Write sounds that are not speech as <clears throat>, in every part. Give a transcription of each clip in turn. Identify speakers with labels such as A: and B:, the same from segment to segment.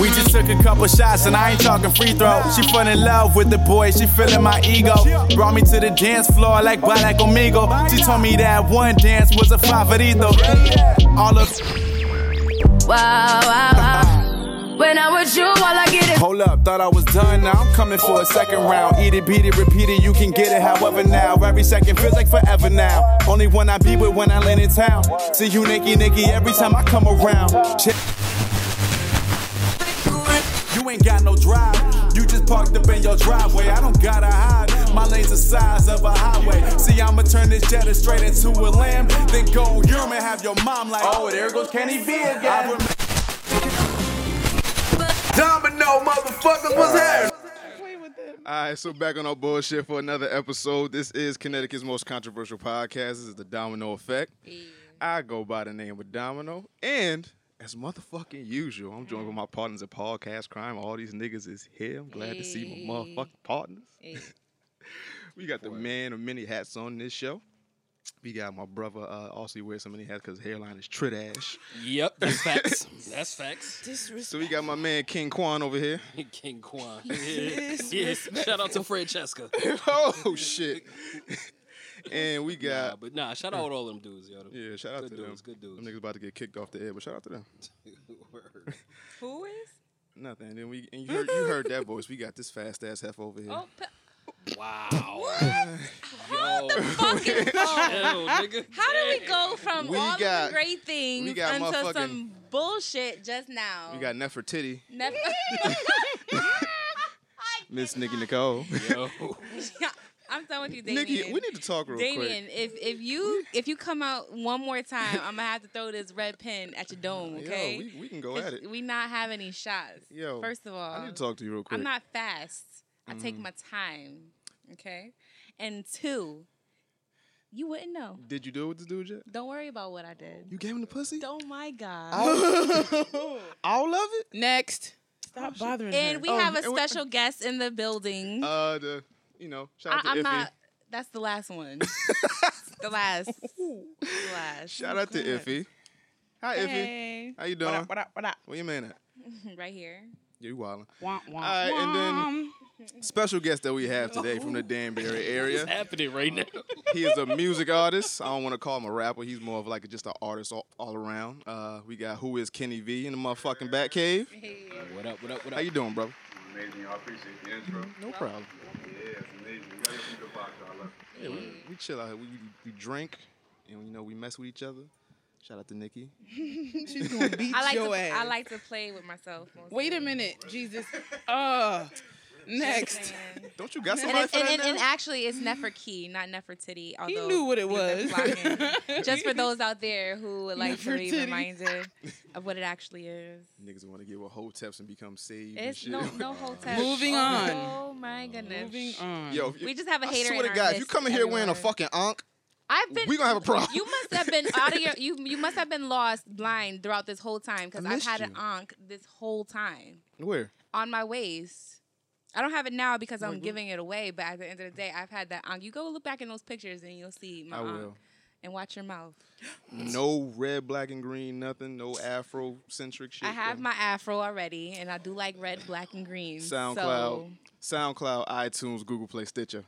A: We just took a couple shots and I ain't talking free throw. She fell in love with the boy, she feeling my ego. Brought me to the dance floor like Black Omigo. She told me that one dance was a favorito. All of
B: Wow, wow, wow. When I'm with you, all I get is
A: Hold up, thought I was done. Now I'm coming for a second round. Eat it, beat it, repeat it. You can get it however now. Every second feels like forever now. Only one I be with when I land in town. See you, Nikki, Nikki, every time I come around. Check. You ain't got no drive. You just parked up in your driveway. I don't gotta hide. My lane's the size of a highway. See, I'ma turn this Jetta straight into a lamb. Then go on Urim and have your mom like, oh, there goes Kenny V again. I remember
C: Domino motherfuckers was here.
D: All right, so back on our bullshit for another episode. This is Connecticut's most controversial podcast. This is the Domino Effect. I go by the name of Domino, and as motherfucking usual, I'm joined with my partners at Podcast Crime. All these niggas is here. I'm glad to see my motherfucking partners. <laughs> we got the man of many hats on this show. We got my brother. Uh, also, he wears so many hats because hairline is tritash.
E: Yep, that's <laughs> facts. that's facts.
D: So we got my man King Kwan over here.
E: <laughs>
D: <laughs>
E: King Kwan. Yeah. yeah. Shout out to <laughs> Francesca.
D: oh shit. <laughs> and we got
E: Nah, but nah, shout out to all them dudes, yo. Them-
D: Yeah, shout out
E: good
D: to
E: dudes,
D: them.
E: Good dudes.
D: Them niggas about to get kicked off the air, but shout out to them.
E: Word.
F: Who is?
D: Nothing. And then we and you heard,
F: <laughs>
D: you heard that voice. We got this fast ass heifer over here.
F: Oh, p-
E: Wow.
F: how the fuck is
E: Oh, Hell, nigga.
F: How do we go from
D: We
F: all of
D: got-
F: the great things
D: we got
F: until
D: motherfucking-
F: some bullshit just now?
D: We got Nefertiti,
F: <laughs> Nef-
D: Miss Nikki
F: <laughs>
D: Nicole.
E: Yo.
F: I'm done with you, Damien.
D: Nikki, we need to talk real
F: Damien, if if you if you come out one more
G: <laughs>
F: time, I'm gonna have to throw this red pen at your dome,
D: quick.
F: okay?
D: Yo, we, we can go
F: 'Cause
D: at it.
F: we not have any shots.
D: Yo,
F: first of all,
D: I need to talk to you real quick.
F: I'm not fast. I
D: Mm.
F: take my time, okay? And two, you wouldn't know.
D: Did you do it with this dude yet?
F: Don't worry about what I did.
D: You gave him the pussy?
F: Oh my god.
B: Uh,
D: All of it?
G: Next. Stop bothering
F: And we have a
D: and we-
F: special guest in the building.
D: <laughs> Uh, the, you know, shout
F: I,
D: out to
F: I'm
D: Iffy.
F: not. That's the last
G: <laughs>
F: one. the last. The last.
D: shout out to Iffy. Hi,
G: Hey.
D: Iffy. How you doing?
G: What up, what up,
D: Where your man at?
F: Right here.
D: You wildin'.
G: what up? Womp, womp,
D: All right, and then-
G: womp.
D: Special guest that we have today from
F: <laughs>
D: the Danbury area.
E: What's happening right now?
D: he is a music artist. I don't want to call him a rapper. He's more of like just an artist all, all around. Uh, we got who is Kenny V in the motherfucking Batcave.
E: What up? What up? What
D: How
E: up?
D: you doing, bro?
C: Amazing. I appreciate the intro.
D: No problem.
C: Yeah, it's amazing. You got some good box. I love it.
D: Yeah, we, we chill out here. We, we, we drink, and you know we mess with each other. Shout out to Nikki.
G: She's gonna beat
F: I like.
G: your
F: To,
G: ass.
F: I like to play with myself. mostly.
G: Wait a minute, Jesus. Uh, next.
F: And,
D: Don't you got
F: <laughs> and,
D: somebody
F: and,
D: for that
F: and, and
D: now?
F: actually, it's Nefertiti, not Nefertiti.
G: He
F: Although
G: knew what it was.
F: he's been
G: <laughs>
F: flocking. Just for those out there who would like to be
G: Nefertiti. <laughs>
F: reminded of what it actually is.
D: Niggas want to get with hoteps and become saved. and
F: It's
D: shit. <laughs>
F: no
G: <laughs>
F: no hotel.
G: Moving on.
F: Oh my goodness.
G: Moving on.
D: Yo, if
F: We
D: you-
F: just have a
D: I
F: hater.
D: swear
F: in
D: to
F: our
D: God, if you
F: midst,
D: coming here wearing a
F: everyone.
D: fucking onk,
F: I've been.
D: we gonna have a problem.
F: You must
D: <laughs>
F: have been out of your. You you must have been lost, blind throughout this whole time because
D: I
F: I've
D: missed
F: had
D: you.
F: an onk this whole time
D: Where?
F: on my waist. I don't have it now
D: Oh
F: because I'm giving it away. But at the end of the day, I've had that onk. You go look back in those pictures and you'll see my
D: I
F: onk.
D: will.
F: And watch your mouth.
D: No red, black, and green, nothing. No Afrocentric shit.
F: I have
D: bro.
F: my afro already, and I do like red, black, and green.
D: SoundCloud,
F: So
D: SoundCloud, iTunes, Google Play, Stitcher.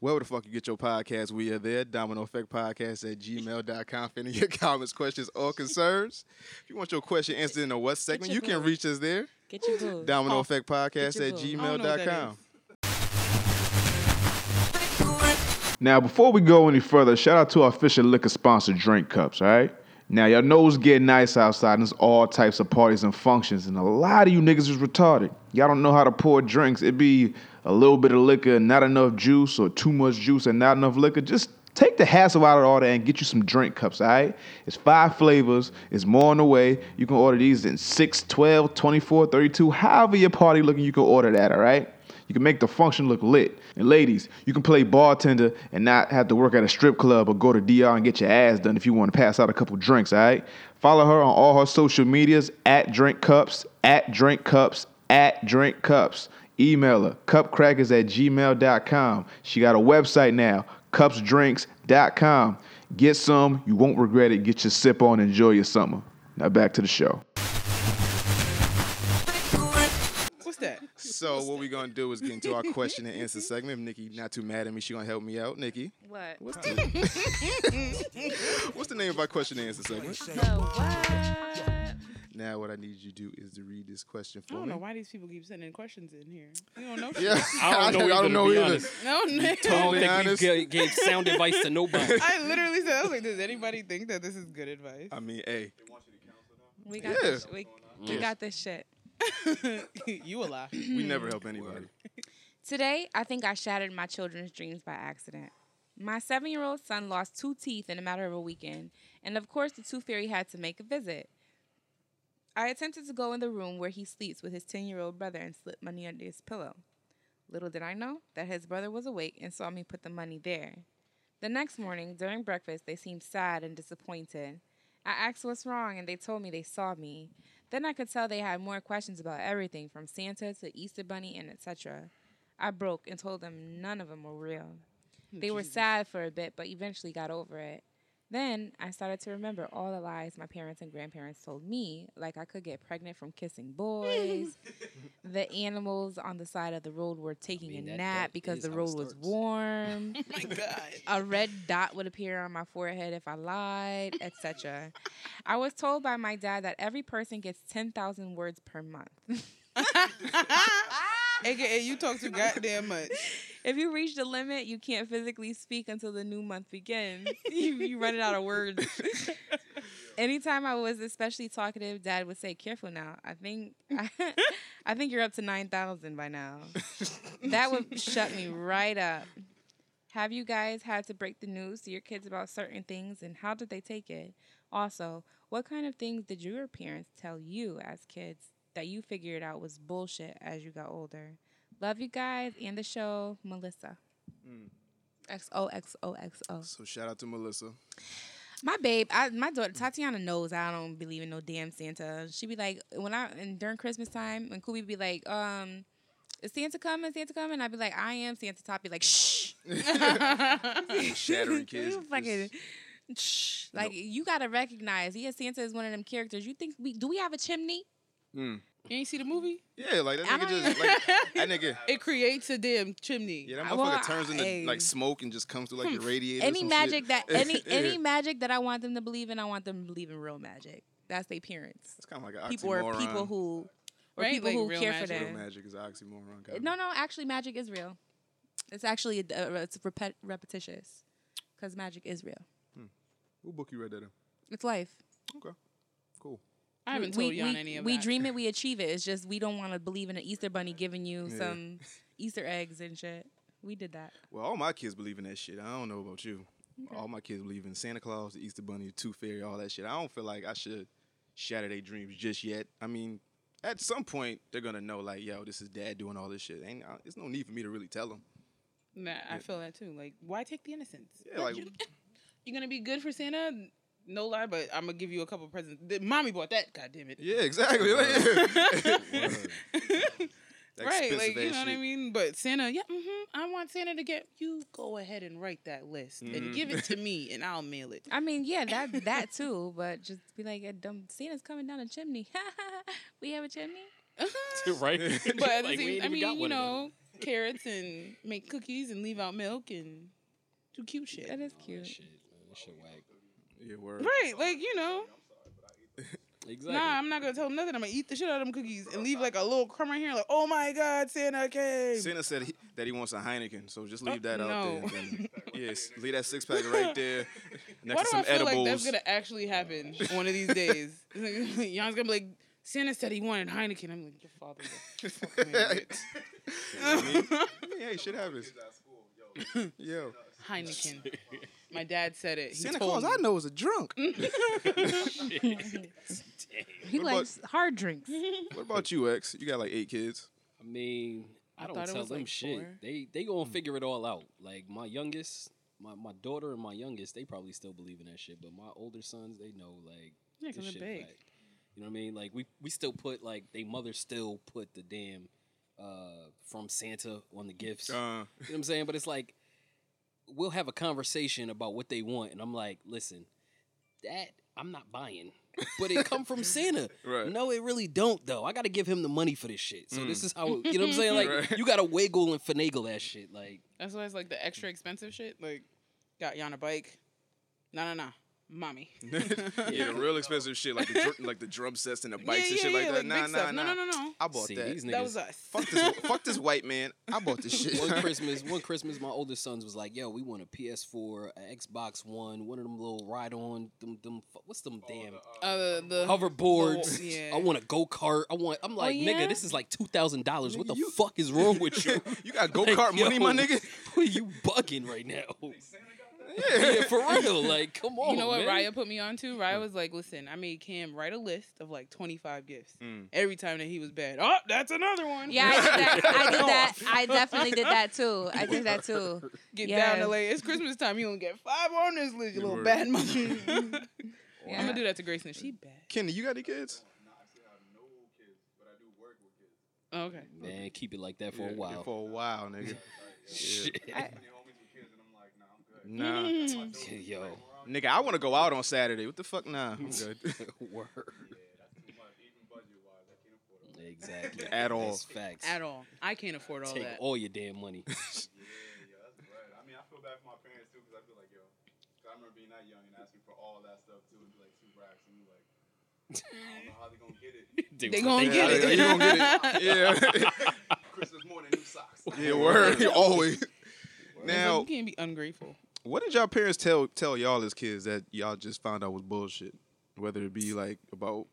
D: Wherever the fuck you get your podcast, we are there. Domino Effect Podcast at gmail.com. For any of your <laughs> comments, questions, or concerns. If you want your question answered in a what segment,
F: your
D: you can
F: boo.
D: reach us there.
F: get your boo.
G: Oh,
D: Domino Effect Podcast
F: Get your
D: at
F: boo.
G: I don't know what that
D: gmail.com. Now, before we go any further, shout out to our official liquor sponsor, Drink Cups, all right? Now, y'all know it's getting nice outside and it's all types of parties and functions, and a lot of you niggas is retarded. Y'all don't know how to pour drinks. It be a little bit of liquor and not enough juice, or too much juice and not enough liquor. Just take the hassle out of all that and get you some drink cups, all right? It's five flavors, it's more on the way. You can order these in 6, 12, 24, 32, however your party looking, you can order that, all right? You can make the function look lit. And ladies, you can play bartender and not have to work at a strip club or go to DR and get your ass done if you want to pass out a couple drinks, all right? Follow her on all her social medias at Drink Cups, at Drink Cups, at Drink Cups. Email her, cupcrackers at gmail.com. She got a website now, cupsdrinks.com. Get some, you won't regret it. Get your sip on, enjoy your summer.
H: Now back to the show.
G: What's that?
D: So what we're gonna do is get into our question and answer segment. If Nikki not too mad at me, she gonna help me out. Nikki,
F: What?
D: what's the, what's the name of our question and answer segment?
F: So what?
D: Now what I need you to do is to read this question for
G: I don't
D: me.
G: know why these people keep sending questions in here. We don't know.
D: Yeah,
E: I don't know either, to be honest.
G: No,
E: I
G: no.
E: don't think
D: honest.
E: we gave, gave sound advice to nobody. <laughs>
G: <laughs> I literally said, I was like, does anybody think that this is good advice?
D: I mean, hey,
F: We got
D: Yeah.
F: this. We, we got this shit.
G: you a lie.
D: we never help anybody.
F: Today, I think I shattered my children's dreams by accident. My seven year old son lost two teeth in a matter of a weekend, and of course, the tooth fairy had to make a visit. I attempted to go in the room where he sleeps with his 10 year old brother and slip money under his pillow. Little did I know that his brother was awake and saw me put the money there. The next morning, during breakfast, they seemed sad and disappointed. I asked what's wrong, and they told me they saw me. Then I could tell they had more questions about everything from Santa to Easter Bunny and etc. I broke and told them none of them were real.
E: Oh,
F: They were sad for a bit, but eventually got over it. Then I started to remember all the lies my parents and grandparents told me, like I could get pregnant from kissing boys,
E: <laughs>
F: the animals on the side of the road were taking
E: mean,
F: a
E: that-
F: nap
E: that
F: because
E: is
F: the
E: how it
F: road was
E: starts.
F: warm
G: <laughs>
E: <laughs>
G: My God.
F: a red dot would appear on my forehead if I lied, etc. I was told by my dad that every person gets 10,000 words per month. <laughs>
G: AKA, you talk too goddamn much. <laughs>
F: if you reach the limit, you can't physically speak until the new month begins. <laughs> you, you running out of words. Anytime I was especially talkative, dad would say, "Careful now. I think <laughs> I think you're up to 9,000 by now." that would shut me right up. Have you guys had to break the news to your kids about certain things and how did they take it? Also, what kind of things did your parents tell you as kids that you figured out was bullshit as you got older? Love you guys and the show, Melissa. Mm. XOXOXO.
D: So shout out to
F: <laughs>
D: Melissa.
F: My babe, I, my daughter Tatiana knows I don't believe in no damn Santa. She be like, when I and during Christmas time, when Kubi be like, um, is Santa coming? Santa coming? I'd be like, I am Santa. Top be like, shh.
D: Shattering kids.
F: You fucking, shh. Like you gotta recognize, yeah, Santa is one of them characters. You think we do we have a chimney?
G: You ain't see the movie? <laughs>
D: Yeah, like that
F: I
D: nigga
F: don't
D: just like that nigga.
G: It creates a damn chimney.
D: Yeah, that motherfucker
F: I- well,
D: turns into
F: hey. Hmm.
D: like smoke and just comes through like your radiator. or
F: any
D: some
F: magic
D: shit.
F: that
D: <laughs>
F: any
D: Yeah.
F: any magic that I want them to believe in, I want them to believe in real magic. That's their parents.
D: It's kind of like an
F: People
D: oxymoron.
F: or people who or
G: Right,
F: people
G: like
F: who
G: real
F: care for
G: magic.
D: Real
F: them.
D: magic is an oxymoron. Kind
F: No, no, actually, magic is real. It's actually a, a- it's repet- repetitious because magic is real.
D: What book you read that in?
F: It's life.
D: Okay, cool.
G: I haven't
F: we,
G: told you on
F: we-
G: any of
F: We
G: that.
F: dream it, we achieve it. It's just we don't want to believe in an Easter bunny giving you some Easter eggs and shit. We did that.
D: Well, all my kids believe in that shit. I don't know about you. All my kids believe in Santa Claus, the Easter Bunny, the Tooth Fairy, all that shit. I don't feel like I should shatter their dreams just yet. I mean, at some point they're gonna know like, yo, this is Dad doing all this shit. Ain't I- it's no need for me to really tell them.
G: Nah, I feel that too. Like, why take the innocence?
D: Yeah, like
G: You're gonna be good for Santa? No lie, but I'm gonna give you a couple presents. Th- Mommy bought that. God damn <laughs> it.
D: <laughs> yeah, exactly. Like, <laughs> yeah.
G: <laughs> right,
D: Expensive
G: like you know
D: ass
G: what I
D: shit.
G: mean. But Santa, yeah, hmm I want Santa to get you. Go ahead and write that list
E: Mm-hmm.
G: and give it
E: <laughs>
G: to me, and I'll mail <laughs> it.
F: I mean, yeah,
D: <laughs>
F: that that too, but just be like, a dumb Santa's coming down a chimney. <laughs> we have a chimney?
E: right?
G: But at the
E: Like, we
G: same-
E: ain't
G: I
E: even got
G: mean, you
E: one of them.
G: know, carrots and make cookies and leave out milk and do cute Oh, shit.
F: That is cute.
D: Yeah, word.
G: Right, like you know,
E: <laughs> Exactly.
G: nah, I'm not gonna tell him nothing. I'm gonna eat the shit out of them cookies and leave like a little crumb right here, like, oh my god, Santa came.
D: Santa said he, that he wants a Heineken, so just leave that out
G: Oh, no.
D: there.
G: <laughs>
D: and- yes, leave that six pack right there next
G: Why
D: to
G: do
D: some
G: I feel
D: edibles.
G: like that's gonna actually happen one of these days? <laughs> Jan's gonna be like, Santa said he wanted Heineken. I'm like, your father. is a <laughs> fucking idiot."
D: <laughs> yeah, shit happens. <laughs> Yo,
G: Heineken. My dad said it. He
D: Santa
G: told
D: Claus, I
G: me.
D: know is a drunk.
F: He
D: What about-
F: likes hard
G: <laughs>
F: drinks.
D: What about you, ex? You got like eight kids.
E: I mean, I, don't
G: thought it
E: tell
G: was,
E: them
G: like,
E: shit.
G: four.
E: They they gonna figure it all out. Like my youngest, my, my daughter and my youngest, they probably still believe in that shit. But my older sons, they know like
G: Yeah, 'cause
E: this
G: they're
E: shit
G: big.
E: fact. You know what I mean? Like we we still put like they mother still put the damn uh from Santa on the gifts.
D: <laughs> Uh,
E: You know what I'm saying? But it's like we'll have a conversation about what they want, and I'm like, listen, that I'm not buying. But it come
G: <laughs>
E: from Santa.
D: Right. Mm.
E: No, it really don't though. I gotta give him the money for this shit. So this is how you know what I'm
D: <laughs>
E: saying? Like you gotta wiggle and finagle that shit. Like
G: That's why it's like the extra expensive shit. Like, got you on a bike. No, no, no. Mommy. yeah,
D: Yeah, the real expensive shit like the dr- like the drum sets and the bikes and shit like that. nah,
G: big
D: nah,
G: stuff.
D: nah.
G: No, no, no, no.
D: I bought
E: see
D: that.
E: these niggas.
G: That was us.
D: fuck this fuck this white man. I
I: <laughs>
D: bought this shit.
G: <laughs>
E: one Christmas, one Christmas, my oldest sons was like, "Yo, we want a PS4, a Xbox One, one of them little ride-on, them, them, fu- what's them
D: Oh,
E: damn
G: Uh, the, the
E: hoverboards?
G: the- Oh, yeah. Oh,
E: I want a go kart. I want." I'm like,
F: yeah?
E: "Nigga, this is like two thousand dollars. What the fuck is wrong
G: <laughs>
E: with you?
D: you got go kart
E: Like,
D: money,
E: yo,
D: my
E: <laughs>
D: nigga.
E: you bugging right now? yeah, for real. Like, come on.
G: You know what
E: man.
G: Raya put me on to? Raya was like, listen, I made Cam write a list of like 25 gifts
D: Mm.
G: every time that he was bad. Oh, that's another one.
F: Yeah, I did that. I
G: <laughs>
F: did that. I definitely did that too. I did that too.
G: Get
F: Yeah.
G: down to like, it's Christmas time. You only get five on this list, you little
D: Word.
G: bad mother. <laughs> I'm going to
F: Yeah.
G: do that to Grayson. She bad.
D: <laughs> Kenny, you got any kids?
G: Oh, okay.
E: Man, keep it like that for a
D: Yeah,
E: while.
D: For a while, nigga.
E: Shit.
D: nah. <laughs>
E: <laughs> Yo,
D: Nigga, I want to go out on Saturday. What the fuck?
I: <laughs>
D: Nah, I'm good.
E: word. Exactly.
D: At all.
E: That's facts.
G: At all. I can't afford all
E: Take
G: that.
E: all your damn money.
I: I mean, I feel bad for my parents too, because I feel like, yo, 'cause I remember being that young and asking for all that stuff too, and be like two racks, and you like, I don't know how they gonna get it.
E: Dude,
G: <laughs> They gonna
D: Yeah,
G: get it.
D: you gonna get it. <laughs> Yeah,
I: <laughs> Christmas morning, new socks. <laughs>
D: yeah, word. Always.
G: Now,
D: Now,
G: you can't be ungrateful.
D: what did y'all parents tell tell y'all as kids that y'all just found out was bullshit? Whether it be like about,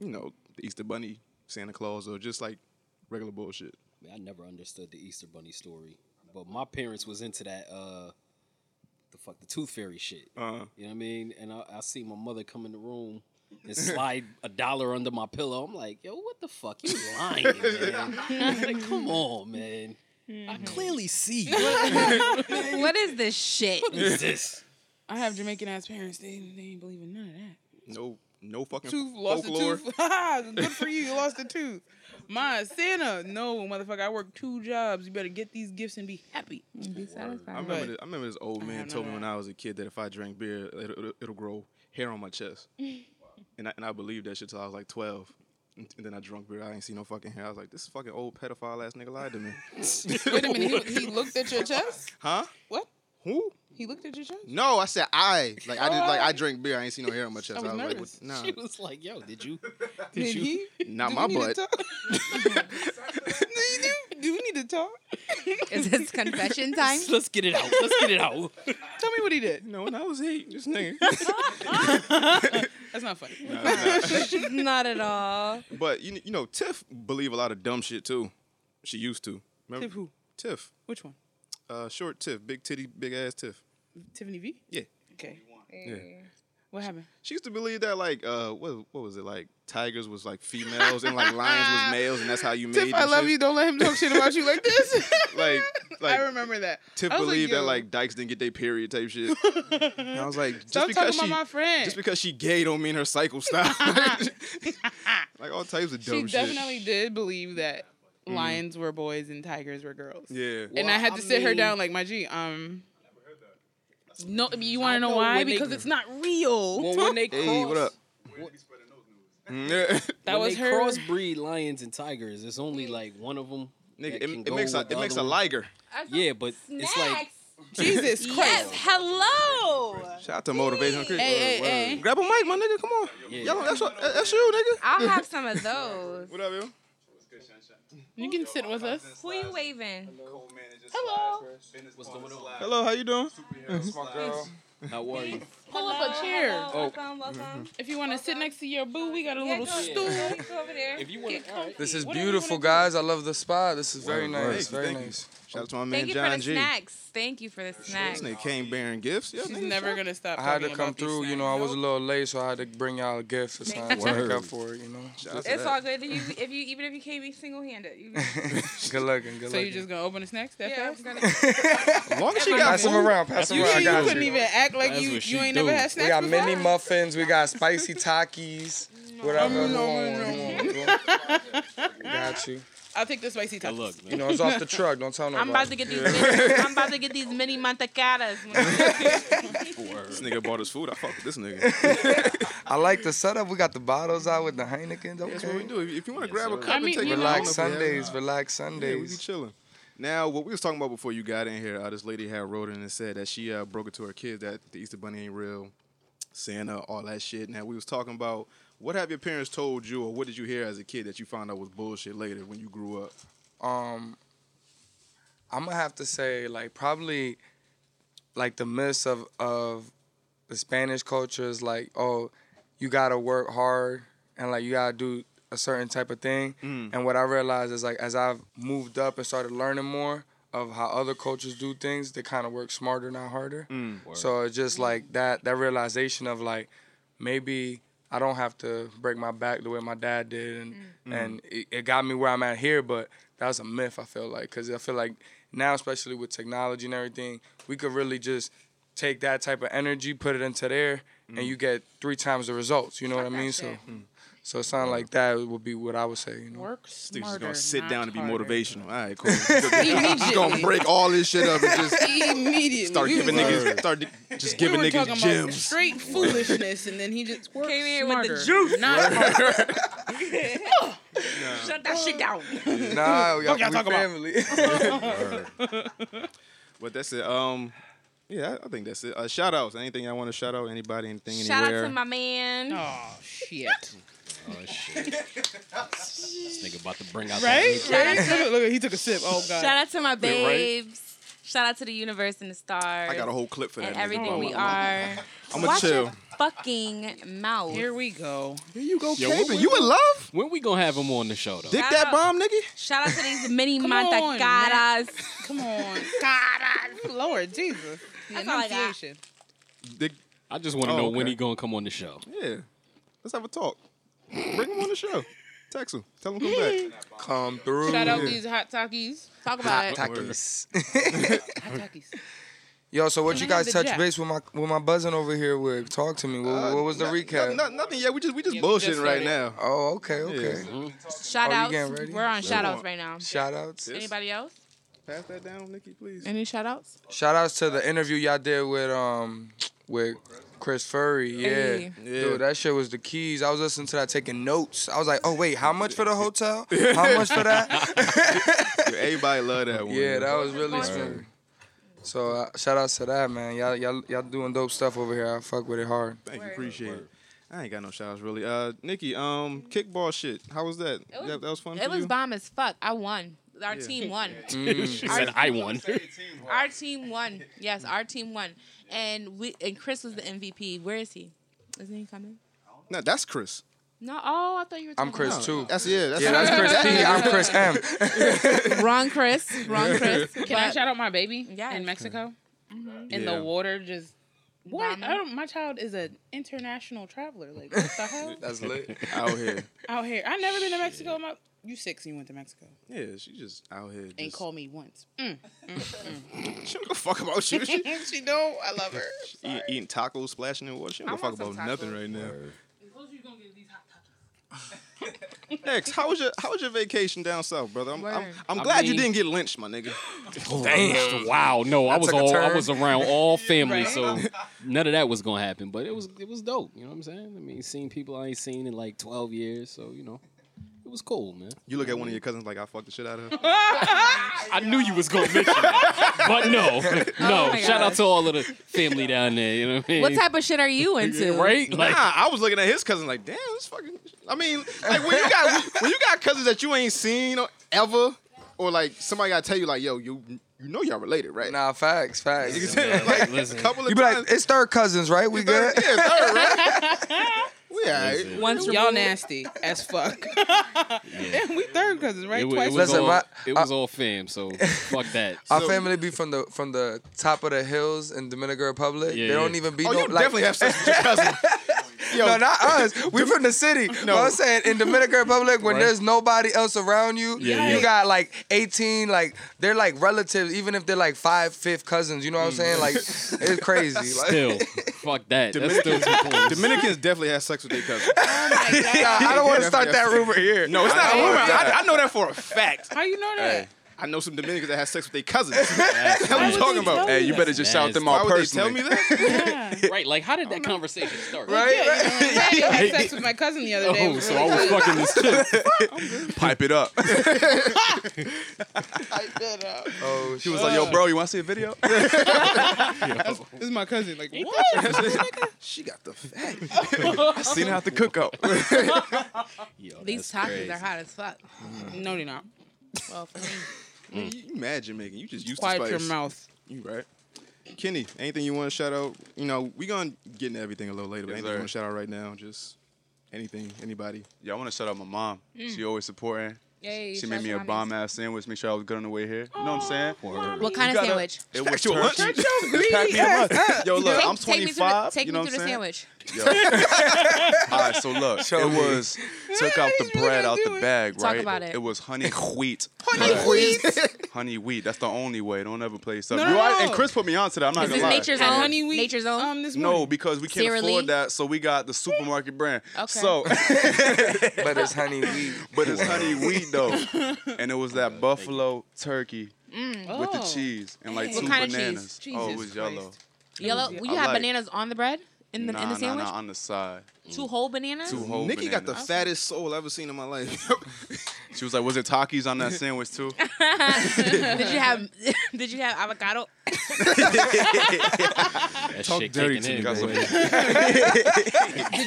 D: you know, the Easter Bunny, Santa Claus, or just like regular bullshit.
E: Man, I never understood the Easter Bunny story, but my parents was into that. uh the fuck the tooth fairy shit.
D: Uh-huh.
E: You know what I mean? And I, I see my mother come in the room and slide a dollar under my pillow. I'm like, yo, what the fuck? You
D: <laughs>
E: lying, man? like, come on, man. I clearly <laughs> see you. What
F: What is this shit?
E: is this?
G: I have Jamaican ass parents. They, they ain't believe in none of that.
D: No, no fucking
G: tooth, lost
D: folklore.
G: a tooth. <laughs> Ha, Good for you, you lost a tooth. My Santa, no, motherfucker, I work two jobs. You better get these gifts and be happy.
F: Be
D: I
F: satisfied.
D: remember,
G: But-
D: this, I remember this old man
G: have
D: told me
G: none of
D: when I was a kid that if I drank beer, it'll, it'll, it'll grow hair on my
G: <laughs>
D: chest. and, I, and I believed that shit till I was like 12. And and then I drunk beer. I ain't see no fucking hair. I was like, this fucking old pedophile ass nigga lied
G: <laughs>
D: to me.
G: Wait a minute, he, he looked at your chest.
D: huh?
G: What?
D: Who?
G: He looked at your chest.
D: No, I said I. Like I did. Like I drank beer. I ain't see no hair on my chest. I
G: was
D: was, like,
G: nervous.
D: what-
E: She
D: nah,
E: was like, yo, did you?
G: Did
E: you-
G: he?
D: not
G: Do
D: my
G: we need to
D: butt.
G: talk? <laughs> do, you- do we need to talk?
F: Is this confession time?
E: Let's get it out. Let's get it out.
G: Tell me what he did.
D: No, when I was eight, this
G: <laughs>
D: nigga.
G: That's not funny.
F: Not at all.
D: but you, you know, Tiff believe a lot of dumb shit too. She used to. Remember?
G: Tiff who?
D: Tiff.
G: Which one?
D: Uh, short Tiff. Big titty, big ass Tiff.
G: Tiffany V.
D: Yeah.
G: Okay.
D: Yeah.
G: What happened?
D: She used to believe that like uh what what was it like tigers was like females and like lions was males and that's how you made
G: Tiff,
D: and
G: I love
D: shit.
G: you. Don't let him talk shit about you like
D: <laughs>
G: this.
D: Like like
G: <laughs> I remember that.
D: Tiff
G: I was
D: believed that
G: yo,
D: like dykes didn't get their period type
G: <laughs>
D: shit. and I was like just
G: Stop talking
D: because
G: about
D: she
G: my friend.
D: just because she gay don't mean her
G: <laughs>
D: cycle stopped. <laughs> like all types of
G: she
D: dumb shit.
G: definitely did believe that lions were boys and tigers were girls.
D: Mm-hmm. yeah.
G: And I
E: Well,
G: had
E: I
G: to sit her
E: mean-
G: down like my G. Um. No, you want to know,
E: know
G: why?
E: when they-
G: Because it's not real.
E: <laughs> Well, when they cross,
D: Hey, what up? Mm-hmm.
G: <laughs>
D: Yeah. <laughs>
G: that
E: when
G: was
E: they
G: her.
E: crossbreed lions and tigers, it's only like one of them.
D: Nigga, it, it makes a it makes a liger.
E: Yeah, but it's like
G: <laughs>
D: <laughs>
G: Jesus Christ.
F: Yes, hello.
D: Shout out to Motivational Creek.
G: Hey,
D: Word, word.
G: hey, hey.
D: Grab a mic, my nigga. Come on.
E: Yeah.
D: Y'all, that's, what- that's you, nigga.
F: I'll have some of those.
D: What up, yo?
G: You can sit with us.
F: Who you waving?
G: Hello.
E: what's going on?
D: Hello, how you doing?
E: How are you?
G: Pull up a chair.
F: Welcome, welcome.
G: If you want to sit next to your boo, we got Mm-hmm. a little
F: go-
G: stool.
F: Go over there.
E: If you want to,
C: This is
G: Whatever you wanna
C: beautiful,
G: do.
C: guys. I love the spa. This is very
D: Word, word.
C: nice. Very
D: Thank you.
C: nice.
D: Shout out to my man
F: Thank you for
D: John
F: the
D: G.
F: snacks. Thank you for the snacks.
D: This nigga came bearing gifts. Yeah,
G: She's
D: nigga,
G: never
D: sure.
G: gonna stop.
C: I had to
G: talking
C: come
G: about these
C: through. You
G: snacks.
C: know, I was a little late, so I had to bring y'all a gift or something to make up for it. You
D: <laughs>
C: know,
D: Shout out to
F: It's
D: that.
F: all good. If you, if you even if you came single handed, you
C: <laughs> good looking. Good
G: So
C: looking.
G: you just gonna open the snacks
F: <laughs>
G: that
F: yeah, I'm
G: fast?
C: <laughs>
F: gonna, <laughs>
D: As long as she got
C: pass them
D: food.
C: around. Pass them
G: You,
C: around. I
G: you
C: got
G: couldn't
C: you.
G: even act like
E: That's
G: you,
E: what she
G: you ain't
E: do.
G: never had
C: We
G: snacks.
C: got
G: before?
C: mini muffins. We got spicy Takis. Whatever. you want, you want.
G: <laughs>
C: Got you.
G: I'll take the spicy
E: I
G: top.
E: look, man.
C: You know, it's off the truck. Don't tell nobody.
F: I'm about to get these. Mini, I'm about to get these mini mantecadas.
D: This nigga bought us food. I fuck with this nigga.
C: I like the setup. We got the bottles out with the Heinekens. Okay.
D: That's what we do. If- If you want to grab a cup
G: I
D: and
G: mean,
D: take
G: you
D: a
G: know-
C: Relax
D: nap, yeah.
C: Sundays. Relax
D: Yeah, we be
C: Sundays.
D: chilling. Now, what we was talking about before you got in here, uh, this lady had wrote in and said that she uh, broke it to her kids that the Easter Bunny ain't real, Santa, all that shit. Now, we was talking about what have your parents told you, or what did you hear as a kid that you found out was bullshit later when you grew up?
C: Um, I'm gonna have to say like probably like the myths of of the Spanish culture is like oh you gotta work hard and like you gotta do a certain type of thing.
D: Mm.
C: And what I realized is like as I've moved up and started learning more of how other cultures do things, they kind of work smarter not harder. So it's just
G: Mm-hmm.
C: like that that realization of like maybe I don't have to break my back the way my dad did, and
G: Mm-hmm.
C: and it, it got me where I'm at here. But that was a myth. I feel like because I feel like now, especially with technology and everything, we could really just take that type of energy, put it into there,
G: Mm-hmm.
C: and you get three times the results. You know what I mean? So, so it sound like that would be what I would say. You
D: <laughs>
C: know?
G: Work
D: Dude's
G: smarter.
D: just gonna sit
G: not
D: down and be
G: harder.
D: motivational. All right, cool. <laughs> just gonna
G: <laughs> Immediately.
D: break all this shit up and just
G: <laughs> Immediately.
D: start
G: We
D: giving
G: were-
D: niggas, start di- just
G: we
D: giving
G: were
D: niggas
G: talking about
D: gems. <laughs>
G: straight foolishness, and then he just worked
F: Came here with
G: smarter.
F: the juice.
G: Not harder.
F: <laughs>
G: <laughs>
F: Shut that shit down.
C: Nah, we,
D: y'all
C: we
D: talk about? <laughs>
C: family.
D: But that's it. Um, yeah, I I think that's it. Uh, shout outs. Anything I want to shout out? Anybody? Anything?
F: Shout out
D: anywhere?
F: to my man.
G: Oh shit!
E: Oh shit. this nigga about to bring out
G: Right?
E: that
G: right? Look, at- look, at- he took a sip. Oh god!
F: Shout out to my
D: right?
F: babes. Shout out to the universe and the stars.
D: I got a whole clip for that.
F: and
D: nigga.
F: everything
D: I'm-
F: we
D: I'm-
F: are.
D: I'm gonna
F: Watch
D: chill.
F: your fucking mouth.
G: Here we go.
D: You go
E: Yo,
D: camping.
E: what-
D: You in love?
E: When we gonna have him on the show though?
D: Dick
F: Shout
D: that
F: out.
D: bomb, nigga.
F: Shout out to these mini
G: Come on,
F: mantacaras.
G: Come on, <laughs> God, Lord Jesus, the
F: That's all I got.
G: enunciation.
D: Dick.
E: I just want to
D: Oh,
E: know when
D: okay.
E: he gonna come on the show.
D: Yeah. Let's have a talk. Bring him on the show. Text him. Tell him to come
F: <laughs>
D: back.
C: Come through.
G: Shout out
C: Yeah.
G: these hot talkies.
F: Talk about it.
C: Takis.
G: Hot talkies.
C: Yo, so what
G: Can
C: you
G: I
C: guys
G: have the
C: touch
G: jack?
C: base with my with my buzzing over here with? Talk to me. What, what was the
D: Uh, No-
C: recap?
D: no- nothing yet. We just we just
G: Yeah, we just
D: bullshitting right
G: started.
D: now.
C: Oh, okay, okay.
F: <laughs> Shout
C: Oh, you
F: outs.
C: getting ready?
F: We're on shout outs
D: on.
F: right now.
C: Shout outs.
F: Anybody else?
D: Pass that down, Nikki,
F: <laughs>
D: please.
F: Any shout outs?
C: Shout outs to the interview y'all did with um with Chris Furry. Yeah.
F: Hey.
D: Yeah.
C: Dude, that shit was the keys. I was listening to that taking notes. I was like, oh wait, how much for the
D: <laughs>
C: hotel? How much for that?
D: Yeah, Everybody love that
C: <laughs>
D: one.
C: yeah, that was really smooth. So uh, shout outs to that man. Y'all y'all y'all doing dope stuff over here. I fuck with it hard.
D: Thank you. Appreciate it. I ain't got no shout outs really. Uh, Nikki, um, kickball shit. How was that?
F: was-
D: that, that was fun.
F: It
D: for
F: was
D: you?
F: bomb as fuck. I won. Our team won.
E: She said I won. <laughs>
F: Our team won. Yes, our team won. And we and Chris was the MVP. Where is he? Isn't he coming?
D: No, that's Chris.
F: No. Oh, I thought you were.
C: I'm
F: talking
C: Chris
F: about-
C: too.
D: That's yeah. That's,
C: Yeah, that's Chris P. I'm Chris M.
D: <laughs>
F: Wrong, Chris. Wrong, Chris.
G: Can I shout out my baby
F: Yes.
G: in Mexico? In
D: Yeah.
G: the water, just what?
F: Bombing.
G: I don't, my child is an international traveler. Like what
C: <laughs>
G: the hell?
C: That's lit.
D: out here.
G: out here, I've never been to Mexico. My, you six and you went to Mexico
D: <laughs> Yeah, she just out here. Just,
G: and called me <laughs> once. Mm.
D: <laughs> She don't give a fuck about you.
F: <laughs>
D: She
G: she know I love her.
D: eat, eating tacos, splashing in water. She don't give a
F: I
D: fuck
F: want
D: about
F: some
D: nothing
F: tacos.
D: right now. <laughs> X, how was your how was your vacation down south, brother? I'm I'm,
F: Word.
D: I'm
E: I
D: glad you
E: mean-
D: didn't get lynched, my nigga.
E: Damn. Wow. No, I was
C: took a
E: all I
C: turn.
E: was around all family,
G: Right.
E: so none of that was gonna happen. But it was it was dope. You know what I'm saying? I mean, seeing people I ain't seen in like 12 years, so you know, it was cool, man.
D: You look at one of your cousins like I fucked the shit out of her.
E: I knew you was gonna mention that, but no, no.
F: my
E: Shout out
F: gosh.
E: to all of the family down there. You know what I mean?
F: What type of shit are you into?
E: Right? Like,
D: nah, I was looking at his cousin like, damn, this fucking. I mean, like when you got when you got cousins that you ain't seen or ever, or like somebody gotta tell you like, yo, you you know y'all related, right?
C: Nah, facts, facts.
D: like
E: listen.
D: a couple of
C: You be like,
D: times.
C: it's third cousins, right? We <laughs>
D: yeah,
C: good?
D: it's her, right? we alright.
F: Once
G: Y'all nasty as <laughs> fuck. and we third cousins, right?
E: It, wa- it
G: Twice.
E: was
C: Listen,
E: all,
C: my- uh,
E: it was all
C: <laughs>
E: fam, so fuck that.
C: Our family be from the from the top of the hills in Dominican Republic.
E: Yeah,
C: they don't
E: yeah.
C: even be
D: Oh,
C: no
D: you
C: like,
D: definitely have sex <laughs> with your cousin. Yo,
C: no, not us. We from the city. No, I'm saying in Dominican Republic when there's nobody else around you,
E: Yeah,
C: you
E: yeah.
C: got like 18. Like they're like relatives, even if they're like five, fifth cousins. You know what I'm
E: Mm.
C: saying?
E: <laughs>
C: Like it's crazy. Like,
E: Still, fuck that. That's still too close.
D: Dominicans definitely have sex with their <laughs> cousins.
C: nah, I don't want to start that rumor here.
D: No, it's not a rumor. I, I know that for a fact.
G: How you know that?
D: I know some Dominicans that have sex with their <laughs> cousins. That's what
G: Why
D: are
G: would
D: you
G: they
D: talking about?
G: tell
D: Hey,
G: me
D: you
G: that?
D: better
C: just
E: That
C: shout
E: is-
C: them
D: Why
C: out
D: would they tell
C: personally.
D: me that? <laughs>
G: Yeah.
E: Right, like
G: Oh,
E: how did that conversation
C: <laughs>
E: start?
C: Right?
G: Yeah, you
C: <laughs>
G: know, like, Patty had sex with my cousin the other day. It
E: Oh,
G: was
E: so I
G: really
E: was
G: good.
E: fucking this
D: <laughs>
E: chick.
D: Pipe it up.
G: I did, uh,
C: Oh,
D: He was like, yo, bro, you want to see a <laughs> video? <laughs>
G: This is my cousin. Like, what?
D: she got the fat. I <laughs> seen her at the cookout.
E: Yo,
F: These
E: that's
F: tacos
E: crazy.
F: are hot as fuck.
G: No, they're not. Well, for me,
D: you mad Jamaican. You just used to
G: quiet
D: spice.
G: your mouth.
D: You right. Kenny, anything you want to shout out? You know, we gonna get into everything a little later, but
J: Yes,
D: anything you
J: sir.
D: want to shout out right now? Just anything, anybody.
J: Yeah, I want to shout out my mom. She always supporting.
F: Yay,
J: she made me a
F: Sasha
J: bomb
F: Mommies.
J: ass sandwich. Make sure I was good on the way here. You know what I'm saying?
F: What
J: You
F: kind of
J: gotta-
F: sandwich?
J: It was
D: your lunch?
J: turkey. <laughs>
G: Shut your
J: Just pack me
G: greedy
J: a
G: ass
J: lunch. Yo, look,
F: Take-
J: I'm
F: take me
J: 25.
F: through the- Take
J: you
F: me
J: know
F: through the
J: what I'm saying?
F: sandwich.
J: Yo. All right, so look,
C: Show
J: it
C: me.
J: was took out the
G: He's really
J: bread
G: gonna
J: out
G: do
J: the
G: it.
J: bag,
F: Talk
J: right?
F: about it.
J: was honey wheat.
G: Honey, please.
J: honey wheat. That's the only way. Don't ever play stuff.
G: No,
J: You
G: no,
J: are-
G: no.
J: And Chris put me on to that. I'm not
F: Is
J: gonna
F: this
J: lie.
F: nature's
G: And
F: own?
G: honey wheat.
F: Nature's own?
G: Um, this
J: no,
G: morning.
J: because we can't
F: Sara Lee?
J: afford that, so we got the supermarket brand.
F: Okay.
J: So, <laughs>
C: but it's honey weed.
J: but
D: <laughs>
J: it's honey wheat though, and it was that buffalo turkey with
D: Oh,
J: the
G: Oh.
J: cheese and like
G: What
J: two
F: kind of cheese?
J: bananas. Oh, it
G: Jesus
J: was yellow.
G: Christ.
F: Yellow. Will you
J: I
F: have
J: like-
F: bananas on the bread? In the,
J: nah,
F: in the
J: nah,
F: sandwich?
J: nah, on the side. Mm.
F: Two whole bananas?
J: Two whole
D: Nikki got the
J: bananas.
D: fattest soul I've ever seen in my life.
J: <laughs> She was like, "Was it Takis on that sandwich
G: <laughs>
J: too?"
F: <laughs> did
J: <laughs>
F: you have <laughs> Did you have avocado?
E: That
D: Talk
E: shit
D: dirty
E: kicking
D: to me,
E: in,
D: guys.
E: <laughs> boy.
G: Did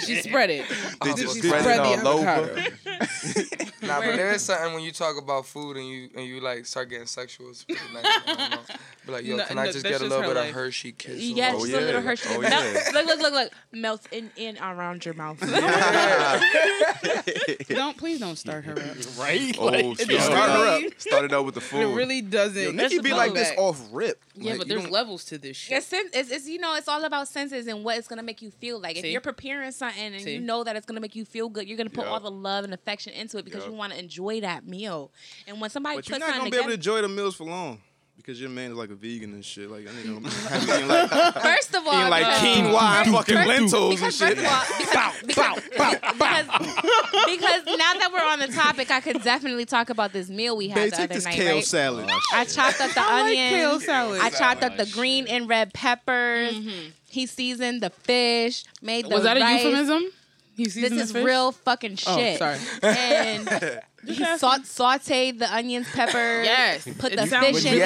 G: she spread it?
C: They
G: Did
C: just
G: she
C: spread it
G: spread the
C: all over.
G: avocado? <laughs>
C: Nah, but there is something when you talk about food and you and you like start getting sexual. It's pretty nice. I don't know. Be like, yo,
G: No,
C: can
G: no,
C: I just
G: that's
C: get a
G: just
C: little
G: her
C: bit
G: life.
C: of Hershey Kiss?
F: Yes,
J: Oh,
F: just a
J: yeah.
F: little Hershey.
J: Oh,
F: melt,
J: yeah.
F: Look, look, look, look. Melts in, in around
J: <laughs>
F: your mouth.
G: Don't please don't start her up.
E: Right?
J: Oh,
E: Like,
J: shit.
E: yo,
D: Start her up.
G: really-
J: Started out with the food.
G: <laughs> It really doesn't.
D: Yo,
G: That's
D: Nikki
G: the
D: be like this
G: blowback.
D: off rip.
G: Yeah,
D: Like,
G: but
D: you
G: there's
D: don't-
G: levels to this shit.
F: It's, sen- it's, it's you know it's all about senses and what it's gonna make you feel like.
G: See?
F: If you're preparing something and
G: See?
F: you know that it's gonna make you feel good, you're gonna put
J: Yeah.
F: all the love and affection into it because
J: Yeah.
F: you want to enjoy that meal. And when somebody
D: But you're
F: puts
D: not
F: something
D: gonna be
F: together,
D: able to enjoy the meals for long because your man is like a vegan and shit. Like I
J: <laughs>
D: think I'm eating like, eating
F: first of
D: <laughs>
F: all,
D: like
F: no.
D: quinoa and fucking
F: First-
D: lentils and
F: Because
D: shit.
F: first of all, because, because, because, because now that we're on the topic, I could definitely talk about this meal we had
D: Babe,
F: the
D: take
F: other
D: this
F: night.
D: kale
F: Right?
D: salad.
F: I chopped up the onion.
G: kale salad.
F: I chopped up
E: Oh,
F: the
E: shit.
F: green and red peppers. He seasoned the fish, made the
G: Mm-hmm. Was that
F: rice.
G: a euphemism? He
F: This
G: seasoned
F: is
G: the fish?
F: real fucking
G: Oh,
F: shit.
G: sorry.
F: <laughs> And
G: <laughs>
F: he sa- sauteed the onions, peppers.
G: Yes.
F: Put
G: It
F: the
G: sounds-
F: fish in
E: I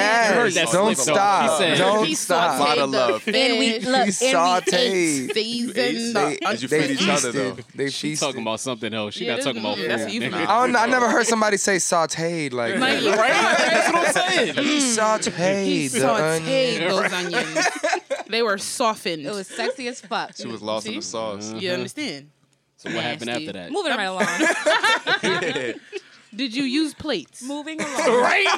C: Yes,
E: heard that
C: don't
E: slip up.
C: stop.
E: He said-
C: don't
G: He
C: stop.
G: sauteed
J: Lot of
G: the
J: love.
G: fish.
F: there. And we look
C: You
F: and we ate.
C: sauteed.
G: seasoned
C: They,
G: the.
J: Did you
C: they
J: feed each other,
C: feasted.
J: though?
C: They
E: She
C: feasted.
E: talking about something else. She
G: Yeah,
E: not
G: this-
E: talking about food.
G: that's even-
E: nigga.
C: I don't. know, I never heard somebody say sauteed like
G: Like,
C: that.
G: right?
C: He sauteed.
G: He
C: the
G: sauteed
C: onion.
G: those onions. They were softened.
F: It was sexy as fuck.
J: She was lost in the
G: See?
J: sauce.
D: Uh-huh.
G: You understand?
E: So what happened
G: Nasty.
E: after that?
F: Moving right along.
G: <laughs> Did you use plates?
F: Moving
G: <laughs>
F: along. <laughs> Right.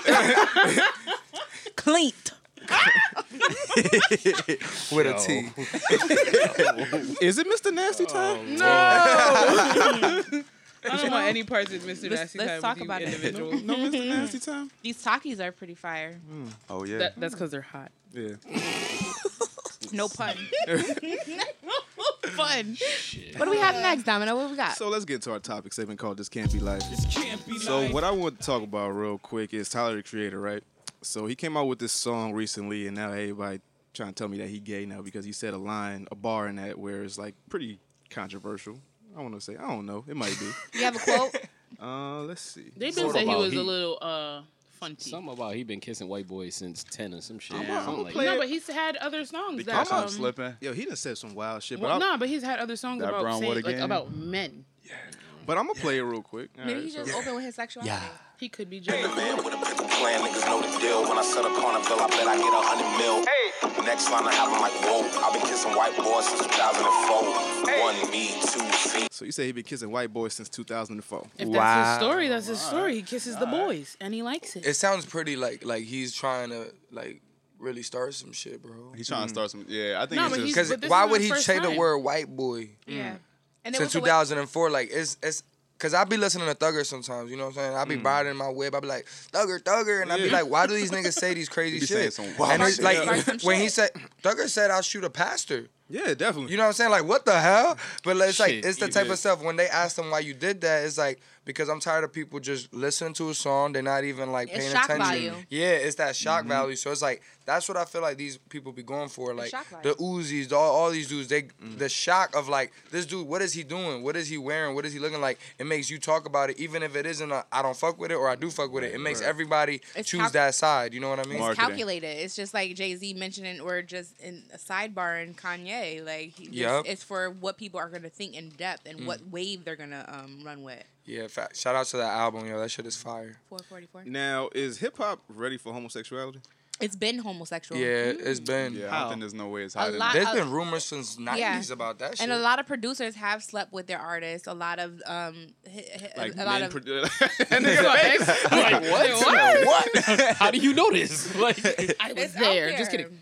F: Cleat.
C: with a T.
D: Is it Mr. Nasty time?
G: I don't want any parts of Mr.
F: Let's-
G: Nasty
F: let's
G: Time
F: talk
G: with you
F: about it.
G: individuals.
D: No, Mr. Nasty time.
F: These Takis are pretty fire.
J: Oh yeah.
G: That, that's because they're hot.
D: Yeah.
F: No pun. Fun. <laughs> What do we have next, Domino? What we got?
D: So let's get to our topic segment called "This Can't Be Life." so what I want to talk about real quick is Tyler the Creator, right? So he came out with this song recently, and now everybody trying to tell me that he gay now because he said a line, a bar in that where it's like pretty controversial. I want to say I don't know, it might be.
F: <laughs> you have a quote?
D: uh, let's see.
G: They
E: Sort
G: been said he
E: about
G: was
E: heat.
G: a little uh funty.
E: Something about he been kissing white boys since ten or some shit.
D: I'ma- I'ma
E: Something like
D: play-
E: that.
G: No, but he's had other songs
J: the
G: that
J: catch
G: um,
J: I'm slipping.
D: Yo, he done said some wild shit, but
G: Well,
D: I'm,
G: no, but he's had other songs
J: That
G: about
J: brown
G: saying,
J: water
G: like,
J: game.
G: about men.
D: but I'm gonna play it real quick. All
F: Maybe
D: right,
F: he
D: so-
F: just open with his sexuality.
G: He could be jealous.
K: with a plan, niggas know the deal. When I set up Carnival, I bet I get a hundred mil. Next line, I have 'em like, whoa, I've been kissing white boys since 2004. One me, two feet.
D: So you say he been kissing white boys since 2004.
G: If that's
C: Wow.
G: his story, that's his story. He kisses the boys and he likes it.
J: <laughs>
C: It
G: <laughs>
C: sounds pretty like like he's trying to like really start some shit, bro.
J: He's trying to start some. Yeah, I think
G: No,
J: it's
G: but
J: just.
G: he's-
C: Because
G: but this
C: why
G: is
C: would
G: not
C: he
G: the first
C: say the
G: time.
C: word white boy
J: Mm.
F: Yeah. And it
C: since
F: was a way-
C: 2004? Like it's it's because I be listening to Thugger sometimes. You know what I'm saying? I
J: Mm.
C: be riding my web. I be like Thugger, Thugger, and I be like,
J: <laughs>
C: why do these niggas say these crazy
J: be saying
C: shit?
J: some wild
C: And it's
J: shit.
C: like
F: Start some
C: when he
F: shit.
C: said Thugger said I'll shoot a pastor.
D: Yeah, definitely.
C: You know what I'm saying? Like, what the hell? But like, it's
D: Shit,
C: like it's the
D: you
C: type
D: did.
C: of stuff when they ask them why you did that, it's like because I'm tired of people just listening to a song, they're not even like
L: It's
C: paying
L: shock
C: attention.
L: value.
C: Yeah, it's that shock
D: Mm-hmm.
C: value. So it's like that's what I feel like these people be going for. Like
F: shock
C: the Uzis, all, all these dudes, they
D: Mm-hmm.
C: the shock of like this dude, what is he doing? What is he wearing? What is he looking like? It makes you talk about it, even if it isn't a I don't fuck with it or I do fuck with it. It makes everybody
F: It's
C: choose
F: calc-
C: that side. You know what I mean?
D: Mark-
F: It's
D: Marketing.
F: calculated. It's just like Jay Z mentioning, or just in a sidebar in Kanye. Like, he,
C: Yup. Mm.
F: it's, it's for what people are gonna think in depth and what wave they're gonna um, run with.
C: Yeah, fact. shout out to that album, yo. That shit is fire.
F: 444.
D: Now, is hip hop ready for homosexuality?
F: It's been homosexual.
C: Yeah, it's been.
K: Yeah, I
E: How?
K: don't think there's no way it's
F: A
K: hiding.
F: lot-
C: There's
F: of-
C: been rumors since '90s about that shit.
F: And a lot of producers have slept with their artists. A lot of um, hi- hi-
D: Like
F: a lot
D: men
F: of
D: produ- and <laughs> nigga like,
E: like
C: <laughs> what?
E: <laughs> How do you
C: <laughs>
E: know this? Like,
G: I was
F: It's out
G: there. Just kidding.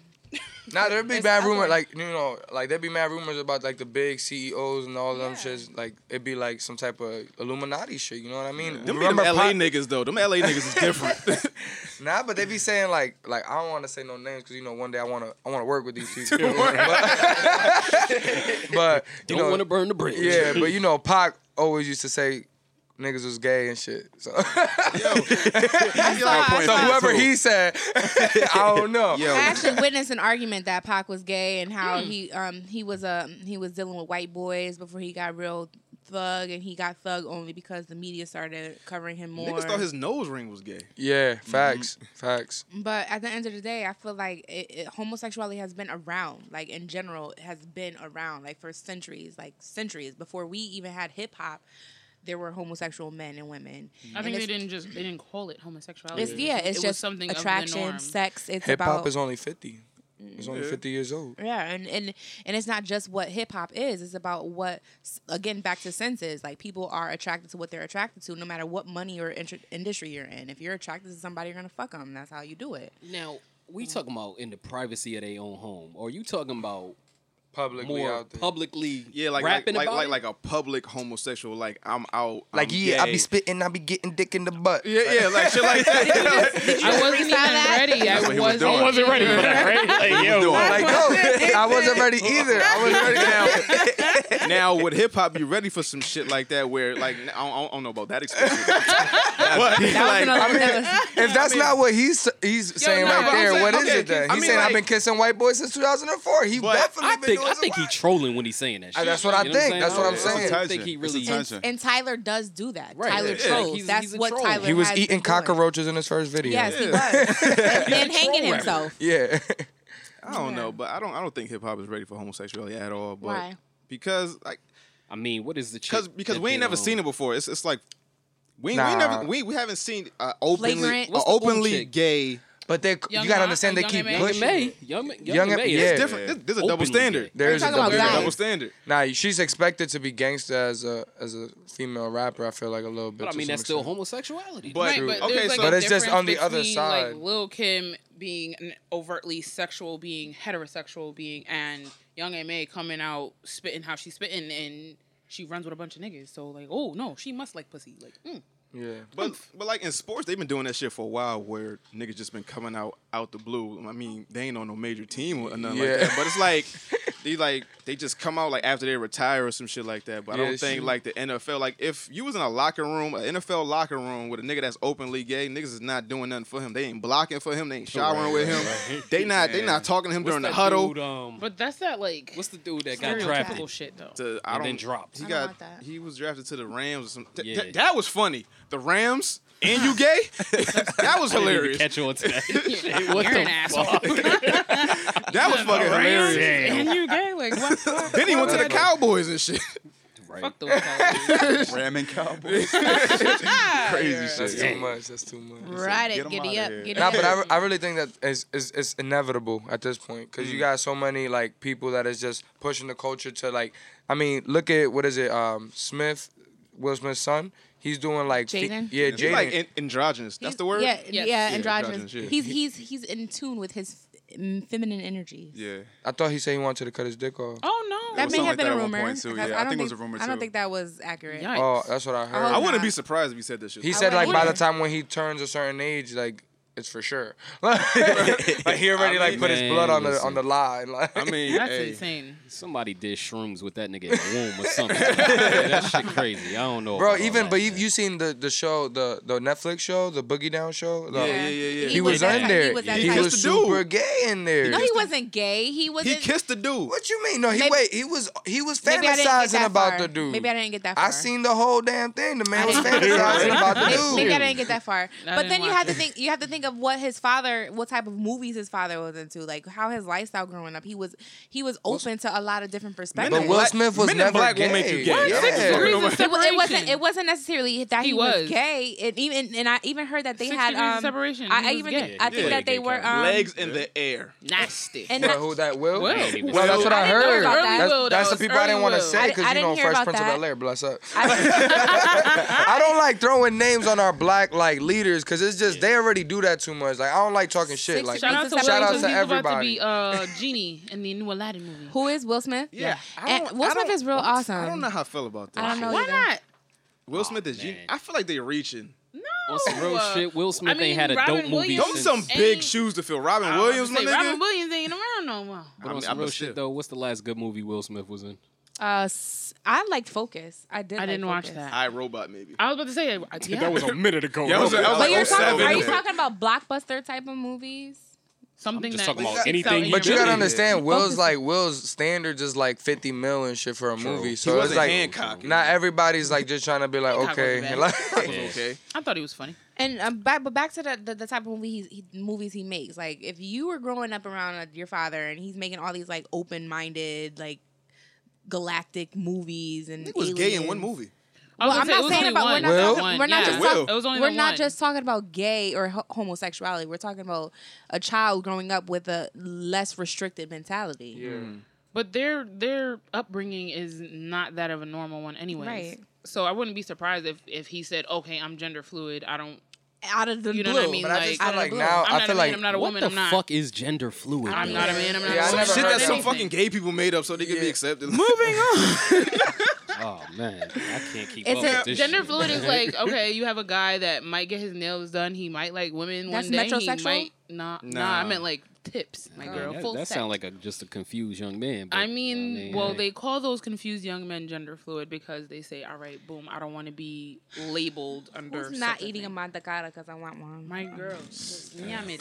C: Nah, there'd be
F: It's
C: bad
F: out
C: rumor
F: there.
C: like you know, like there'd be mad rumors about like the big CEOs and all them
F: Yeah.
C: shits. Like it'd be like some type of Illuminati shit. You know what I mean?
D: them be them LA
C: Pac-
D: niggas though. Them LA niggas
F: <laughs>
D: is <laughs> different.
C: Nah, but they be saying like, like I don't want to say no names because you know one day I wanna, I wanna work with these people. but, <laughs> but, you
E: don't
C: know,
E: want to burn the bridge.
C: yeah, but you know, Pac always used to say niggas was gay and shit. So, <laughs>
F: I
C: so whoever he said, <laughs> I don't know.
D: Yo.
F: I actually witnessed an argument that Pac was gay and how he um he was um he was dealing with white boys before he got real thug and he got thug only because the media started covering him more.
D: niggas thought his nose ring was gay.
C: Yeah, facts, facts.
F: but at the end of the day, I feel like it, it, homosexuality has been around, like in general, it has been around like for centuries, like centuries before we even had hip hop. There were homosexual men and women.
G: I
F: And
G: think they
F: it's-
G: didn't just they didn't call it homosexuality.
F: It's yeah,
G: It
F: it's
G: was
F: just
G: something of the
F: attraction,
G: norm.
F: sex. It's
C: Hip hop
F: about
C: is only fifty. It's only fifty years old.
F: Yeah, and and and it's not just what hip hop is. It's about what again back to senses. Like people are attracted to what they're attracted to, no matter what money or inter- industry you're in. If you're attracted to somebody, you're gonna fuck them. That's how you do it.
E: Now, we talking about in the privacy of their own home, or you talking about
C: Publicly
E: more
C: out there.
E: publicly?
D: Yeah, like like
E: rapping
D: like,
E: about
D: like
E: it?
D: like a public homosexual. Like I'm out.
C: Like
D: I'm
C: yeah, I
D: gay.
C: be spitting, I be getting dick in the butt.
D: Yeah, yeah, like shit
F: <laughs>
D: like that.
G: I wasn't even ready. I
D: what he
G: wasn't.
D: was doing. I wasn't
G: ready for
D: <laughs>
G: that.
C: Like no, I wasn't ready either. I wasn't ready. Now.
D: now would hip hop be ready for some shit like that? Where like I don't, I don't know about that experience. <laughs> but <laughs> like,
C: I mean, if that's not what he's he's saying
G: no,
C: right
G: but I'm
C: there,
D: saying-
C: what is
D: okay,
C: it then? He's
D: I mean,
C: saying I've
D: like-
C: been kissing white boys since 2004. He
D: But
C: definitely
E: I
C: been
E: think
C: doing
E: I think he trolling when he's saying that.
C: Uh,
E: shit.
C: that's what I
E: You know
C: think. That's what I'm
E: I don't
C: saying.
E: think he
D: It's
E: really.
D: attention.
F: And Tyler does do that.
E: Right,
F: Tyler
E: yeah, yeah.
F: trolls.
E: Like, he's-
F: That's
E: he's a
F: what
E: troll.
F: Tyler
C: He was
F: has been
C: eating
F: doing.
C: cockroaches in his first video.
F: Yes,
C: <laughs>
F: he was. and, and hanging
E: rapper.
F: himself.
C: Yeah. <laughs>
D: I don't know, but I don't I don't think hip hop is ready for homosexuality at all. But
F: Why?
D: Because like
E: I mean, what is the? chick
D: because because
E: that
D: we ain't
E: they,
D: never
E: um,
D: seen it before. It's it's like. We, we
C: Nah.
D: never we, we haven't seen uh, openly
F: Flagrant.
D: a
E: What's the old
D: openly
E: chick?
D: gay.
C: But they
G: Young
C: you gotta
G: Ma-
C: understand they
G: Young
C: keep
G: M.A.
E: Young
C: pushing.
E: and May. Young, young,
C: Young
E: and
C: and-
E: May.
C: yeah.
E: is
D: It's different. This, this is a double
E: Openly
D: standard.
E: gay.
C: There's a
F: talking about
C: double
D: This is a
F: guys.
C: standard.
D: double standard.
C: Nah, she's expected to be gangster as a as a female rapper. I feel like a little bit.
E: But I
C: to
E: mean,
C: some
E: that's still
C: extent.
E: homosexuality.
D: But-
G: Right, but
D: Okay,
G: there's, like,
D: so-
G: a
D: But
C: it's just
G: difference
C: on the other
G: between,
C: side.
G: Like Lil Kim being an overtly sexual being, heterosexual being, and Young M.A. coming out spitting how she's spitting, and she runs with a bunch of niggas. So like, oh no, she must like pussy. Like, mm.
C: Yeah.
D: But but like in sports, they've been doing that shit for a while, where niggas just been coming out out the blue. I mean, they ain't on no major team or nothing
C: Yeah.
D: like that. But
C: <laughs>
D: it's like they like they just come out like after they retire or some shit like that. But I
C: Yeah,
D: don't think
C: shoot.
D: like the NFL. Like if you was in a locker room, an NFL locker room with a nigga that's openly gay, niggas is not doing nothing for him. They ain't blocking for him. They ain't showering with him. They not they not talking to him during the
E: that
D: huddle.
E: Dude, um,
G: but that's that like
E: what's the dude that got
G: stereotypical
E: drafted? <laughs>
G: shit though.
D: to- I don't
E: And
D: <laughs>
E: then dropped.
D: He
E: I
F: don't
D: got
F: like that.
D: he was drafted to the Rams or some. Th-
E: Yeah.
D: th- that was funny. The Rams and you
E: <laughs>
D: gay? <laughs> that was hilarious.
E: Catch on to
D: <laughs>
E: that.
G: You're an asshole.
D: That was
E: <laughs>
D: fucking hilarious.
G: and you gay? Like what? what?
D: Then he went to the Cowboys and shit. <laughs>
G: Fuck those guys.
K: Ramming Cowboys.
D: Crazy shit.
C: That's too much. That's too much.
F: Right
K: Get
F: it,
K: 'em
F: giddy
K: outta
F: up,
K: here.
F: giddy
C: Nah,
F: up.
C: but I, re- I really think that it's, it's, it's inevitable at this point because you got so many like people that is just pushing the culture to like. I mean, look at what is it? Um, Smith, Will Smith's son. He's doing like fe-
F: Jaden?
C: yeah,
D: He's
C: Jaden.
D: like an- androgynous. That's the word.
F: Yeah,
G: Yes.
F: yeah,
G: Yeah,
F: androgynous.
D: androgynous, yeah.
F: He's he's he's in tune with his f- feminine energies.
K: yeah.
C: I thought he said he wanted to cut his dick off.
G: Oh no.
F: That
K: was
F: may
K: something
F: have
K: like
F: been
K: that
F: a
K: at one
F: rumor.
K: point, too.
F: because
K: Yeah, I
F: don't
K: think it was a rumor,
F: I don't
K: too.
F: think that was accurate.
G: Yikes.
C: Oh, that's what I heard.
D: I
F: Oh.
D: wouldn't be surprised if he said that shit.
C: He
F: I
C: said like
F: would
C: by
F: not.
C: the time when he turns a certain age, like it's for sure. <laughs> like he already like put his
E: Man,
C: blood on the
E: listen.
C: on the line. Like
D: I mean,
G: That's
D: hey,
G: insane.
E: <laughs> Somebody did shrooms with that nigga in the womb or something. <laughs> Yeah, that shit crazy. I don't know.
C: <laughs> bro,
E: about all
C: even
E: that,
C: but you
E: man.
C: you seen the the show the the Netflix show the Boogie Down show? The-
D: Yeah, yeah, yeah, yeah.
C: He was
F: that
C: in
F: type-
C: there.
F: He was that
D: He
F: type.
D: kissed
C: was
D: the dude.
C: super gay in there.
F: no, he wasn't gay. He was.
D: he kissed the dude.
C: What you mean? No, he
F: Maybe-
C: wait. He was he was
F: Maybe I didn't get
C: fantasizing
F: that
C: about
F: far.
C: the dude.
F: Maybe I didn't get that far.
C: I seen the whole damn thing. The man
F: I <laughs>
C: was
F: didn't get that
C: fantasizing
F: far.
C: about the
F: Maybe-
C: dude.
F: Maybe I didn't get that far.
G: I
F: But
G: didn't
F: then you
G: watch
F: have to
G: it.
F: think you have to think of what his father what type of movies his father was into. Like how his lifestyle growing up. He was he was open to a lot of different perspectives.
C: But Will Smith was
D: Men in
C: never
D: Black
C: gay.
D: won't make you
C: Yeah.
D: gay. What? Six
G: degrees of
F: It, wa- it wasn't.
G: separation.
F: It wasn't necessarily that he,
G: He
F: was.
G: was.
F: gay. It even and I even heard that they
G: Six
F: had
G: degrees of
F: um,
G: separation.
F: I,
G: He
F: I
G: was
F: even
G: gay.
F: think- I
E: Yeah,
F: think that
E: gay
F: they were
E: couple.
F: um,
D: Legs in the air.
G: Nasty.
F: and
C: Well,
F: not-
C: who that Will?
G: Will.
E: I didn't even
C: No, that's
E: see
C: what
E: it.
C: I,
F: I didn't hear
C: heard.
F: about
C: that's,
G: that.
C: that's the
G: Early
C: people I didn't want to
G: Will.
C: say
F: I-
C: because
F: I
C: you
F: didn't
C: know
F: hear
C: First
F: about
C: Prince
F: that.
C: of Bel Air. Bless up.
D: <laughs>
F: I,
C: I don't like throwing names on our black like leaders because it's just they already do that too much. Like I don't like talking shit.
F: Six
C: Like
G: Shout out to
F: Shout
G: Will
F: out
G: because
F: to
G: he's about to
C: everybody.
G: be uh, genie in the new Aladdin movie.
F: who is Will Smith?
D: Yeah, I
F: And
D: don't-
F: Will
D: I
F: Smith
D: don't-
F: is real awesome.
D: I don't know how I feel about that.
F: I don't know.
G: Why
F: either.
G: not?
D: Will Smith is. G-
E: man.
D: I feel like they're reaching.
E: on some real
G: Uh,
E: shit. Will Smith
G: I mean,
E: ain't had a
G: Robin
E: dope movie.
G: Williams-
D: Those
E: since-
D: some big
G: Ain't-
D: shoes to fill. Robin
G: I was
D: Williams, my
G: gonna say, Robin
D: nigga.
G: Williams ain't around no more.
E: But
D: I
E: on
D: mean,
E: some
D: I
E: real
D: bet you.
E: shit though, what's the last good movie Will Smith was in?
F: Uh, s- I liked Focus. I did.
G: I
F: like
G: didn't watch
F: Focus.
G: that.
D: I Robot maybe.
G: I was about to say that. Yeah.
E: a minute <laughs> ago.
D: Yeah, I was- I was
F: But
D: like,
F: you're
D: oh,
F: talking.
D: seven.
F: Are you talking about blockbuster type of movies?
G: something
E: I'm just
G: that
E: talking about
G: sticks out
E: anything
G: in
E: you
G: your
C: But you
E: Yeah.
C: gotta
G: brain.
C: understand, Will's
F: Focus.
C: like Will's standards is like fifty mil and shit for a movie. So
D: he
C: it's
D: wasn't
C: like
D: Hancock.
C: not everybody's like just trying to be like
G: Hancock wasn't
C: okay.
G: bad.
C: <laughs> Like,
D: It was okay.
G: I thought he was funny.
F: And um, back, but back to the, the, the type of movie he, he, movies he makes. Like, if you were growing up around uh, your father and he's making all these like open minded, like galactic movies, and
D: He was gay in
F: aliens.
D: one movie.
G: I was
F: Well, I'm
G: gonna say,
F: not
G: it was
F: saying
G: only
F: about- we're
G: one.
F: not
C: Will?
F: talking- we're not
G: Yeah.
F: just
D: Will.
F: talking-
G: It was only
F: We're
G: the
F: not
G: one.
F: just talking about gay or ho- homosexuality. We're talking about a child growing up with a less restricted mentality.
G: But their their upbringing is not that of a normal one, anyways.
F: Right.
G: So I wouldn't be surprised if if he said, "Okay, I'm gender fluid. I don't.
F: Out of the
G: You know
F: blue,
G: what I mean?
C: but I just
G: Like,
C: feel like
F: blue.
C: now
G: I'm
C: I
G: not
C: feel
G: a man.
C: like
G: I'm not a
E: What
G: woman.
E: the
G: I'm not.
E: fuck is gender fluid?
G: I'm
E: though?
G: not a man. I'm not.
C: Yeah, I never
G: a woman.
D: Shit
C: heard
D: that some
C: anything.
D: fucking gay people made up so they could be
C: Yeah.
D: accepted. Moving on.
E: Oh man, I can't keep
F: It's
E: up
F: a-
E: with this.
G: Gender
E: shit, <laughs>
G: fluid
E: man.
G: is <laughs> like okay, you have a guy that might get his nails done. He might like women
F: That's
G: one day.
F: metrosexual?
G: He might not. Nah,
D: Nah.
G: I meant like tips, my
E: Man,
G: girl.
E: that,
G: full
E: that
G: set.
E: sound like a just a confused young man. But,
G: I mean, well,
E: hey.
G: they call those confused young men gender fluid because they say, "All right, boom, I don't want to be labeled under."
F: Who's not
G: such a
F: eating a
G: thing."
F: mandacada because I want one.
G: My girl, yummy.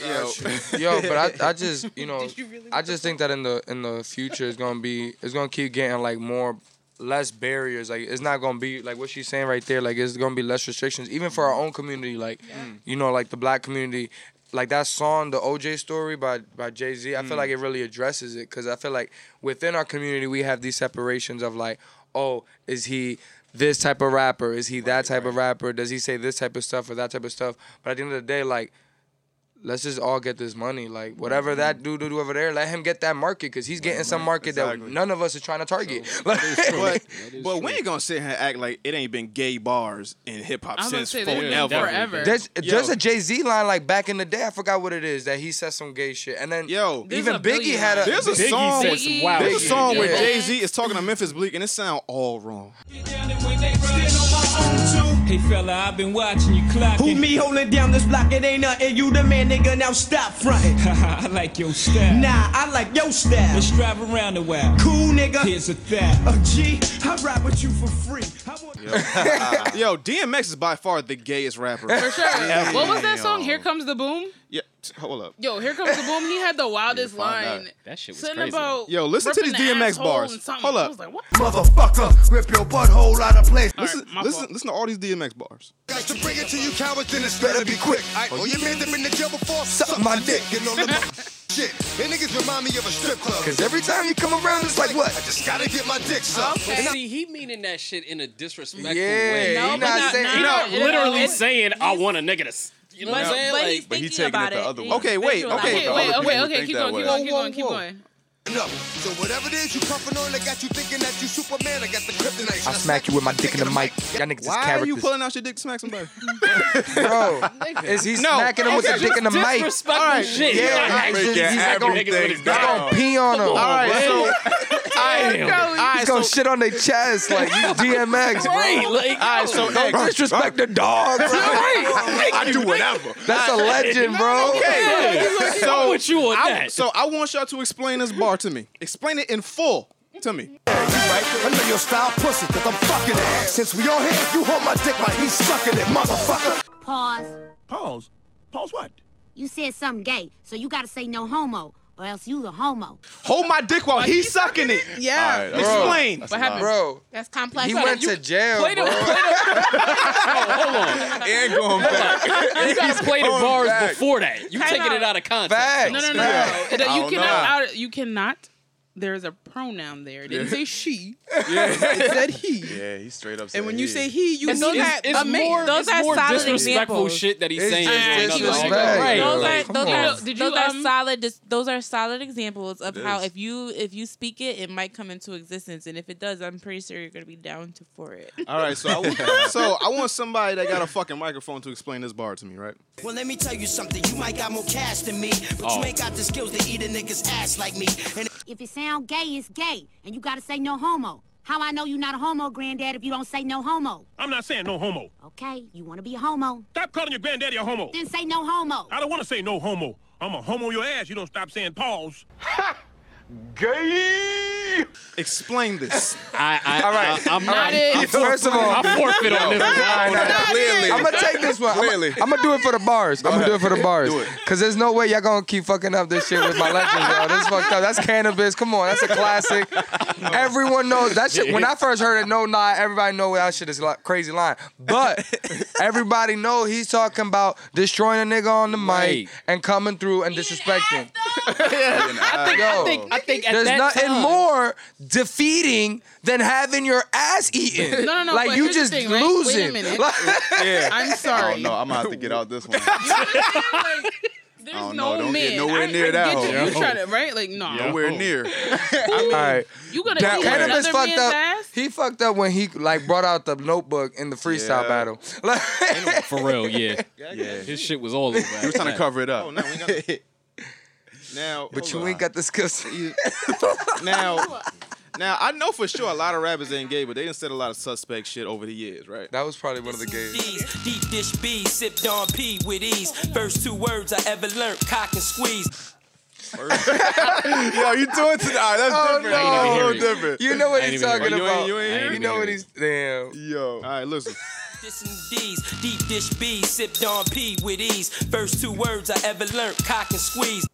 C: yo, but I, <laughs> I just you know I just think that in the in the future it's gonna be it's gonna keep getting like more less barriers. Like it's not gonna be like what she's saying right there. Like it's gonna be less restrictions even for our own community. Like you know like the black community. Like that song, the OJ story by by Jay Z. I feel like it really addresses it because I feel like within our community we have these separations of like, oh, is he this type of rapper? Is he that type of rapper? Does he say this type of stuff or that type of stuff? But at the end of the day, like let's just all get this money. Like
D: Mm-hmm.
C: whatever that dude do over there, let him get that market because he's getting some market that
D: Exactly.
C: none of us are trying to target. <laughs> Like,
D: But,
E: is
D: but
E: true.
D: we ain't gonna sit here and act like it ain't been gay bars in hip hop
G: I was gonna
D: since
G: say they
D: forever.
G: were forever.
C: there's there's
D: Yo.
C: a Jay Z line like back in the day. I forgot what it is that he said some gay shit, and then
D: Yo. There's
C: even
G: a
C: Biggie
G: billion
C: had a
D: There's a
E: Biggie
D: song.
E: said
D: with-
E: some
G: Biggie.
E: wild
D: There's a
E: shit.
D: song where
C: Yeah.
D: Jay Z is talking to Memphis Bleak, and it sound all wrong.
K: Hey fella, I've been watching you clocking. Who me holding down this block? It ain't nothing. You the man, nigga. Now stop fronting. <laughs> I like your style. Nah, I like your style. Let's drive around a while. Cool, nigga. Here's a thought. A G, I ride with you for free. I want
D: Yo, DMX is by far the gayest rapper. For
G: Sure. What was that song? Here comes the boom.
D: Yeah, t- hold up.
G: Yo, here comes the boom. He
E: <laughs>
G: had the wildest
D: find out.
G: line.
E: That shit was
G: Something
E: crazy.
G: about
D: Yo, listen to
G: ripping
D: these
G: the
D: DMX
G: asshole
D: bars.
G: and something.
D: Hold
G: I
D: up.
G: was like, what?
K: motherfucker, rip your butthole out of place.
D: Listen,
G: my
D: listen,
G: fault.
D: listen to all these DMX bars.
K: Got to bring it to you, cowards, then it's better be quick. I owe your man them in the jail before. Suck my dick
C: <laughs>
K: and all the shit. And niggas remind me of a strip club.
C: because every time you come around, it's like what?
K: I just gotta get my dick sucked.
E: But see, he meaning that shit in a disrespectful way.
C: Yeah,
G: No,
C: he
G: but
C: not
G: not-
C: saying.
G: not-
C: he not-
G: No, it-
E: literally
G: it's-
E: saying, "I want a nigga to." s-" You know what I'm
F: But-
E: saying?
F: but
E: Like,
F: he's
D: but he
F: thinking
D: taking it
F: about
D: the
F: it.
D: other
F: He's
D: way. Okay, wait,
F: visualizing
D: okay,
F: it.
G: Okay,
D: the
G: wait,
D: other
G: okay,
D: people
G: okay.
D: think
G: Keep
D: that
G: going, keep
D: way.
G: going, keep going, keep
D: Whoa, whoa,
G: going, keep
D: whoa.
G: going.
M: up. So whatever it is you puffing on, I got you thinking that you Superman. I got the kryptonite.
C: <laughs> I smack you with my dick in the mic. Y'all niggas is
D: Why are you
C: characters.
D: pulling out your dick to smack somebody?
C: <laughs> Bro, is he smacking him with the dick in the mic? Yeah, he's, he's, like gonna, he's gonna pee on him.
D: All right, so
C: Damn. he's gonna shit on their chest like
D: <laughs>
C: you DMX, bro.
D: Right, like,
C: All right,
D: yo.
C: so don't
D: Hey,
C: disrespect the dog, bro.
D: I do whatever.
C: That's a legend, bro.
D: Okay.
C: Yeah. I'm with you on
D: I,
C: that.
D: So I want y'all to explain this bar to me. Explain it in full to me.
M: I know your style pussy, cause I'm fucking it. Since we all here, you hold my dick like he's sucking it, motherfucker.
B: Pause.
M: Pause. Pause what?
B: You said something gay, so you gotta say no homo, or else you the homo.
D: Hold my dick while he's sucking it.
G: Yeah.
D: All right, that's Explain.
C: Bro,
D: What happened?
C: bro?
G: That's complex.
C: He
G: Hold on,
C: went
G: you-
C: to jail,
G: play the-
C: bro.
E: hold on.
D: And going
C: back.
E: You gotta play the
C: going
E: bars
C: back.
E: before that. You
G: Time
E: taking
G: out.
E: it out of context.
C: Facts.
G: No, no, no,
E: Yeah.
G: no.
E: I
G: no. You
E: don't
G: cannot.
E: know.
G: Out, you cannot. There's a pronoun there. It didn't
D: Yeah.
G: say she.
D: <laughs> Yeah.
G: It said he.
D: Yeah, he straight up.
G: And when you say
D: said
G: he, you
E: It's-
G: know
E: it's-
G: that
E: it's
G: a man.
E: more-
G: Those
E: it's
G: are
E: more
G: solid
E: disrespectful
G: examples.
E: shit that he's
G: It's
E: saying.
G: just
E: is another
G: disrespect.
E: angle.
G: Right.
F: Those
E: Like,
F: are
E: come
F: those are,
E: on.
G: Did you,
F: those are
G: um,
F: solid. dis- Those are solid examples of
G: It
F: how
G: is.
F: if you if you speak it, it might come into existence, and if it does, I'm pretty sure you're gonna be down to for it.
D: All right, so I, <laughs> want- so I want somebody that got a fucking microphone to explain this bar to me, right?
K: Well, let me tell you something. You might got more cash than me, but
D: Oh.
K: you ain't got the skills to eat a nigga's ass like me. And
B: If it sound gay, it's gay, and you gotta say no homo. How I know you not a homo, granddad, if you don't say no homo?
N: I'm not saying no homo.
B: Okay, you wanna be a homo?
N: Stop calling your granddaddy a homo.
B: Then say no homo.
N: I don't want to say no homo. I'm a homo your ass. You don't stop saying pause.
D: Gay. Explain this.
E: I, I,
D: All
C: right.
E: I, I'm
C: All
E: not.
C: right. First of all,
E: I forfeit on this. one.
C: Clearly. I'm gonna take this one. Clearly. I'm gonna do it for the bars. I'm gonna <laughs> do it for the bars. Cause there's no way y'all gonna keep fucking up this shit with my legend, bro. This fucked up. That's cannabis. Come on, that's a classic. Everyone knows that shit. When I first heard it, no, nah, everybody know that shit is a lot- crazy line. <laughs> But everybody know he's talking about destroying a nigga on the mic
E: Right.
C: and coming through and disrespecting.
E: I think, I
C: Yo.
E: think, I think at
C: There's
E: that
C: nothing
E: time,
C: more defeating than having your ass eaten.
G: No, no, no.
C: Like
G: but
C: you
G: here's the
C: just
G: thing, right? Wait a
C: losing. <laughs>
G: minute.
C: Like-
D: Yeah.
G: I'm sorry.
D: I
G: <laughs>
D: don't know. I'm gonna have to get out this one.
G: There's
D: don't know.
G: no
D: Don't get
G: man.
D: nowhere
G: I-
D: near
G: I
D: that
G: get you.
D: hole.
G: You try to right? Like no.
D: Nowhere near.
C: All right.
G: You gonna
C: That
G: eat
C: one.
G: another
C: Cannabis fucked
G: man's
C: up.
G: ass?
C: He fucked up when he like brought out the notebook in the freestyle
D: Yeah.
C: battle. <laughs>
E: for real, yeah.
D: Yeah.
E: His shit was all over.
D: He was trying to cover it up.
C: Oh, no, we got-
D: <laughs> now,
C: but
D: hold
C: you
D: on.
C: ain't got the skills. to eat.
D: now, now I know for sure a lot of rappers ain't gay, but they done said a lot of suspect shit over the years, right?
C: That was probably one of the gays.
O: D's, deep dish B, sip Don P with ease. First two words I ever learned, cock and squeeze.
D: Yo, you doing tonight? That's
C: Oh,
D: different.
C: no. I ain't even
D: Oh,
C: hear it. <laughs>
D: different.
C: You know what I ain't he's even hear talking it.
D: You
C: about.
D: ain't, you ain't
C: I ain't
D: hear it?
C: even You know hear what it. he's- damn.
D: Yo. All right, listen.
O: This and D's, deep dish B, sip Don P with ease. First two words I ever learned, cock and squeeze.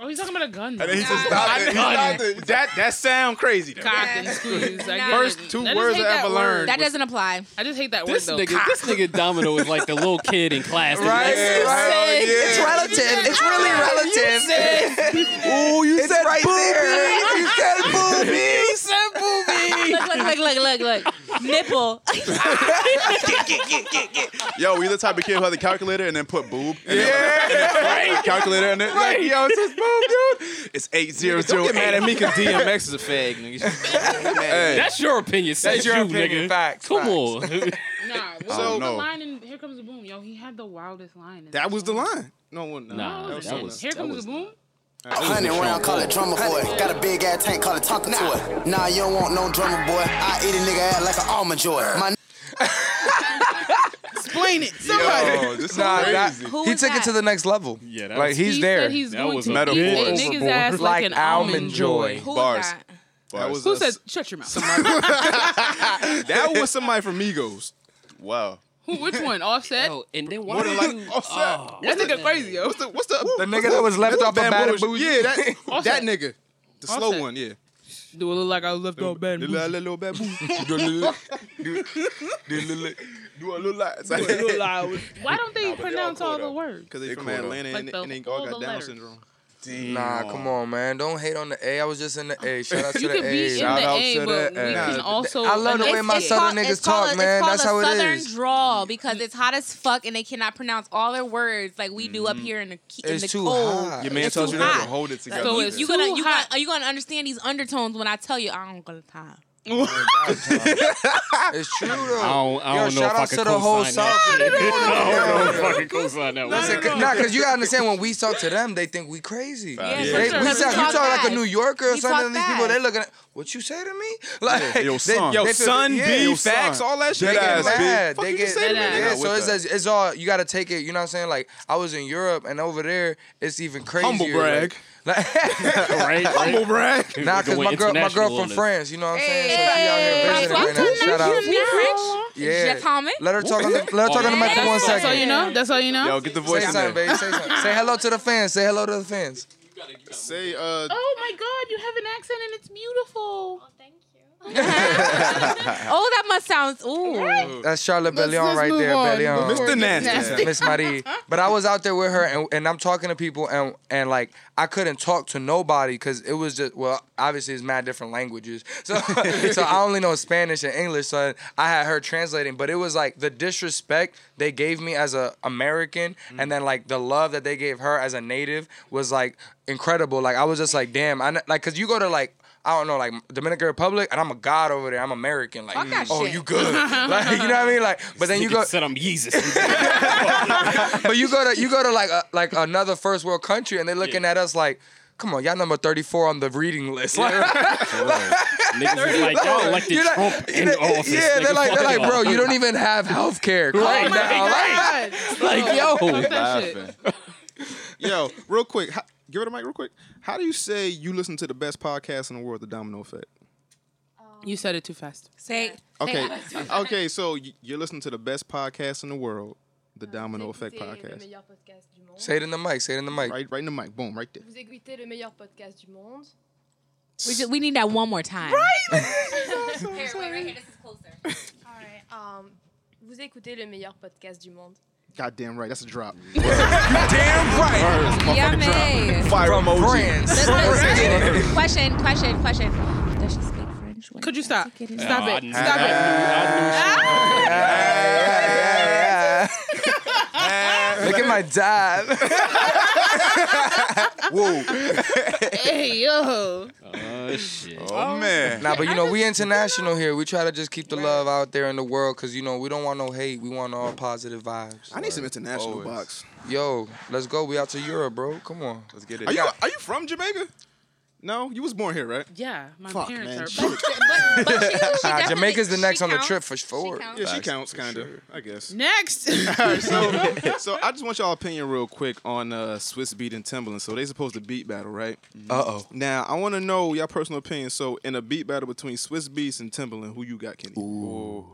G: Oh, he's talking about a gun.
D: And then he just
G: though.
D: stopped it. He stopped it. That that sound crazy. though.
G: Cock and squeeze. I get
D: First
G: it.
D: two
G: I just
D: words
G: hate
D: I ever
G: word.
D: learned.
F: That doesn't apply.
G: I just hate that
E: This
G: word though. <laughs>
E: nigga, this nigga Domino is like the little kid in class. that
C: Right? Oh,
E: just said-
C: It's relative. It's really relative. Ooh, you said right there. You said booby. you said booby.
D: <laughs>
F: Look, look, look, look, look, look. Nipple.
D: Yo, we the type of kid who had the calculator and then put boob. And yeah. right. Calculator and then like, yo, it's just boob, dude. It's eight zero zero.
E: Don't get mad at me 'cause DMX
D: is a fag, nigga.
E: That's your opinion. Say
C: That's your
E: you,
C: opinion.
E: nigga.
C: Facts,
E: Come
C: facts.
E: on.
G: Nah, what
D: So-
G: was the
D: No.
G: line in Here Comes the Boom? Yo, he had the wildest line. in
D: That was the line. No one. No,
E: Nah,
D: that was,
E: that
D: something
E: was-
D: else.
G: Here Comes the Boom?
D: That was
K: Hundred
D: the
K: round,
D: show.
K: call it drummer boy. Got a big ass tank, call it Tonka toy. Nah, you don't want no drummer boy. I eat a nigga ass like an almond joy. My
G: Explain it.
C: Yo,
D: this is
C: nah,
D: crazy.
C: that,
G: Who
C: he
G: is
C: took it
G: that?
C: to the next level. Yeah,
G: that
C: like
G: was-
C: he's
G: He
C: there.
G: said he's That going was to a eat a big nigga's overboard. ass like an almond joy. Who was that?
D: That was
G: Who
D: us.
G: said shut your mouth?
D: that was somebody from Migos. Wow.
G: Who? <laughs> Which one? Offset.
E: and then
G: why?
D: <laughs> Like offset.
G: that nigga crazy yo. What's
D: the what's the
C: The nigga that was left off of Bad and
D: Bamboo-
C: Bougie.
D: Yeah, that
G: Offset.
D: that nigga. The
G: Offset.
D: slow one, yeah.
G: Do it look like I left off bad?
D: Do I look like Do I
K: <laughs>
D: look like?
G: <laughs> Why don't they pronounce all the words?
D: Because they from
C: cool, though.
D: Atlanta
G: Like
D: and,
G: the-
D: and they
G: all
D: all
G: the
D: got Down
G: letters.
D: syndrome.
C: Nah, come on, man. Don't hate on the A. I was just in the A. Shout out to
G: You
C: the
G: could be
C: A.
G: in Shout the out A, to but the we A. can also-
C: I love the way
G: It's-
C: my
G: it's
C: southern
G: called-
C: niggas
G: it's
C: talk,
G: called a- it's
C: man.
G: called
C: That's
G: a
C: how it
F: Southern
C: is.
F: drawl because it's hot as fuck and they cannot pronounce all their words like we do up here in the ke- in
C: It's
F: the
C: too
F: cold.
C: hot.
K: Mm-hmm. Your man
C: It's
K: tells
C: too
K: you that
C: hot.
K: to hold it
F: Like,
K: together.
F: you,
K: It's
F: you gonna you gonna are you gonna understand these undertones when I tell you I don't got time.
C: It's true though.
E: I don't, I
C: Yo,
E: don't know
C: shout
E: if I
C: out
E: could
C: to the whole
E: co-sign
C: South.
E: that. <laughs> I don't know if I
C: Yeah.
E: could co-sign that.
C: Listen,
E: one.
C: c- nah, because you gotta understand when we talk to them, they think we crazy.
E: Facts. Yeah,
C: They-
E: for
C: we
E: sure.
C: sound,
E: We
C: you
E: talk
C: talk like
E: fast.
C: a New Yorker or
E: We
C: something.
E: talk
C: And these people,
E: fast.
C: they looking at what you say to me? <laughs> Like,
K: Yeah, yo, son. Yo, son, B, facts, all that shit.
C: They
K: Dead
C: get
K: ass, B.
C: mad.
K: Fuck
C: They
K: you
C: get
K: say to me, nigga?
C: yeah.
K: Not
C: So
K: with
C: it's
K: that.
C: as- it's all you gotta take it. You know what I'm saying? Like I was in Europe and over there, it's even crazier.
K: Humble
C: <laughs>
K: brag.
C: Like, like- <laughs>
K: Right, right. Humble brag.
C: Nah, cause
K: Going
C: my girl, my girl
K: international on
C: from
K: this.
C: France. You know what I'm saying? So she out here visiting right now. Shout out. Yeah. Let her talk on the let her talk on the mic for one
G: That's-
C: second.
G: That's all you know. That's all you know.
C: Say something, babe. Say something. Say hello to the fans. Say hello to the fans.
K: Say uh
G: Oh my God! You have an accent and it's beautiful.
F: Oh, that must sound ooh.
C: That's Charlotte
F: Let's-
C: Bellion
F: let's
C: right
F: move
C: there,
F: on
C: Bellion.
F: before Mr. it gets Nasty. nasty.
C: Miss Marie. But I was out there with her and, and I'm talking to people and and like I couldn't talk to nobody because it was just well, obviously it's mad different languages. So <laughs> so I only know Spanish and English. So I had her translating, but it was like the disrespect they gave me as a American
E: Mm.
C: and then like the love that they gave her as a native was like incredible. Like I was just like, damn, I kn- like cause you go to like I don't know, like Dominican Republic, and I'm a god over there. I'm American. Like,
E: Fuck that
C: oh,
E: shit.
C: you good? <laughs> Like, you know what I mean? Like, but then you
E: Nigga
C: go,
E: said I'm Jesus.
C: <laughs> but you go to you go to like a, like another first world country, and they're looking at us like, come on, y'all number thirty four on the reading list. Like,
E: Niggas is like, y'all elected
C: You're not-
E: Trump in office.
C: yeah,
E: nigga.
C: they're like, they're
E: Fuck
C: like,
E: y'all.
C: bro, you don't even have health care.
K: Right.
C: Right now, <laughs> like,
E: Like, yo.
K: Fuck
E: that
K: <laughs> yo, real quick, how, give it a mic real quick. How do you say you listen to the best podcast in the world, The
G: <laughs>
K: Domino Effect?
G: You said it too fast.
F: Say
K: Okay, okay, so y- you're listening to the best podcast in the world,
G: Oh,
K: The Domino Effect podcast.
C: Say it in the mic. Say it in the mic.
K: Right, right in the mic. Boom, right there.
B: Vous écoutez le meilleur podcast du monde.
F: We, ju- we need that one more time. <laughs> Right.
B: Here, wait, right here, this is closer. All right. Um, vous écoutez le meilleur podcast du monde.
K: Goddamn right, that's a drop.
C: Damn
K: right.
F: Yeah, man.
K: Fire
C: From
K: emoji.
F: Let's- let's- question, question, question. Does she speak French?
G: Could you stop? Stop it.
F: into
G: Stop
F: it?
G: it.
C: Look at my
E: <laughs>
C: dad. Whoa.
G: Hey yo.
E: Oh shit.
C: Oh man. Nah, but you know we international here. We try to just keep the love out there in the world because you know we don't want no hate. We want all positive vibes.
K: I need some international box.
C: Yo, let's go. We out to Europe, bro. Come on. Let's get
K: Are you are you from Jamaica? No, you was born here, right?
G: Yeah, my
K: Fuck,
G: parents
K: man.
G: are.
K: Shit.
C: nah, Jamaica's the next on the trip for sure.
K: Yeah, she counts, kind of, I guess. <laughs>
G: Next.
K: All right, so, <laughs> so I just want y'all opinion real quick on uh, Swiss Beat and Timbaland. So they supposed to beat battle, right?
D: Mm-hmm.
C: Uh oh.
K: Now I want to know y'all personal opinion. So in a beat battle between Swiss Beats and Timbaland, who you got, Kenny?
D: Ooh.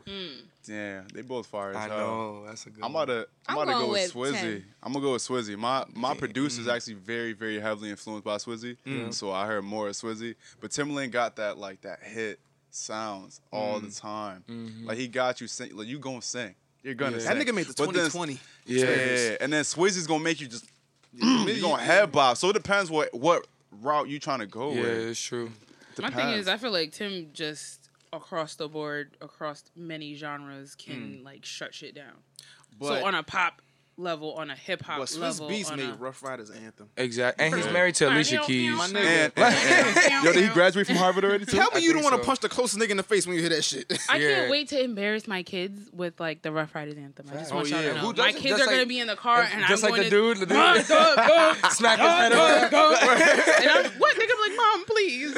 D: Damn, they both fire. As
C: I
D: hell.
C: know, that's a good
D: I'm
C: one.
D: about to.
C: I'm
D: I'm, about to go
C: going
D: with
C: with
D: Swizzy.
C: 10.
D: I'm gonna go with Swizzy. My my producer is
K: Mm-hmm.
D: actually very very heavily influenced by Swizzy,
K: Mm.
D: so I heard more of Swizzy. But Timbaland got that like that hit sounds all the
K: Mm-hmm.
D: time. Like he got you sing. Like you gonna sing. You're gonna.
K: Yeah.
D: Sing.
K: That nigga made the
D: But then-
K: 2020
D: Yeah,
K: experience.
D: and then Swizzy's gonna make you just. <clears throat> you gonna head bob. So it depends what what route you trying to go
C: Yeah,
D: with.
C: it's true.
G: My thing is, I feel like Tim just across the board, across many genres, can like shut shit down.
K: Hmm. But-
G: so on a pop level, on a hip hop level,
K: But Swiss Beats
G: on
K: made
G: a-
K: Rough Riders anthem.
C: Exactly. And he's married to Alicia Keys.
K: My
D: And-
K: nigga.
D: and- and- yo, did he graduate from Harvard already? Too?
K: Tell me you don't want to
D: punch.
K: punch the closest nigga in the face when you hear that shit. <laughs>
G: I can't wait to embarrass my kids with like the Rough Riders anthem. I just
K: Oh,
G: want y'all
K: yeah.
G: to know.
K: Who
G: my
K: doesn't?
G: kids
K: Just
G: are
K: like-
G: gonna be in the car, and
C: just
G: I'm
C: like the
G: going
C: dude, the
G: to
C: dude. <laughs>
G: Run, go, go.
C: Smack his
G: Run,
C: head
G: go,
C: around.
G: go.
C: <laughs>
G: And I'm what nigga? I'm like, mom, please.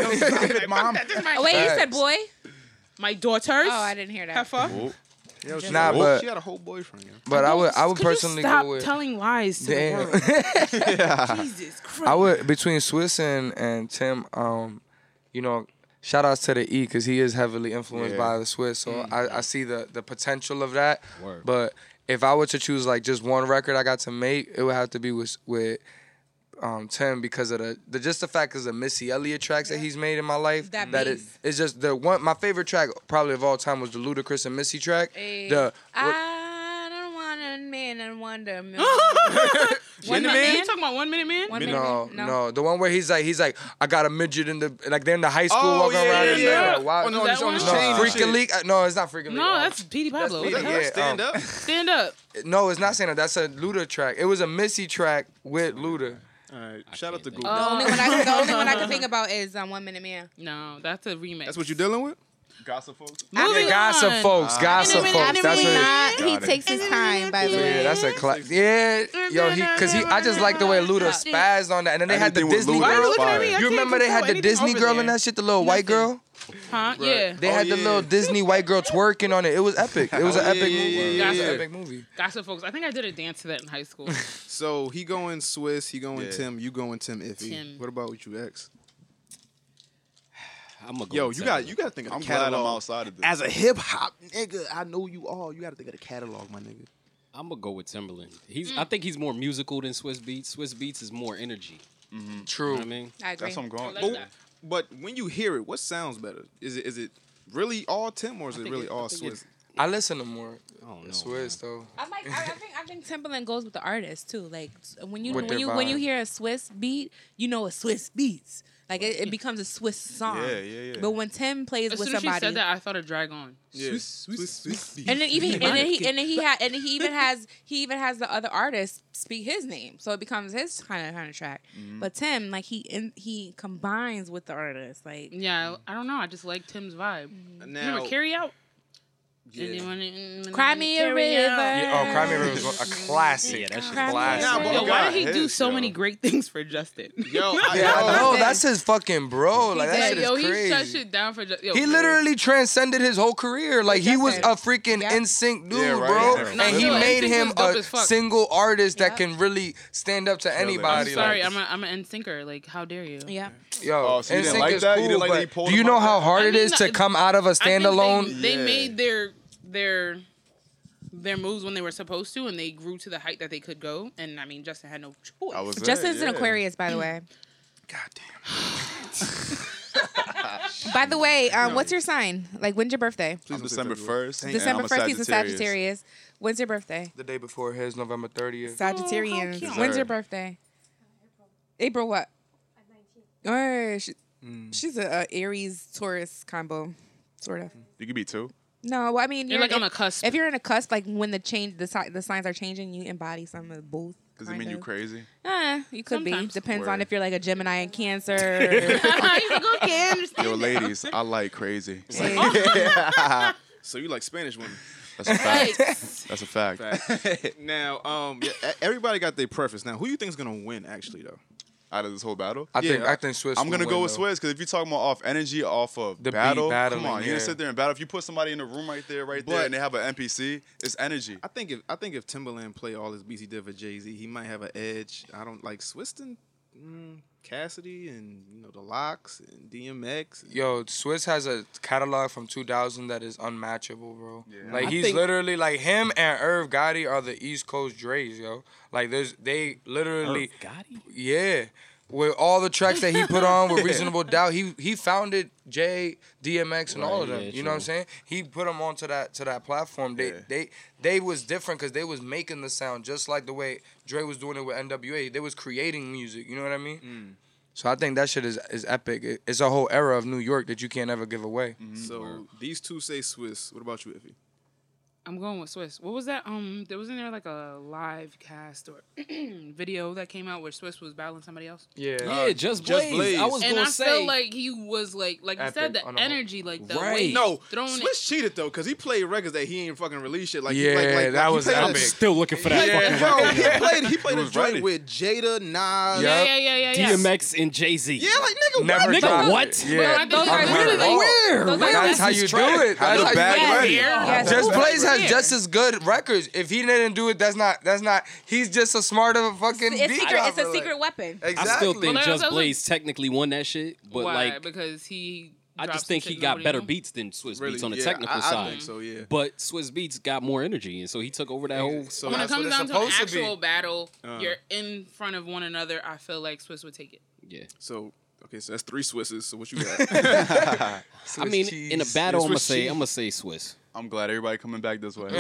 G: Like, Mom. That, <laughs> this is my
F: Oh, wait, you said
G: Facts.
F: boy?
G: My daughters.
F: Oh, I didn't hear that.
G: Have fun.
D: <laughs>
C: Nah, but
K: she had a whole boyfriend.
C: but I would I would
G: Could you
C: personally
G: stop
C: go with
G: telling lies to
C: Damn. <laughs>
G: the world?
C: Jesus Christ. I would between Swiss and, and Tim, um, you know, shout outs to the E because he is heavily influenced
K: Yeah.
C: by the Swiss. So I, I see the the potential of that.
K: Word.
C: But if I were to choose like just one record I got to make, it would have to be with with um, Tim because of the, the just the fact is the Missy Elliott tracks that he's made in my life.
F: That
C: that it-
F: beast.
C: it's just the one my favorite track probably of all time was the Ludacris and Missy track.
F: Ayy.
C: The
F: I don't want a man
C: <laughs>
F: and
P: Wonder.
G: One minute man? You talking about one minute man?
C: no, no, the one where he's like, he's like, I got a midget in the like they're in the high school
G: Oh,
C: walking
G: yeah,
C: around.
G: yeah,
C: and
G: yeah.
C: they're Like, wow,
G: Oh, no, Is he's that on his one? chain
C: no,
G: and
C: freaking
G: shit.
C: leak. uh, No, it's not freaking leak.
G: No, that's Petey Pablo. What the hell?
C: up.
G: Stand up.
C: No, it's not saying that. That's a Luda track. It was a Missy track with Luda.
D: All right, shout out to Google.
F: The only one I, the only one I
C: <laughs>
F: can think about is um, One Minute Man.
G: No, that's a remake.
D: That's what you're dealing with? Gossip folks?
C: Moving Gossip on. folks, gossip folks, that's what it is.
P: He takes his time, by the
C: Yeah,
P: way.
C: that's a classic. Yeah, yo, he, cause he, I just like the way Luda spazzed on that, and then they had the
D: Everything
C: Disney
D: with Luda
C: girl.
D: is Why are you looking at me?
C: You
D: I can't
C: remember they had
D: control
C: the
D: anything
C: Disney
D: over
C: girl in
D: there.
C: that shit, the little white girl.
G: Huh? Oh, Yeah.
C: They had the little Disney white girl twerking on it. It was epic. It was
D: Oh,
C: an
D: yeah,
C: epic
D: yeah,
C: movie.
D: yeah,
C: It was
D: yeah,
C: an
D: yeah.
C: epick movie.
G: Gossip folks. I think I did a dance to that in
C: <laughs>
G: high school.
D: So he going Swiss, he going
G: Yeah.
D: Tim, you going Tim Iffy.
G: Tim.
D: What about with you, X?
E: I'm gonna go
D: Yo,
E: with
D: you
E: Tim.
D: got you got to think of the
E: I'm glad I'm
D: catalog.
E: outside of this.
D: As a hip hop nigga, I know you all. You got to think of the catalog, my nigga.
E: I'm gonna go with Timberland. He's I think he's more musical than Swiss Beats. Swiss Beats is more energy.
C: True.
E: You know what I mean,
D: That's what I'm going.
F: Oh.
D: But, but when you hear it, what sounds better? Is it is it really all Tim or is it
C: think
D: really
C: it- I
D: all
C: think
D: Swiss?
C: I listen to more.
D: Oh,
E: I don't know.
C: Swiss
G: Oh,
C: though.
F: I like.
C: <laughs>
F: I, I think. I think Timberland goes with the artist too. Like s- when you
C: With
F: when
C: their
F: you when you
C: vibe.
F: hear a Swiss beat, you know a Swiss beats. Like it, it becomes a Swiss song.
G: Yeah, yeah, yeah.
F: But when Tim plays
G: as
F: with
G: soon as she
F: somebody, Mm.
G: said that, I thought of Dragon.
D: Yeah.
F: and then even and then he and
C: <laughs>
F: then he had and he even has he even has the other artist speak his name, so it becomes his kind of kind of track.
C: Mm-hmm.
G: Mhm.
F: But Tim, like he in, he combines with the artist, like
G: yeah, I don't know. I just like Tim's vibe.
F: Now-
G: Remember carry out?
F: Yeah.
G: Anyone-
F: Cry Me a
G: Carry
F: River.
G: Out.
C: Yeah, oh, Cry Me a River was a <laughs> classic. Yeah, that shit was Classic. classic.
G: Yo, why did he
C: God,
G: do
C: his,
G: so many great things for Justin?
D: Yo, <laughs>
C: I, know that's his fucking bro.
G: <laughs>
C: Like that shit
G: yo,
C: is
G: he shut
C: crazy.
G: shit down for Justin.
C: He literally transcended his whole career. Like he was a freaking in sync dude,
D: Yeah, right,
C: bro.
D: yeah, right.
C: And he
G: No,
C: made
G: NSYNC
C: him
G: was dope
C: a
G: as fuck.
C: single artist that can really stand up to
G: I'm
C: anybody.
G: sorry,
C: like-
G: I'm a, I'm an NSYNCer. Like, how dare you?
F: Yeah.
C: Yo,
D: Oh, so you didn't
C: NSYNC
D: like
C: is
D: that? You
C: cool,
D: didn't like that he
C: but
D: pulled
C: do you
D: him
C: know
D: out
C: how
D: like
C: hard
G: I
C: it
G: mean,
C: is
G: no,
C: to come out of a
G: I think
C: standalone?
G: They, they made their their their moves when they were supposed to, and they grew to the height that they could go. And I mean, Justin had no choice.
D: I was
F: Justin's an Aquarius, by the way. <laughs> By the way, um, what's your sign? Like, when's your birthday?
D: I'm December first.
F: December first. He's a Sagittarius. When's your birthday?
C: The day before his, November 30th.
F: Sagittarians. Oh, when's your birthday? April what? Oh, she,
D: Mm.
F: she's a, uh Aries Taurus combo, sort of.
D: You could be two.
F: No, well, I mean,
G: You're like
F: if,
G: on a cusp. <laughs>
F: If you're in a cusp, like when the change, the si- the signs are changing, you embody some of both.
D: Does it mean
F: kind
D: you
F: of.
D: crazy?
F: Eh, you could
G: Sometimes.
F: be. Depends on
D: Word.
F: if you're like a Gemini
D: <laughs>
F: and Cancer. or-
Q: <laughs>
F: <laughs>
D: Yo, ladies, I like crazy. <laughs> so you like Spanish women? That's a fact. That's a fact. now, um, yeah, e- everybody got their preference. Now, who you think is gonna win? Actually, though, out of this whole battle,
C: I think- I think Swiss
D: I'm
C: will
D: gonna go
C: win,
D: with
C: though.
D: Swiss because if you're talking about off energy, off of
C: The beat
D: battle,
C: battling,
D: come on, you're
C: yeah.
D: gonna sit there and battle. If you put somebody in a room right there, right there,
Q: But-
D: and they have an NPC, it's energy.
Q: I think if I think if Timberland play all his BC did for Jay Z, he might have an edge. I don't like Swiston, mm, Cassidy, and you know the Locks and DMX.
C: Yo, Swiss has a catalog from 2000 that is unmatchable, bro. Like
Q: I
C: he's
Q: think-
C: literally like him and Irv Gotti are the East Coast Dre's, yo. Like there's they literally
E: Gotti.
C: Yeah. With all the tracks that he put on
E: <laughs>
C: with Reasonable Doubt, he he founded J, DMX, and all of them.
E: Right, yeah,
C: you know what I'm
E: true.
C: saying? He put them onto that to that platform. They they they was different because they was making the sound just like the way Dre was doing it with N.W.A. They was creating music. You know what I mean?
E: Mm.
C: So I think that shit is is epic. It- It's a whole era of New York that you can't ever give away.
E: Mm-hmm.
D: So these two say Swiss. What about you, Iffy?
G: I'm going with Swiss. What was that? Um, there wasn't there like a live cast or <clears throat> video that came out where Swiss was battling somebody else.
C: Yeah.
E: Yeah, Just Blaze. I was
G: and
E: gonna
G: I
E: say
G: feel like he was like, like you
D: Epic
G: said, the
D: on a whole-
G: energy, like the
D: right.
G: way he
D: no,
G: was throwing it.
D: Swiss cheated though, cause he played records that he ain't fucking released shit. Like, he-
C: Yeah,
D: like, like,
C: that
D: like, he
C: was
D: played a-
C: epic. Still
E: looking for
C: that
D: Yeah,
C: fucking
D: <laughs>
G: <laughs>
C: record.
D: yo, He played. He
C: He
D: played a
C: was
D: joint
C: ready.
D: with Jada, Nas,
C: Yeah,
G: yeah, yeah, yeah, yeah.
E: DMX and Jay Z.
D: Yeah, like nigga,
E: Never
D: what?
E: Nigga, what?
C: Yeah. Well, I think
E: Where?
C: that's what
E: Where?
C: it is.
E: Where?
C: Those
E: Where
C: are-
E: is
C: That's how
E: this
C: you
E: track?
C: do it. That's how you do it. Just Blaze has just as good records. If he didn't do it, that's not that's not. He's just a smarter fucking.
F: it's,
C: beat
F: secret, it's
C: dropper,
F: a
C: like-
F: secret
D: eh.
F: weapon.
E: I still
C: Exactly.
E: think
C: Well,
E: Just
C: that's-
E: Blaze technically won that shit, but
G: Why?
E: like
G: because he.
E: I
G: dropped
E: just
G: some
E: think
G: shit
E: he got
G: nobody
E: better
G: knew.
E: beats than Swiss
D: Really,
E: beats on the
D: yeah,
E: technical
D: I- I
E: side.
D: think so, yeah.
E: But Swiss beats got more energy, and so he took over that whole. So
G: when it comes down to an actual battle,
E: Uh.
G: you're in front of one another. I feel like Swiss would take it.
E: Yeah.
D: So okay, so that's three Swisses. So what you
G: <laughs>
D: got?
E: I mean, in a battle, I'm gonna say I'm gonna say Swiss.
G: <laughs>
D: I'm glad everybody coming back this way. what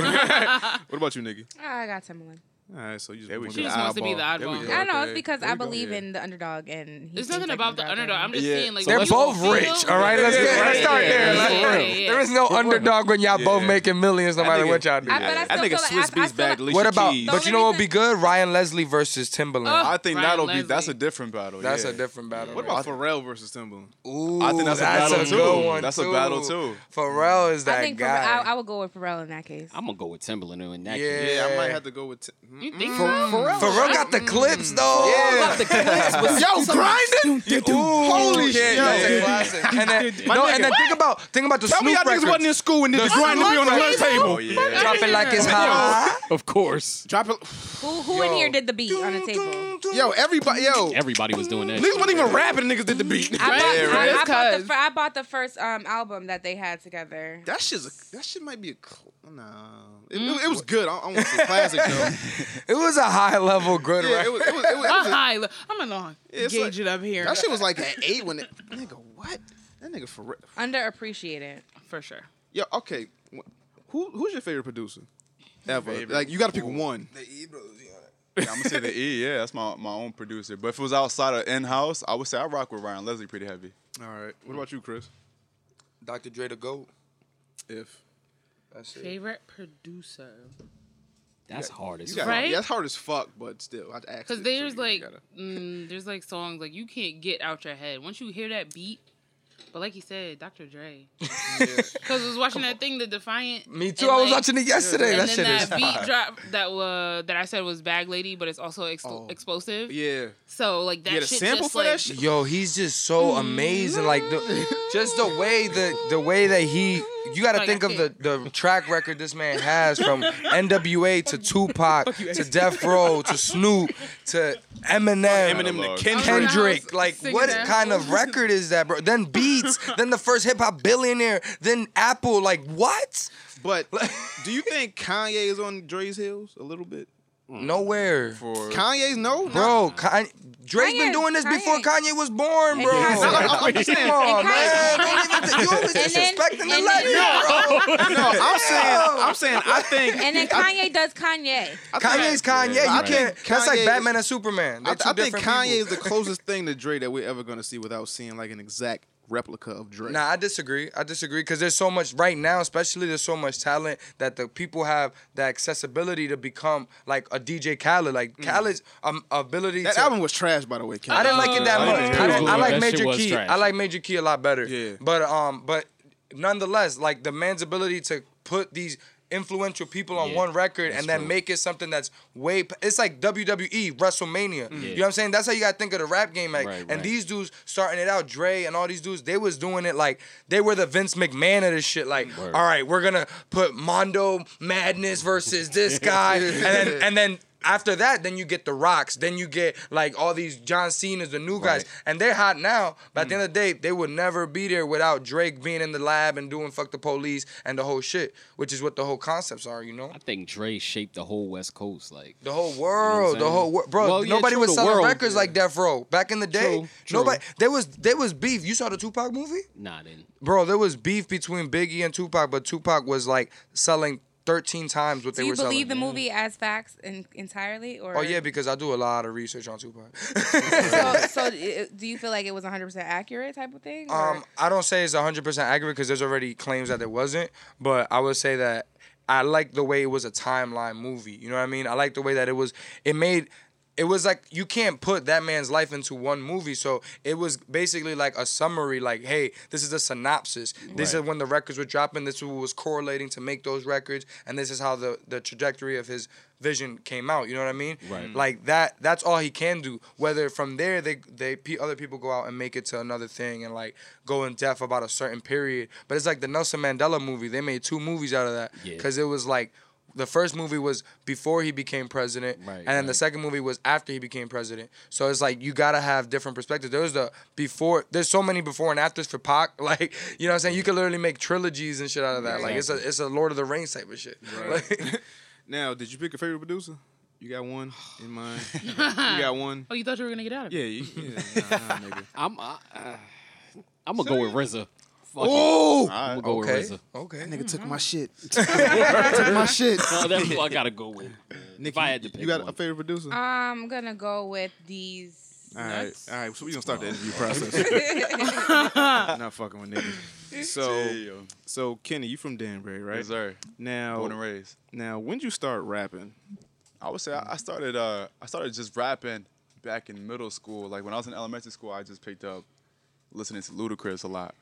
D: about you, nigga?
F: Ah, I got Timberland.
D: All right, so you just want
G: She just wants to be the
D: There we
G: oddball.
D: go,
F: I don't know.
D: okay.
F: It's because
D: There
F: I
D: we go.
F: believe
D: Yeah.
F: in the underdog, and he
G: There's
F: seems
G: nothing
F: like
G: about the underdog. I'm just saying, like,
C: they're
G: when you
C: both
G: a
C: rich.
G: female-
C: All right, let's
G: Yeah,
C: get
G: yeah,
C: let's start
G: yeah,
C: there.
G: yeah,
C: Like,
G: yeah,
C: there-
G: yeah.
C: There is no underdog when y'all both making millions, no matter what y'all do.
D: I- but I I still think a feel like- Swiss I- I Beats feel bag, like- Alicia
C: What about?
D: Keys.
C: But you know what would be good? Ryan Leslie versus Timberland.
G: oh,
D: I think that'll be that's a different battle.
C: That's
D: yeah.
C: a different battle.
D: What about Pharrell versus Timbaland?
C: Ooh,
D: I think that's a
C: that's
D: battle
C: a
D: too.
C: good one,
D: that's
C: too.
D: a battle too.
C: Pharrell is
F: I think Pharrell- I, I would go with Pharrell in that case.
E: I'm gonna go with Timberland in that
D: Yeah.
E: case.
D: I might have to go with. T-
E: You think
D: so?
E: Pharrell?
C: Pharrell got the
D: Mm.
C: clips though.
E: Pharrell Oh, got the clips.
C: Yo, grinding. Holy
D: shit.
C: shit.
D: Yeah.
C: And
E: <laughs>
C: then,
D: My
C: no,
D: nigga.
C: and then think about think about the
D: Tell me
C: Snoop
D: y'all niggas
C: records.
D: wasn't in school and did the grind to be on the lunch table.
C: Drop it
D: <laughs>
C: like it's hot.
E: Of course.
D: Oh, Drop it.
F: Who who in here did the beat on the table?
D: Yo, everybody. Yo,
E: Everybody was doing that.
D: niggas wasn't even rapping. Niggas did the beat.
F: I bought, I, I bought the, fir- I bought the first um, album that they had together.
D: That shit's a, that shit might be a cl- no. It, it, it was good. I, I want to say classic <laughs> though.
C: It was a high level good
D: Yeah,
C: record.
D: it was- it was- it was- it was a-
G: a high. le- I'm gonna
D: Yeah, it's
G: gauge
D: like-
G: it up here.
D: That shit was like an eight when it. Nigga, what? That nigga for real.
F: Underappreciated.
G: For sure.
D: Yo, okay. wh- Who who's your favorite producer? Ever. Like you gotta pick one.
K: Yeah, I'm gonna say the E. Yeah, that's my, my own producer. But if it was outside of in house, I would say I rock with Ryan Leslie pretty heavy.
D: All right. What about you, Chris?
C: Dr. Dre the GOAT.
D: If.
C: That's
G: Favorite producer.
E: That's hard as
D: You
E: fuck.
D: got-
G: Right?
D: Yeah, that's hard as fuck, but still, I'd ask.
G: Because
D: it, so
G: there's
D: you
G: like
D: gotta-
G: mm, there's like songs like you can't get out your head once you hear that beat. But like you said, Dr. Dre. <laughs> Because I was watching that thing, The Defiant.
C: Me too.
G: and,
C: I was
G: like-
C: watching it yesterday.
G: And
C: That
G: then
C: shit is
G: that beat
C: fire.
G: drop that uh, that I said was Bag Lady, but it's also ex- explosive.
D: Yeah.
G: So like that
C: Oh. You had a
G: shit
C: sample
G: just
C: for
G: like
C: that shit? Yo, he's just so amazing. Like the, just the way the the way that he. You got to
G: Like,
C: think
G: I
C: of the, the track record this man has from NWA to Tupac to Death Row to Snoop to Eminem,
D: Eminem to
C: Kendrick.
D: Kendrick.
C: Like
D: Singing
C: what
D: that.
C: kind of record is that, bro? Then Beats, then the first hip hop billionaire, then Apple. Like what?
G: <laughs>
D: But do you think Kanye is on Dre's heels a little bit?
C: Nowhere.
D: Kanye's no,
C: Bro, Kanye, Dre's been
D: Kanye-
C: doing this before Kanye was born, bro.
D: Kanye- No, no, I'm just saying-
C: Come on,
D: And
C: man.
D: Kanye-
C: Don't even
D: <laughs>
C: think- you always
D: And
F: then-
C: disrespecting the
F: and
C: legend,
D: <laughs> No,
C: bro.
D: no,
C: <laughs>
D: I'm saying, I'm saying, I think.
F: And then
D: I-
F: Kanye does Kanye.
C: Kanye's Kanye.
D: I
C: You
D: think
C: can't. That's like
D: Kanye-
C: Batman and Superman. They're
D: I,
C: two
D: I think
C: different people.
D: Kanye is
C: <laughs>
D: the closest thing to Dre that we're ever gonna see without seeing like an exact replica of Dre.
C: Nah, I disagree. I disagree because there's so much right now, especially there's so much talent that the people have the accessibility to become like a DJ Khaled. Like Khaled's um, ability.
D: Mm. that
C: to,
D: album was trash, by the way. Khaled.
C: I didn't like it that much. I, didn't- I like Major Key. I like Major Key a lot better.
D: Yeah.
C: But um, but nonetheless, like the man's ability to put these influential people on
D: Yeah,
C: one record
D: that's
C: and then
D: true.
C: make it something that's way p- it's like WWE WrestleMania. You know what I'm saying? That's how you gotta think of the rap game like.
D: Mm. Right,
C: and
D: right.
C: these dudes starting it out, Dre and all these dudes, they was doing it like they were the Vince McMahon of this shit. Like, all right, we're gonna put Mondo Madness versus this guy, and then and then after that, then you get the Rocks, then you get like all these John Cena's, the new guys, and they're hot now. But at the end of the day, they would never be there without Drake being in the lab and doing fuck the police and the whole shit, which is what the whole concepts are, you know.
E: I think Dre shaped the whole West Coast. Like
C: The whole
E: You know what
C: world,
E: I'm
C: the whole
E: saying?
C: world, bro.
E: Well, yeah,
C: nobody
E: true,
C: was
E: the
C: selling
E: world,
C: records like Death Row back in the day.
E: True, true.
C: Nobody. There was there was beef. You saw the Tupac movie,
E: nah, then
C: bro. There was beef between Biggie and Tupac, but Tupac was like selling thirteen times what
F: Do
C: they
F: you
C: were selling. Mm.
F: believe the movie as facts in, entirely, or
C: Oh yeah, because I do a lot of research on Tupac.
F: so, so uh, do you feel like it was 100 percent accurate type of thing? or-
C: Um, I don't say it's 100% accurate because there's already claims that it wasn't, but I would say that I like the way it was a timeline movie. You know what I mean? I like the way that it was, it made, it was like you can't put that man's life into one movie. So it was basically like a summary like, hey, this is a synopsis. This
D: Right.
C: is when the records were dropping. This is what was correlating to make those records. And this is how the, the trajectory of his vision came out. You know what I mean?
D: Right. Mm-hmm.
C: Like that. That's all he can do. Whether from there they they pe- other people go out and make it to another thing and like go in depth about a certain period. But it's like the Nelson Mandela movie. They made two movies out of that
D: Yeah.
C: because it was like. The first movie was before he became president, and then the second movie was after he became president. So it's like you gotta have different perspectives. There's the before. There's so many before and afters for Pac. <laughs> Like you know what I'm saying. You could literally make trilogies and shit out of that. Like it's a it's a Lord of the Rings type of shit.
K: <laughs>
C: Like-
D: now, did you pick a favorite producer? You got one in
G: <laughs>
D: mind. you got one.
G: Oh, you thought you were gonna get out of it?
D: Yeah, you, yeah nah, nah, nigga.
E: I'm uh, I'm gonna go with RZA. Fuck it.
C: Ooh!
E: I'm gonna go
C: Okay,
E: with RZA.
C: Okay.
G: Mm-hmm.
E: <laughs>
D: That nigga took my shit. took my shit. <laughs>
E: No, that's who I gotta go with. if I had to
K: you-
E: pick
K: you got
E: one.
K: a favorite producer?
F: I'm gonna go with these.
K: all right, all right. So we gonna start the interview process. Not
F: process.
K: fucking with
D: <laughs>
K: niggas. So, so Kenny, you from Danbury, right?
D: Yes, sir.
K: Now,
D: Born and raised.
K: Now, when did you start rapping?
D: Oh. I would say I I started. Uh, I started just rapping back in middle school. Like when I was in elementary school, I just picked up listening to Ludacris a lot,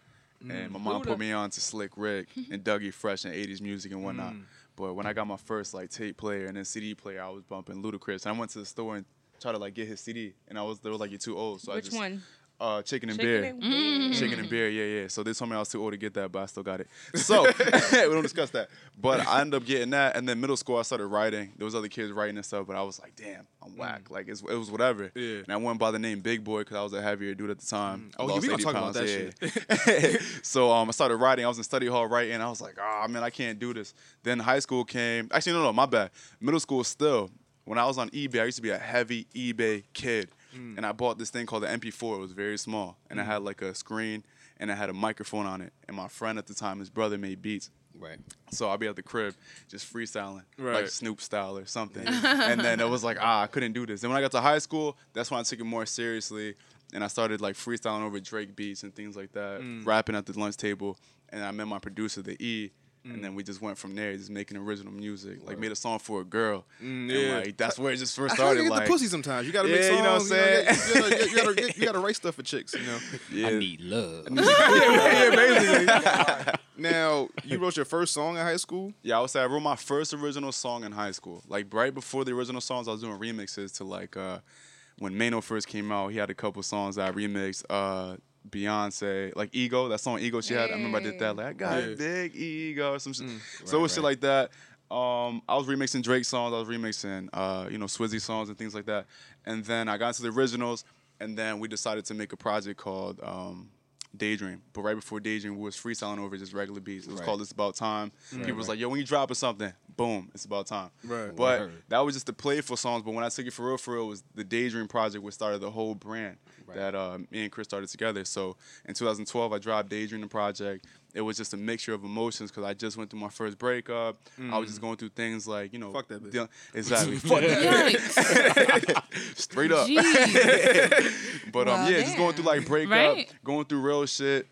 D: and my mom put me on to Slick Rick and Dougie Fresh and '80s music and whatnot.
K: Mm.
D: But when I got my first like tape player and then CD player, I was bumping Ludacris. And I went to the store and tried to like get his CD, and I was they were like, "You're too old." So I
F: Which
D: just,
F: one?
D: Uh, chicken and
F: Chicken
D: beer.
F: and
C: Mm-hmm.
F: Beer.
D: Chicken
K: Mm-hmm.
D: and beer, yeah, yeah. So they told me I was too old to get that, but I still got it. So <laughs> we don't discuss that. But I ended up getting that, and then middle school I started writing. There was other kids writing and stuff, but I was like, damn, I'm whack. Like it's, it was whatever.
K: Mm. Yeah.
D: And I went by the name Big Boy because I was a heavier dude at the time.
K: Oh, yeah,
D: Lost
K: we gonna
D: 80
K: talk about
D: pounds,
K: that
D: yeah. shit. so um, I started writing. I was in study hall writing. I was like, ah, man, I can't do this. Then high school came. Actually, no, no, my bad. Middle school still. When I was on eBay, I used to be a heavy eBay kid
K: Mm.
D: and I bought this thing called the MP4. It was very small, and I had like a screen and I had a microphone on it. And my friend at the time, his brother made beats.
E: Right.
D: So I'd be at the crib just freestyling, like
K: Right.
D: Snoop style or
K: <laughs>
D: something.
K: Yeah.
D: and then it was like, ah, I couldn't do this. And when I got to high school, that's when I took it more seriously. And I started like freestyling over Drake beats and things like that,
K: Mm.
D: rapping at the lunch table. And I met my producer, the E. And then we just went from there, just making original music. Like made a song for a girl,
K: Mm,
D: and
K: yeah.
D: like that's where it just first
K: That's how you
D: started.
K: get
D: like
K: the pussy sometimes. You gotta
D: yeah,
K: make songs.
D: you know what I'm saying?
K: You, gotta, you, gotta, you, gotta, you gotta write stuff for chicks. You know.
D: <laughs> Yeah. I
E: need love.
K: <laughs> yeah, yeah,
D: <laughs>
K: basically. now you wrote your first song in high school.
D: Yeah, I would say I wrote my first original song in high school. Like right before the original songs, I was doing remixes to like uh, when Mano first came out. He had a couple songs that I remixed. Uh, Beyonce, like Ego, that song Ego she had. I remember I did that. Like I got
K: Yeah. Mm.
D: a big ego or some shit. so it was shit like that. Um, I was remixing Drake songs. I was remixing uh, you know Swizzy songs and things like that. And then I got into the originals. And then we decided to make a project called um, Daydream. But right before Daydream, we was freestyling over just regular beats. It was
K: Right. Mm.
D: called It's About Time.
K: Right,
D: People was
K: right.
D: like, yo, when you dropping something, boom, it's about time.
K: Right.
D: But
K: Word.
D: that was just the playful songs. But when I took it for real, for real, it was the Daydream project, which started the whole brand that uh, me and Chris started together. So in 2012, I dropped Daydream the project. It was just a mixture of emotions because I just went through my first breakup. I was just
K: Mm.
D: going through things like, you know,
K: Fuck that bitch.
D: dealing- exactly. Fuck that
C: <laughs>
D: bitch. <laughs> Straight up.
K: Jeez.
D: but um,
K: Well,
D: yeah, just going through like breakup,
K: Right.
D: going through real shit.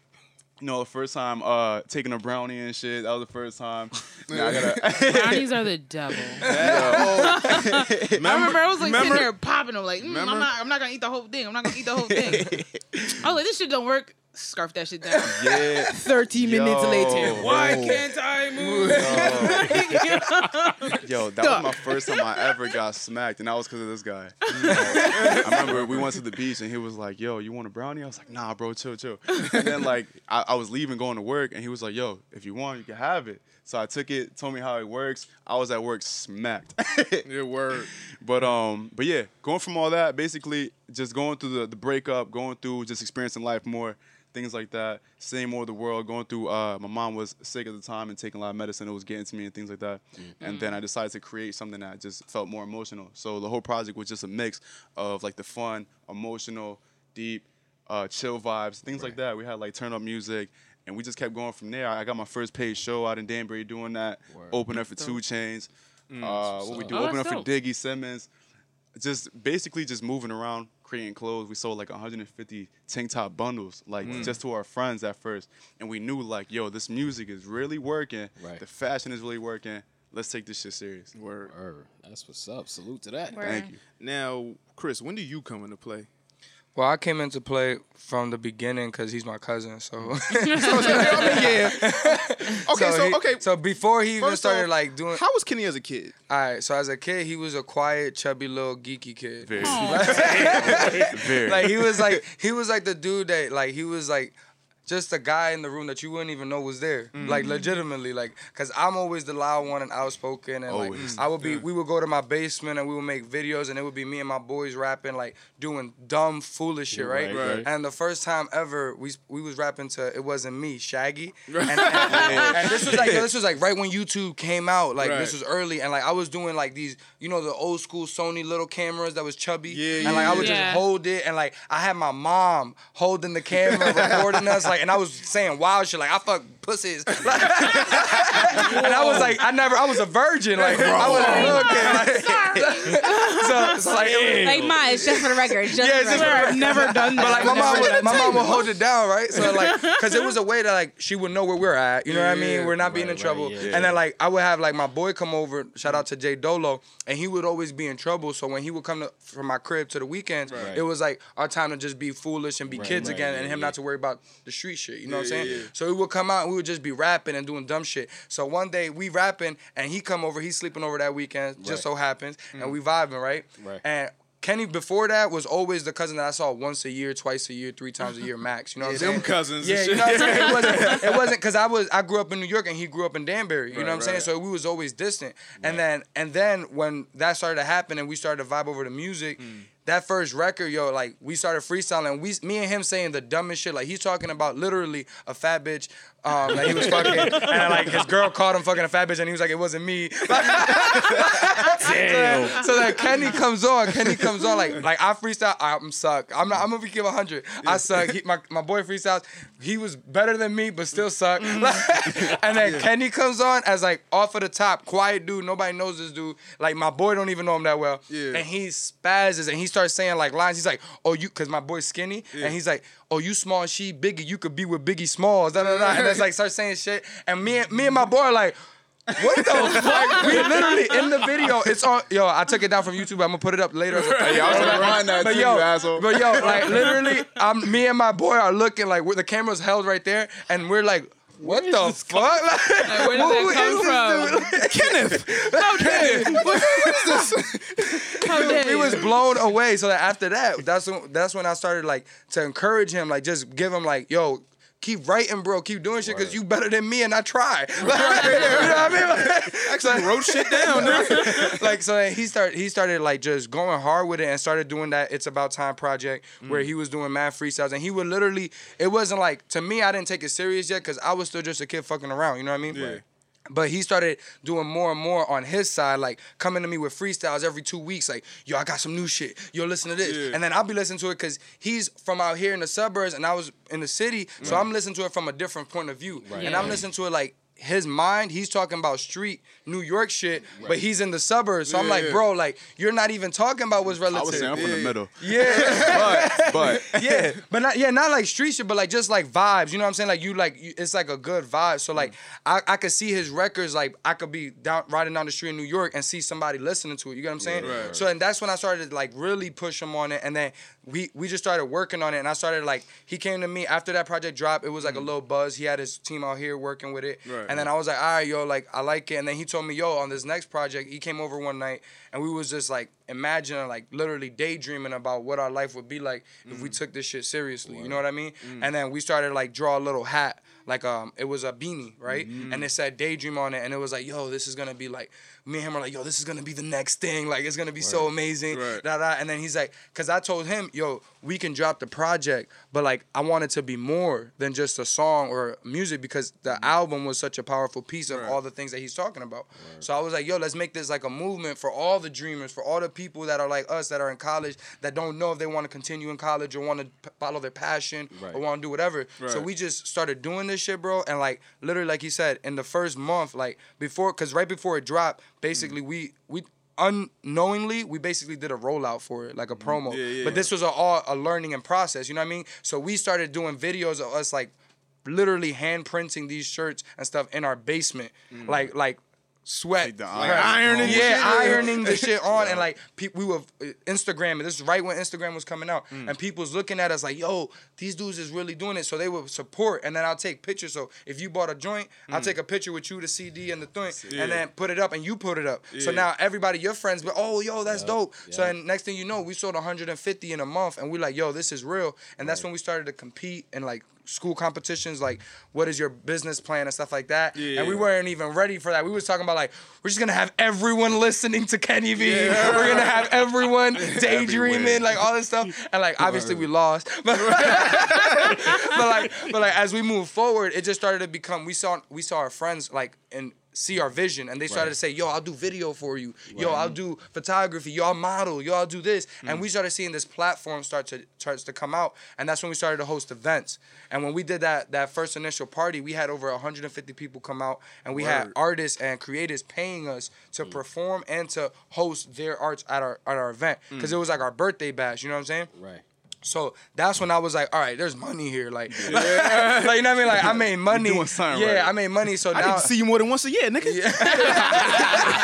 D: You know, the first time uh taking a brownie and shit. That was the first time. Now I gotta
R: Brownies are the
D: <laughs>
R: devil.
G: I remember I was like
D: Remember-
G: sitting there popping them, like, mm, I'm
D: Remember-
G: not, I'm not gonna eat the whole thing. I'm not gonna eat the whole thing.
D: <laughs>
G: I was like, this shit don't work. Scarf that shit down.
D: Yeah.
R: 30
G: minutes
R: later.
G: Why can't I move?
D: <laughs> Yo, that was my first time I ever got smacked, and that was because of this guy. <laughs> I remember we went to the beach, and he was like, "Yo, you want a brownie?" I was like, "Nah, bro, chill, chill." And then like I, I was leaving, going to work, and he was like, "Yo, if you want, you can have it." So I took it, told me how it works. I was at work smacked. <laughs>
K: Your word.
D: But um, but yeah, going from all that, basically just going through the, the breakup, going through just experiencing life more, things like that, seeing more of the world, going through uh my mom was sick at the time and taking a lot of medicine, it was getting to me and things like that. And then I decided to create something that just felt more emotional. So the whole project was just a mix of like the fun, emotional, deep, uh, chill vibes, things like that. We had like turn up music, and we just kept going from there. I got my first paid show out in Danbury doing that. Open up for Two Chains.
C: Hmm.
D: Uh, what we do?
K: Oh,
D: Open up
K: that's
D: for
K: dope.
D: Diggy Simmons. Just basically just moving around, creating clothes. We sold like 150 tank top bundles, like
C: Hmm.
K: Wow.
D: just to our friends at first, and we knew like, yo, this music is really working. Right. The fashion is really working. Let's take this shit serious.
K: Word.
E: That's what's up. Salute to that.
K: Thank you. Now, Chris, when do you come into play?
C: Well, I came into play from the beginning because he's my cousin. So,
K: <laughs> So, so, I mean,
C: <laughs>
K: yeah. Okay, so,
C: he-
K: okay.
C: So before he even
K: First
C: started
K: off,
C: like doing,
K: how was Kenny as a kid?
C: All right, so as a kid, he was a quiet, chubby little geeky kid.
D: Very. <laughs>
K: Very.
C: <laughs> Like he was
K: <laughs>
C: like he was like the dude that like he was like just a guy in the room that you wouldn't even know was there. Like
K: Mhm.
C: legitimately, like cause I'm always the loud one and outspoken and
K: Always.
C: like I would be we would go to my basement and we would make videos and it would be me and my boys rapping like doing dumb foolish shit, right?
K: Right, right.
C: And the first time ever we we was rapping to it wasn't me,
K: <laughs>
C: Shaggy.
K: Right.
C: And, and- and this was
K: <laughs>
C: like this was like right when YouTube came out. Like
K: Right.
C: this was early, and like I was doing like these, you know, the old school Sony little cameras that was chubby. Yeah,
K: yeah,
C: And like I would
K: yeah. Yeah.
C: just hold it, and like I had my mom holding the camera, recording us, like, and I was saying wild shit, like I fuck pussies, <laughs> Like- and I was like, I never, I was a virgin, like I was
K: Bro.
C: looking, like, It's like, it was-
F: like mine. It's just for the record. Just
C: yeah,
F: for
C: it's
F: the
C: just
F: record.
C: I've never done But like my mom, would, my mom would hold it down, right? So <laughs> like, cause it was a way that like she would know where we're at. You know what I mean?
K: Yeah.
C: We're not being
K: Right,
C: in trouble.
K: right, yeah.
C: And then like I would have like my boy come over. Shout out to Jay Dolo, and he would always be in trouble. So when he would come to, from my crib to the weekends,
K: Right.
C: it was like our time to just be foolish and be
K: Right,
C: kids
K: right,
C: again, and
K: yeah,
C: him not to worry about the street shit. You know what
K: Yeah,
C: I'm saying?
K: yeah, yeah.
C: So we would come out, and we would just be rapping and doing dumb shit. So one day we rapping, and he come over. He's sleeping over that weekend. Just
K: Right.
C: so happens, and
K: Mhm.
C: we vibing, right?
K: Right.
C: And Kenny before that was always the cousin that I saw once a year, twice a year, three times a year max. You know what I'm
K: Yeah, them
C: saying?
K: cousins
C: Yeah,
K: and
C: you know what I'm
K: shit.
C: saying? It
K: <laughs>
C: wasn't it wasn't because I was I grew up in New York and he grew up in Danbury. You
K: Right,
C: know what I'm saying?
K: right.
C: So we was always distant. And then and then when that started to happen and we started to vibe over the music.
K: Hmm.
C: That first record, yo, like we started freestyling. We, me and him, saying the dumbest shit. Like he's talking about literally a fat bitch um, that he was fucking, and like his girl called him fucking a fat bitch, and he was like, "It wasn't me."
K: Damn.
C: <laughs> So that Kenny comes on, Kenny comes on like like I freestyle. I'm suck. I'm not. I'm gonna give hundred. I suck. He, my my boy freestyles. He was better than me, but still suck. <laughs> and then
K: Mm. Yeah.
C: Kenny comes on as like off of the top, quiet dude. Nobody knows this dude. Like my boy don't even know him that well.
K: Yeah.
C: And he spazzes and he starts saying like lines. He's like, oh you, cause my boy's skinny,
K: Yeah.
C: and he's like, oh you small, she biggie. You could be with Biggie Smalls. Da, da, da. And it's like starts saying shit. And me and me and my boy are like. What the fuck? We literally in the video. It's on. Yo, I took it down from YouTube. I'm gonna put it up later.
K: Hey, I was gonna run that
C: but
K: too,
C: yo,
K: you asshole.
C: But yo, like literally, I'm me and my boy are looking like we're, the camera's held right there, and we're like. What the fuck? <laughs> Like,
K: where did
C: who-
K: that
C: who
K: come
C: is this dude? <laughs> Kenneth! How dare you? What is this?
K: How dare
C: He
K: you?
C: was blown away. So that after that, that's when, that's when I started like to encourage him, like just give him like, yo, keep writing, bro, keep doing shit, cause you better than me, and I try. <laughs> you know what I mean? Actually wrote shit down. <laughs> like so then he started he started like just going hard with it and started doing that it's about time project where he was doing mad freestyles and he would literally it wasn't like to me I didn't take it serious yet because I was still just a kid fucking around. You know what I mean?
K: Yeah.
C: But he started doing more and more on his side, like coming to me with freestyles every two weeks, like, yo, I got some new shit. Yo, listen to this.
K: Yeah.
C: And then I'll be listening to it because he's from out here in the suburbs and I was in the city. So
K: Right.
C: I'm listening to it from a different point of view.
K: Right.
C: And I'm
K: Yeah.
C: listening to it like his mind, he's talking about street New York shit, but
K: Right.
C: he's in the suburbs. So I'm
K: Yeah,
C: like,
K: yeah.
C: bro, like, you're not even talking about what's relative.
D: I was saying I'm from the middle.
C: Yeah.
D: But
C: <laughs>
K: <laughs>
C: yeah, but not yeah, not like street shit, but like just like vibes. You know what I'm saying? Like you like you, it's like a good vibe. So
K: Mm.
C: like I, I could see his records. Like I could be down riding down the street in New York and see somebody listening to it. You get what I'm saying?
K: Right, right.
C: So and that's when I started like really push him on it, and then we we just started working on it, and I started like he came to me after that project dropped. It was like a little buzz. He had his team out here working with it,
K: Mm. Right,
C: and then
K: right.
C: I was like, all right, yo, like I like it. And then he told me, yo, on this next project, he came over one night, and we was just like imagining, like literally daydreaming about what our life would be like if we took this shit seriously. You know what I mean? And then we started like draw a little hat. Like um, it was a beanie, right? And it said daydream on it, and it was like, yo, this is gonna be like, me and him are like, yo, this is gonna be the next thing. Like it's gonna be so amazing. Da, da. And then he's like, cause I told him, yo, we can drop the project, but like I want it to be more than just a song or music because the
K: Mm-hmm.
C: album was such a powerful piece of all the things that he's talking about. So I was like, yo, let's make this like a movement for all the dreamers, for all the people that are like us that are in college that don't know if they want to continue in college or want to follow their passion
K: Right.
C: or want to do whatever. So
K: Right.
C: we just started doing this shit, bro. And like literally, like he said, in the first month, like before, cause right before it dropped, basically
K: Mm.
C: we we unknowingly we basically did a rollout for it, like a promo.
K: Mm-hmm. Yeah, yeah,
C: but this was a, all a learning and process. You know what I mean? So we started doing videos of us like literally hand printing these shirts and stuff in our basement, like like. Sweat,
K: Mm. Like ironing the
C: yeah,
K: shit.
C: ironing the shit on, and like pe- we were uh, Instagram. This is right when Instagram was coming out,
K: Mm.
C: and people's looking at us like, "Yo, these dudes is really doing it." So they would support, and then I'll take pictures. So if you bought a joint, I'll
K: Mm.
C: take a picture with you, the CD, and the joint,
K: Yeah.
C: and then put it up, and you put it up. So
K: Yeah.
C: now everybody, your friends, but oh, yo, that's
K: Yup,
C: dope. So
K: yup.
C: and next thing you know, we sold 150 in a month, and we like, yo, this is real. And that's when we started to compete in like school competitions, like what is your business plan and stuff like that.
K: Yeah.
C: And we weren't even ready for that. We was talking about like we're just gonna have everyone listening to Kenny V. <laughs> We're gonna have everyone
R: <laughs>
C: daydreaming, like all this stuff. And like obviously we lost, <laughs> but but like but like as we move forward, it just started to become we saw we saw our friends like in see our vision and they started
R: Right.
C: to say, yo, I'll do video for you. Yo,
R: Right. Mm.
C: I'll do photography. Yo, I'll model. Yo, I'll do this. And we started seeing this platform start to starts to come out. And that's when we started to host events. And when we did that that first initial party, we had over 150 people come out and we had
R: Word.
C: artists and creators paying us to
K: Mm.
C: perform and to host their arts at our at our event. Because
R: Mm.
C: it was like our birthday bash, you know what I'm saying?
E: Right.
C: So that's when I was like, all right, there's money here. Like, <laughs> like you know what I mean? Like I
K: <laughs>
C: made money.
K: doing something
C: yeah,
K: right.
C: I made money. So
K: <laughs> I
C: now
K: need to see you more than once a year, nigga.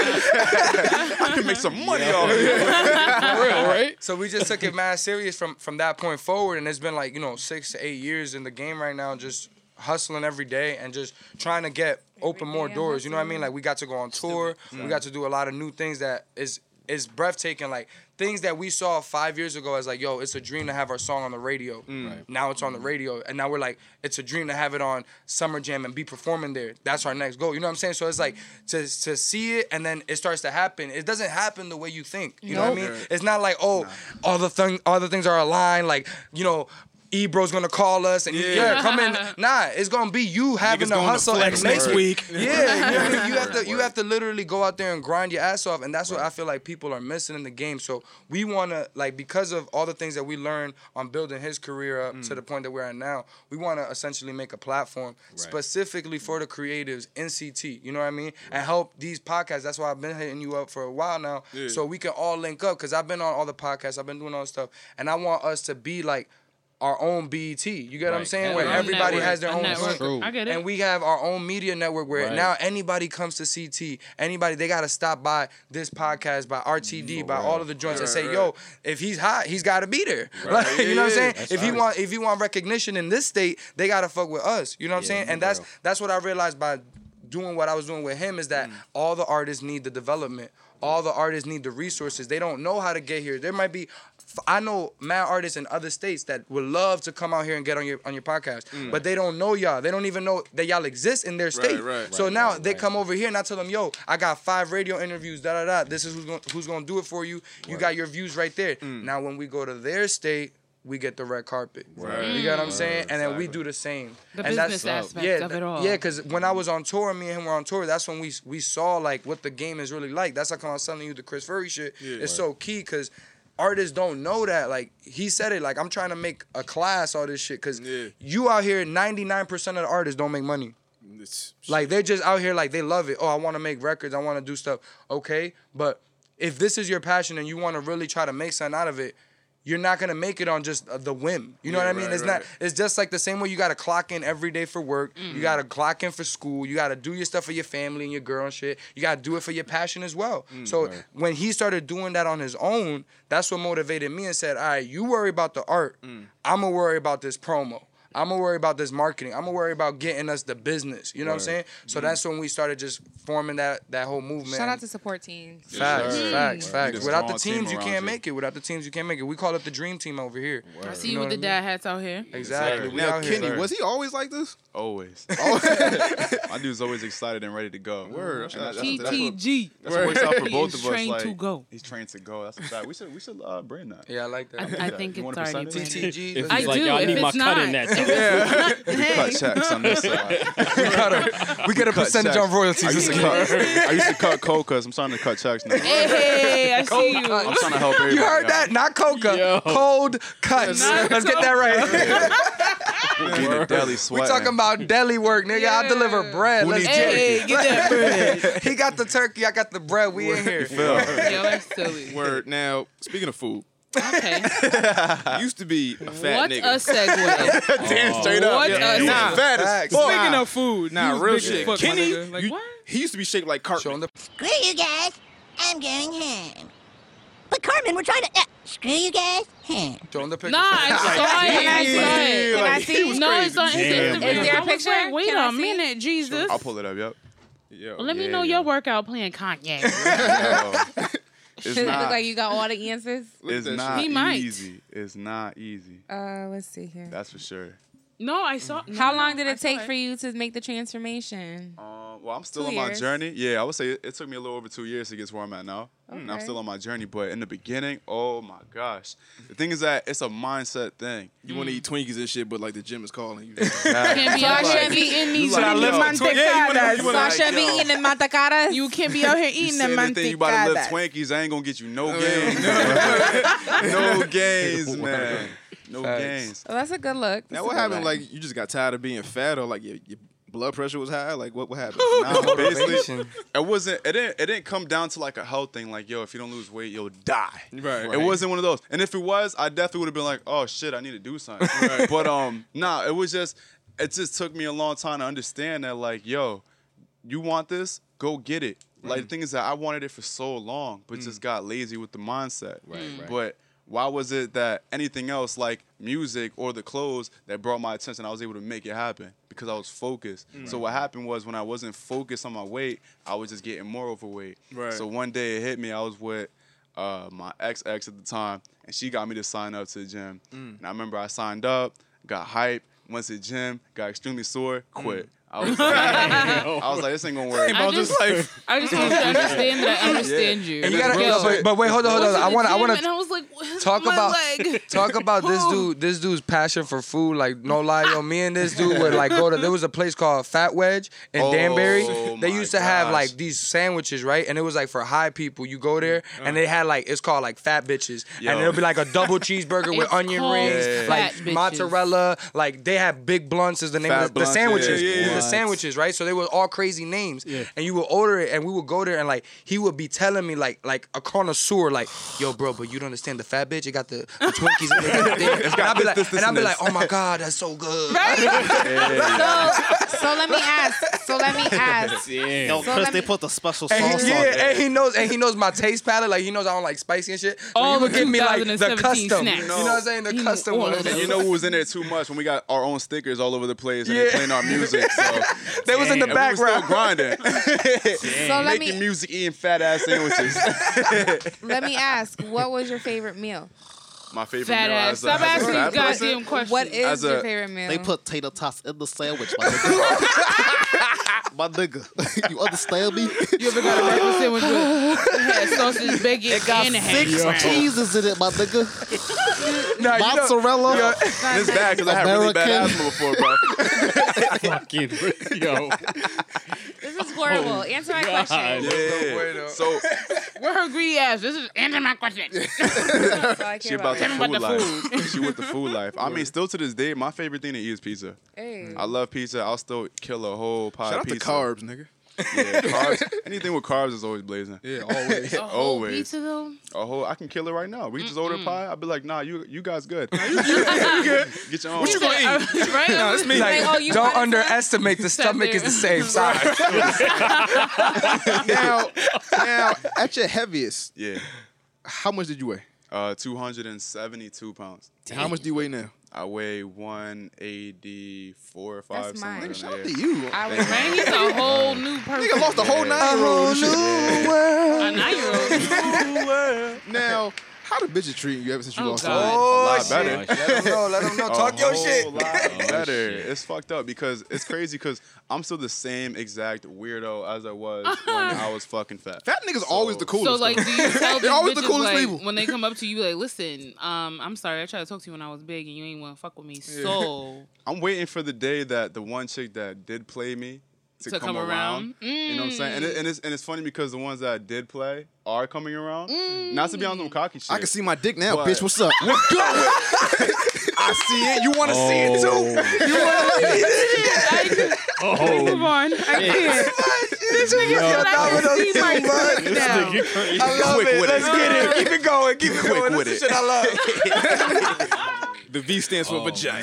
C: I can make some money off it.
K: For
G: <laughs>
K: real, right?
C: So we just took it mad serious from from that point forward, and it's been like you know six to eight years in the game right now, just hustling every day and just trying to get open more doors. You know what I mean? Like we got to go on tour, we got to do a lot of new things that is is breathtaking. Like things that we saw five years ago as like yo, it's a dream to have our song on the radio. Now it's on the radio, and now we're like, it's a dream to have it on Summer Jam and be performing there. That's our next goal. You know what I'm saying? So it's like to to see it, and then it starts to happen. It doesn't happen the way you think. You know what I
R: Nope.
C: mean?
R: Yeah.
C: It's not like oh, all the thing, all the things are aligned. Like you know. Ebro's gonna call us and yeah,
R: Yeah.
C: come in. Nah, it's gonna be you having
R: Niggas
C: to
R: going to
C: hustle
R: flex
C: and make
R: next
C: it.
R: week.
C: Yeah, you,
R: <laughs>
C: know what I mean? You have
R: Word,
C: to you have to literally go out there and grind your ass off, and that's what I feel like people are missing in the game. So we wanna like because of all the things that we learned on building his career up
R: Mm.
C: to the point that we're at now, we wanna essentially make a platform specifically for the creatives in CT. You know what I mean? And help these podcasts. That's why I've been hitting you up for a while now,
R: Yeah.
C: so we can all link up. Cause I've been on all the podcasts, I've been doing all this stuff, and I want us to be like our own BET. You get what I'm
R: Right.
C: saying?
R: Yeah.
C: Where
R: Our own
C: everybody
R: network.
C: has their
R: Our
C: own
R: network. True. I get it.
C: And we have our own media network where
R: Right.
C: now anybody comes to CT, anybody, they got to stop by this podcast, by RTD, by all of the joints and
R: Right,
C: say,
R: right,
C: yo, if he's hot, he's got to be there.
R: Right.
C: <laughs> Like, you know what I'm
R: Yeah,
C: saying?
R: that's
C: if he
R: right.
C: want if you want recognition in this state, they got to fuck with us. You know what I'm
R: Yeah,
C: saying?
R: for
C: And that's
R: real.
C: that's what I realized by doing what I was doing with him is
R: Mm.
C: that all the artists need the development. All the artists need the resources. They don't know how to get here. There might be f- I know mad artists in other states that would love to come out here and get on your on your podcast,
R: Mm.
C: but they don't know y'all. They don't even know that y'all exist in their
R: Right,
C: state.
R: right.
C: So
R: Right,
C: now
R: right,
C: they
R: right.
C: come over here and I tell them, "Yo, I got five radio interviews. Da da da. This is who's going who's going to do it for you. You got your views right there."
R: Mm.
C: Now when we go to their state, we get the red carpet.
R: Right.
C: You get what I'm
R: Mm.
C: saying? And then we
R: Exactly.
C: do the same.
R: The
C: and that's-
R: business aspect
C: yeah,
R: of
C: th-
R: it all.
C: Yeah, because when I was on tour, me and him were on tour. That's when we we saw like what the game is really like. That's how come I was telling you the Chris Furry shit
R: Yeah.
C: is
R: Right.
C: so key because artists don't know that. Like he said it. Like I'm trying to make a class all this shit because you out here, 99% of the artists don't make money. Like they're just out here like they love it. Oh, I want to make records. I want to do stuff. Okay, but if this is your passion and you want to really try to make something out of it, you're not gonna make it on just uh, the whim. You know
R: Yeah,
C: what I mean?
R: right,
C: it's
R: right.
C: not. It's just like the same way you gotta clock in every day for work.
R: Mm.
C: You gotta clock in for school. You gotta do your stuff for your family and your girl and shit. You gotta do it for your passion as well.
R: Mm,
C: so
R: right.
C: when he started doing that on his own, that's what motivated me and said, "All right, you worry about the art.
R: Mm.
C: I'm gonna worry about this promo. I'm gonna worry about this marketing. I'm gonna worry about getting us the business. You know what I'm
F: Word.
C: saying? So
R: Mm-hmm.
F: Mhm.
C: that's when we started just forming that that whole movement.
F: Shout out to support teams.
C: Facts, facts, facts.
R: Need a
C: Without the
R: strong team
C: teams, you
R: around
C: can't
R: you.
C: make it. Without the teams, you can't make it. We call it the dream team over here.
G: I see you with the dad hats out here.
C: Exactly. We
K: Now,
C: out here.
K: Kenny, was he always like this?
D: Always.
K: <laughs>
D: My dude's always excited and ready to go. And
K: Word.
D: that- that's-
K: T-
D: that's what-
G: TTG.
D: That's what works out for
G: He
D: both
G: is
D: of us.
G: trained
D: like,
G: to go.
D: He's trained to go. That's a fact. We should we should uh, bring that.
C: Yeah, I like
G: I, I think
D: You want
G: it's
D: a
G: already
D: percentage?
G: planned.
D: If
G: I
D: he's like,
G: do.
D: y'all
G: if
D: need
G: it's
D: my cut
G: not.
D: in that.
G: If
D: We
G: it's-
D: cut checks on this side.
C: we got a, <laughs> we get a
D: Cut
C: percentage
D: checks.
C: on royalties.
D: I used to cut, I used to cut cold cuts. I'm starting to cut checks now.
G: Hey, I see you.
D: I'm trying to help everybody.
C: You heard
D: out.
C: that? Not coca. Cold cuts.
R: Not
C: Let's get that right.
D: Getting a deli
C: we
D: sweat.
C: talking about deli work, nigga. I deliver bread.
D: Who
C: Let's
D: needs
C: get
D: Hey,
C: it.
D: get that
C: bread. <laughs> he got the turkey. I got the bread. We in here.
G: <laughs> Yo, that's silly.
K: Word. Now, speaking of food,
G: Okay.
K: used to be a fat
G: What
K: nigga.
G: a segue.
K: Damn,
D: Oh.
K: straight up.
G: What
K: yeah.
G: a
K: He was
G: segue.
K: fat as
G: Facts.
K: fuck.
G: Speaking
K: Nah.
G: of food,
K: nah,
G: he was
K: real
G: big as
K: shit.
G: fuck, my
K: Kenny,
G: nigga. Like,
K: you- he used to be shaped like Cartman.
S: Screw you guys. I'm going home. But Carmen, we're trying to. Uh, screw you guys. Home.
C: Showing the picture.
G: Nah,
C: <laughs>
G: I saw it. I saw it.
C: Like, he was
G: No,
C: crazy.
G: it's on
D: Damn,
G: Instagram.
D: man. Is there
G: I
D: a
G: was
S: picture?
G: Like, Wait
S: Can I
G: a
S: see
G: minute, Jesus.
D: I'll pull it up. Yep. Yo,
G: Let me
D: yeah,
G: know
D: yo.
G: <laughs> your workout plan, Kanye.
D: <laughs> It's
F: Look
D: not.
F: like you got all the answers.
D: It's
G: that
D: not
G: shit. He might.
D: easy. It's not easy.
F: Uh, let's see here.
D: That's for sure.
G: no, I saw. no,
F: How
G: no,
F: long did
G: I
F: it
G: saw
F: take for you to make the transformation?
D: Um, well, I'm still
F: Two
D: on my
F: years.
D: journey. Yeah, I would say it, it took me a little over two years to get to where I'm at now. And I'm
F: Okay.
D: still on my journey, but in the beginning, oh my gosh. The thing is that it's a mindset thing.
K: You wanna Mm. eat
D: Twinkies and shit, but like the gym is calling you.
G: Can't be out here eating these
F: eating mantecadas.
G: You can't be out here eating
D: Say
G: them
D: anything, <laughs> you about to live
G: mantecadas.
D: Twinkies, I ain't gonna get you
K: Oh,
D: no gains.
K: <laughs>
D: no gains, man. No
K: Facts.
D: gains.
F: Well, that's a good look. That's
K: Now
F: a
K: what
F: good
K: happened?
F: look.
K: Like you just got tired of being fat, or like your, your blood pressure was high? Like what? What happened?
D: <laughs> Nah, basically, it wasn't. It didn't. It didn't come down to like a health thing. Like, yo, if you don't lose weight, you'll die.
K: Right.
D: It wasn't one of those. And if it was, I definitely would have been like, oh shit, I need to do something. But um, nah, it was just. It just took me a long time to understand that, like, yo, you want this, go get it. Like
K: Mm-hmm.
D: the thing is that I wanted it for so long, but just got lazy with the mindset.
K: Mm. Right, right.
D: But why was it that anything else like music or the clothes that brought my attention, I was able to make it happen because I was focused.
K: Mm.
D: So what happened was when I wasn't focused on my weight, I was just getting more overweight.
K: Right.
D: So one day it hit me. I was with uh, my ex ex at the time, and she got me to sign up to the gym.
K: Mm.
D: And I remember I signed up, got hype, went to the gym, got extremely sore, quit. <laughs> I was, I was like, this ain't gonna work.
G: I just- I just want you to understand that I understand you.
D: And
G: You
D: it's
G: gotta-
D: real
G: yo,
D: shit.
C: but wait, hold on, hold on. I wanna- I wanna
G: And I was like,
C: Talk
G: my
C: about
G: leg.
C: talk about this
G: Who?
C: dude this dude's passion for food. Like no lie, yo, me and this dude would like go to there was a place called Fat Wedge in
D: Oh,
C: Danbury. They
D: my
C: used to have
D: gosh.
C: like these sandwiches, right? And it was like for high people. You go there and they had like it's called like fat bitches.
D: Uh-huh. Yo.
C: And it'll be like a
D: <laughs>
C: double cheeseburger with
D: It's
C: onion
D: called
C: rings,
D: Fat
C: like
D: Bitches.
C: mozzarella. Like they had big blunts is the name
D: Fat
C: of the, the
D: Blunts, yeah,
C: sandwiches.
D: yeah, yeah.
C: The
D: What?
C: sandwiches, right? So they were all crazy names. And you would order it and we would go there and like he would be telling me like like a connoisseur, like, yo, bro, but you don't understand the fat bitch. It got the, the Twinkies in it. it got the thing."
D: It's
C: and
D: got
C: I'll be
D: this,
C: like,
D: this, this,
C: and I'll
D: and
C: be like,
D: this.
C: oh my God, that's so good.
F: So, so let me ask. So let me
D: <laughs>
F: ask.
R: Yo,
C: So
R: Chris,
C: let
R: they
C: me-
R: put the special
C: And
R: sauce
C: he, yeah,
R: on it.
C: and he knows, and he knows my taste palette. Like he knows I don't like spicy and shit. So
G: All
C: he would
G: the
C: give me like the
G: 2017
C: custom.
G: snacks.
C: You know what I'm saying? The custom one.
D: And you know who was in there too much when we got our own stickers all over the place and they
C: Yeah.
D: playing our music. So <laughs>
C: They was in the
D: And we were still
C: background.
D: <laughs> grinding,
F: So let
D: making
F: me-
D: music, eating fat ass <laughs> sandwiches.
F: Let me ask. What was your favorite
D: <laughs>
F: meal?
D: My favorite
F: Fat
D: meal
F: ass.
D: as a- as
F: Stop
D: a
F: asking
D: fat
F: these goddamn
D: person?
F: questions. What is
D: As
F: your
D: a-
F: favorite meal?
E: Mm.
R: They put tater tots in the sandwich, my nigga. my nigga, <laughs> you understand me?
G: You ever got a breakfast sandwich <laughs> with it had sausage, bacon,
R: It got
G: and a
R: six
G: hash brown?
R: cheeses in it, my nigga.
C: Nah, you know-
R: Mozzarella.
C: yo,
R: <laughs>
D: And it's bad because I had really bad
R: American.
D: asthma before, bro.
R: Fucking <laughs> yo.
F: This is horrible.
D: Oh
F: Answer
D: <laughs>
F: my question.
D: Yeah. So
G: Where her greedy ass? This is answering my question. <laughs>
D: she about the
G: Tell me about
D: food
G: the
D: life. <laughs> she with the food life. I mean, still to this day, my favorite thing to eat is pizza.
F: Hey.
D: I love pizza. I'll still kill a whole pie
K: Shout
D: of
K: out to
D: pizza.
K: carbs, nigga.
D: Yeah,
K: <laughs>
D: carbs. Anything with carbs is always blazing.
K: Yeah,
D: <laughs>
K: always.
G: A whole
D: always.
G: pizza though.
D: <laughs> A whole. I can kill it right now. We just order pie. I'd be like, nah, you you guys good. <laughs> Get your own.
G: What you gonna eat? <laughs> Right?
C: No, it's me.
G: "Oh, Like, oh, you
C: don't
G: wanted
C: underestimate the stomach is the
G: <laughs>
C: same size.
K: now, now, at your heaviest,
D: Yeah.
K: how much did you weigh?
D: Uh, 272 pounds.
K: And How much do you weigh now?
D: I weigh 184 or 5.
K: That's
D: somewhere
K: mine.
D: in
K: Shout out
D: there.
K: to you. I
D: Thank you.
G: Man, he's a whole new person.
K: <laughs> Nigga lost a whole
D: Yeah.
K: nine year old.
G: A
K: <laughs>
G: nine-year-old.
K: Now, how the bitches treating you ever since you
G: Oh,
K: lost
G: God.
K: weight?
C: Oh,
D: lot
C: shit.
D: better.
C: Let 'em know, let 'em know.
D: A
C: Talk your
D: whole
C: shit.
D: lot better. It's fucked up because it's crazy because I'm still the same exact weirdo as I was when I was fucking fat.
K: Fat niggas always the coolest.
G: So like, do
K: <laughs>
G: you tell
K: They're
G: these always
K: always the coolest
G: like,
K: people.
G: when they come up to you like, listen, um, I'm sorry, I tried to talk to you when I was big and you ain't want to fuck with me,
K: <laughs>
G: so
D: I'm waiting for the day that the one chick that did play me to,
G: To come around?
D: You know what I'm saying? And, it, and it's and it's funny because the ones that I did play are coming around. Not to be on some cocky shit. <laughs>
K: I can see my dick now,
D: But-
K: bitch. What's up? What's good? I see it. You want to see it too? You want to see
G: <laughs>
K: it?
G: Come on, I can't.
C: This nigga
G: said I can see my
C: I
G: dick now.
C: I love
K: Quick
C: it.
K: with
C: Let's
K: it.
C: get it. Keep it going. Keep it going.
K: with
C: This is
K: it.
C: shit I love.
D: <laughs>
K: The V stands for vagina.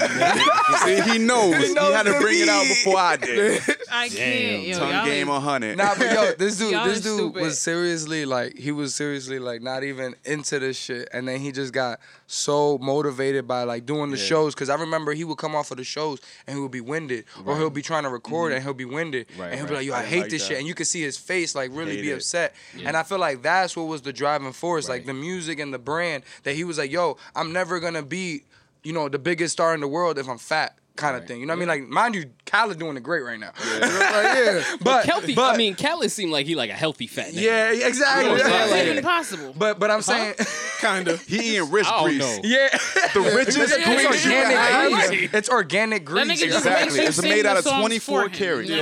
K: see, he knows.
D: He had to bring it out before I did.
G: I can't. Yo,
D: Tongue
G: y'all
D: game
G: ain't-
D: 100.
C: Nah, but yo, this dude,
G: Y'all
C: this
G: is
C: dude
G: stupid.
C: was seriously like, he was seriously like not even into this shit, and then he just got so motivated by like doing the
K: Yeah.
C: shows. Cause I remember he would come off of the shows and he would be winded, or
K: Right. Mm-hmm.
C: he'll be trying to record and he'll be winded,
K: Right,
C: and he'll be
K: right.
C: like, yo,
K: I
C: I
K: didn't
C: hate
K: like
C: this
K: that.
C: shit, and you could see his face like really
K: Hate
C: be
K: it.
C: upset. And I feel like that's what was the driving force, like the music and the brand that he was like, yo, I'm never gonna be, you know, the biggest star in the world if I'm fat. Kind of thing, you know what I mean? Like, mind you, Kyle is doing it great right now.
E: Yeah.
C: Like, yeah. <laughs> But,
E: But, Kelty,
C: but
E: I mean, Callis seemed like he like a healthy fat. Nigga.
C: yeah, exactly.
E: You know what I'm saying?
C: Like,
E: Like,
G: possible.
C: But but I'm saying
D: kind of. He eating rich
E: I don't
D: grease.
E: know.
C: <laughs> Yeah.
D: The
C: Yeah,
D: richest
C: it's
D: grease you
C: organic
D: can have.
C: grease. It's organic
D: That
C: grease.
D: nigga just Exactly. makes you It's sing made out the of songs 24 for him. carats. Yeah.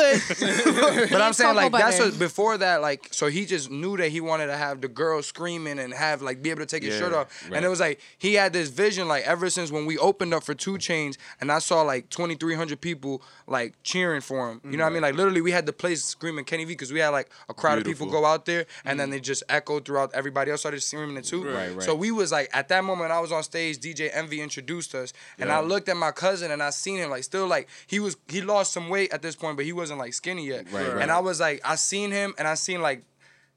D: Gold.
C: but I'm
D: And
C: saying like
D: cocoa
C: that's
D: butter.
C: what before that like so he just knew that he wanted to have the girl screaming and have like be able to take his
D: Yeah,
C: shirt off
D: right.
C: and it was like he had this vision like ever since when we opened up for Two Chains and I saw like 2,300 people like cheering for him you
D: Mm.
C: know what I mean like literally we had the place screaming Kenny V because we had like a crowd of people
D: Beautiful. Mm.
C: go out there and then they just echoed throughout everybody else started screaming it too
D: Right, right.
C: so we was like at that moment I was on stage DJ Envy introduced us and
D: Yeah.
C: I looked at my cousin and I seen him like still like he was he lost some weight at this point but he wasn't like skinny yet
D: Right,
C: and
D: right.
C: I was like, I seen him and I seen like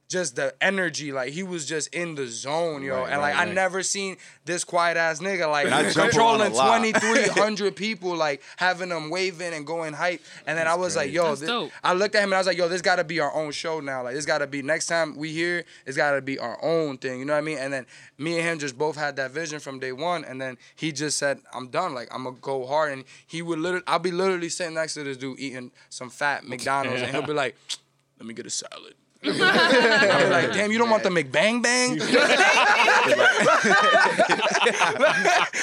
C: just the energy. Like he was just in the zone, yo.
D: Right,
C: and like
D: right,
C: I
D: right.
C: never seen this quiet ass nigga
D: And I
C: like
D: jump around a
C: controlling
D: lot. <laughs>
C: twenty three hundred people, like having them waving and going hype. And then I was like,
D: crazy.
C: yo,
D: That's
C: thi-
D: dope.
C: I looked at him and I was like, yo, this gotta be our own show now. Like this gotta be next time we here, it's gotta be our own thing. You know what I mean? And then me and him just both had that vision from day one. And then he just said, I'm done. Like I'm gonna go hard. And he would literally, I'll be literally sitting next to this dude eating some fat McDonald's, and he'll be like, let me get a salad. <laughs> I'll be like, damn, you don't want the McBang Bang? <laughs>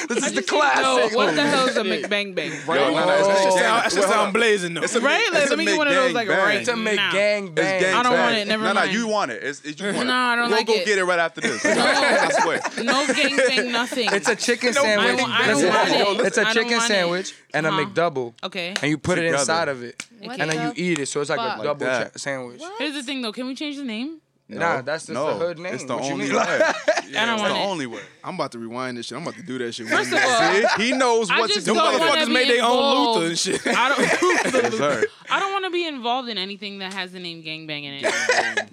C: this is the classic.
G: No, what the hell's a McBang Bang?
D: Yo, no, no, it's- it's- it's- it's-
K: sound blazing though.
D: it's a
G: Right?
D: Mc-
G: Like,
D: it's
G: let
D: a
G: me get one of those,
D: McGangbang.
G: like, right
D: It's a
G: now. It's
D: McGangbang.
G: I don't want
D: bang.
G: it, never
D: No, no,
G: mind.
D: you want it. It's, it's you want
G: No, I don't
D: it. We'll
G: like
D: go
G: it.
D: get it right after this. I swear.
G: No gangbang, nothing.
C: It's a chicken
G: No
C: sandwich.
G: gangbang. I don't- I don't
C: Listen,
G: want it.
C: It's
G: I
C: a
G: don't
C: chicken
G: want it. Uh-huh.
C: sandwich and a
G: Huh.
C: McDouble.
G: Okay.
C: And you put it
D: Together.
C: inside of it.
G: What
C: and then you
G: the
C: eat it. So it's like
G: fuck?
C: a double
D: Like
C: cha- sandwich.
G: Here's the thing, though. Can we change the name?
C: Nah, that's just the hood name.
D: It's the
C: What you
D: only <laughs>
C: mean?
D: way.
C: Like-
G: I don't want it.
D: way.
K: I'm about to rewind this shit. I'm about to do that shit.
G: First of all,
K: See? he knows
G: I
K: what to
G: just
K: do. Them
G: don't wanna
K: motherfuckers
G: be
K: made their own Luther
G: involved.
K: and
D: <laughs>
K: shit.
G: I don't. <laughs>
K: Yes, sir.
G: I don't want to be involved in anything that has the name gangbang in it.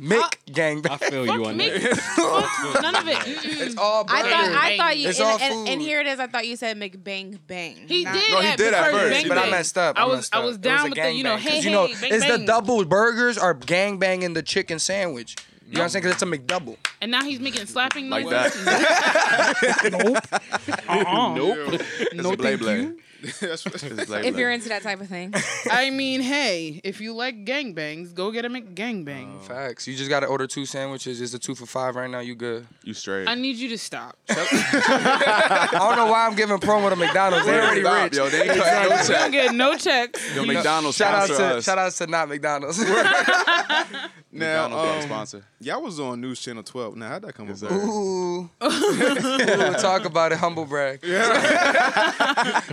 C: Mick gangbang. I
E: feel you on
C: <laughs>
G: Mick.
E: that.
G: Fuck, None of it.
C: It's all
F: I
C: burgers.
F: thought I thought you
C: It's all
F: and, and, and
C: food.
F: here it is. I thought you said McBang Bang.
G: He
F: Not-
G: did.
C: No, he
G: at
C: did at
G: first,
C: first,
G: bang,
C: but I
G: bang.
C: messed up.
G: I was-
C: messed up.
G: I was
C: It
G: down
C: a
G: with the, you know,
C: gangbang. 'Cause
G: hey,
C: you know,
G: hey, bang,
C: it's
G: bang.
C: the double burgers or gang bang in the chicken sandwich. You know what I'm saying? Because it's a McDouble.
G: And now he's making slapping
C: Like
G: noises.
D: <laughs>
C: Nope.
D: No, blay blay. That's what
F: if you're into that type
C: <laughs>
F: of thing,
G: I mean, hey, if you like gangbangs, go get a
C: Oh.
G: McGangbang.
C: Facts. You just gotta order two sandwiches. It's a two for five right now. You good?
D: You straight.
G: I need you to stop.
C: I don't know why I'm giving promo to McDonald's. They're already
D: Stop,
C: rich.
D: yo. They ain't cutting no
C: Exactly.
G: You don't get
C: <laughs>
G: no checks.
D: Yo, McDonald's
C: shout out
D: sponsor
C: to
D: us.
C: shout out to not McDonald's.
D: McDonald's
K: Now, um,
D: got a sponsor.
K: Y'all was on News Channel 12. Now, how'd that come about?
C: Ooh. Ooh, talk about it, humble brag.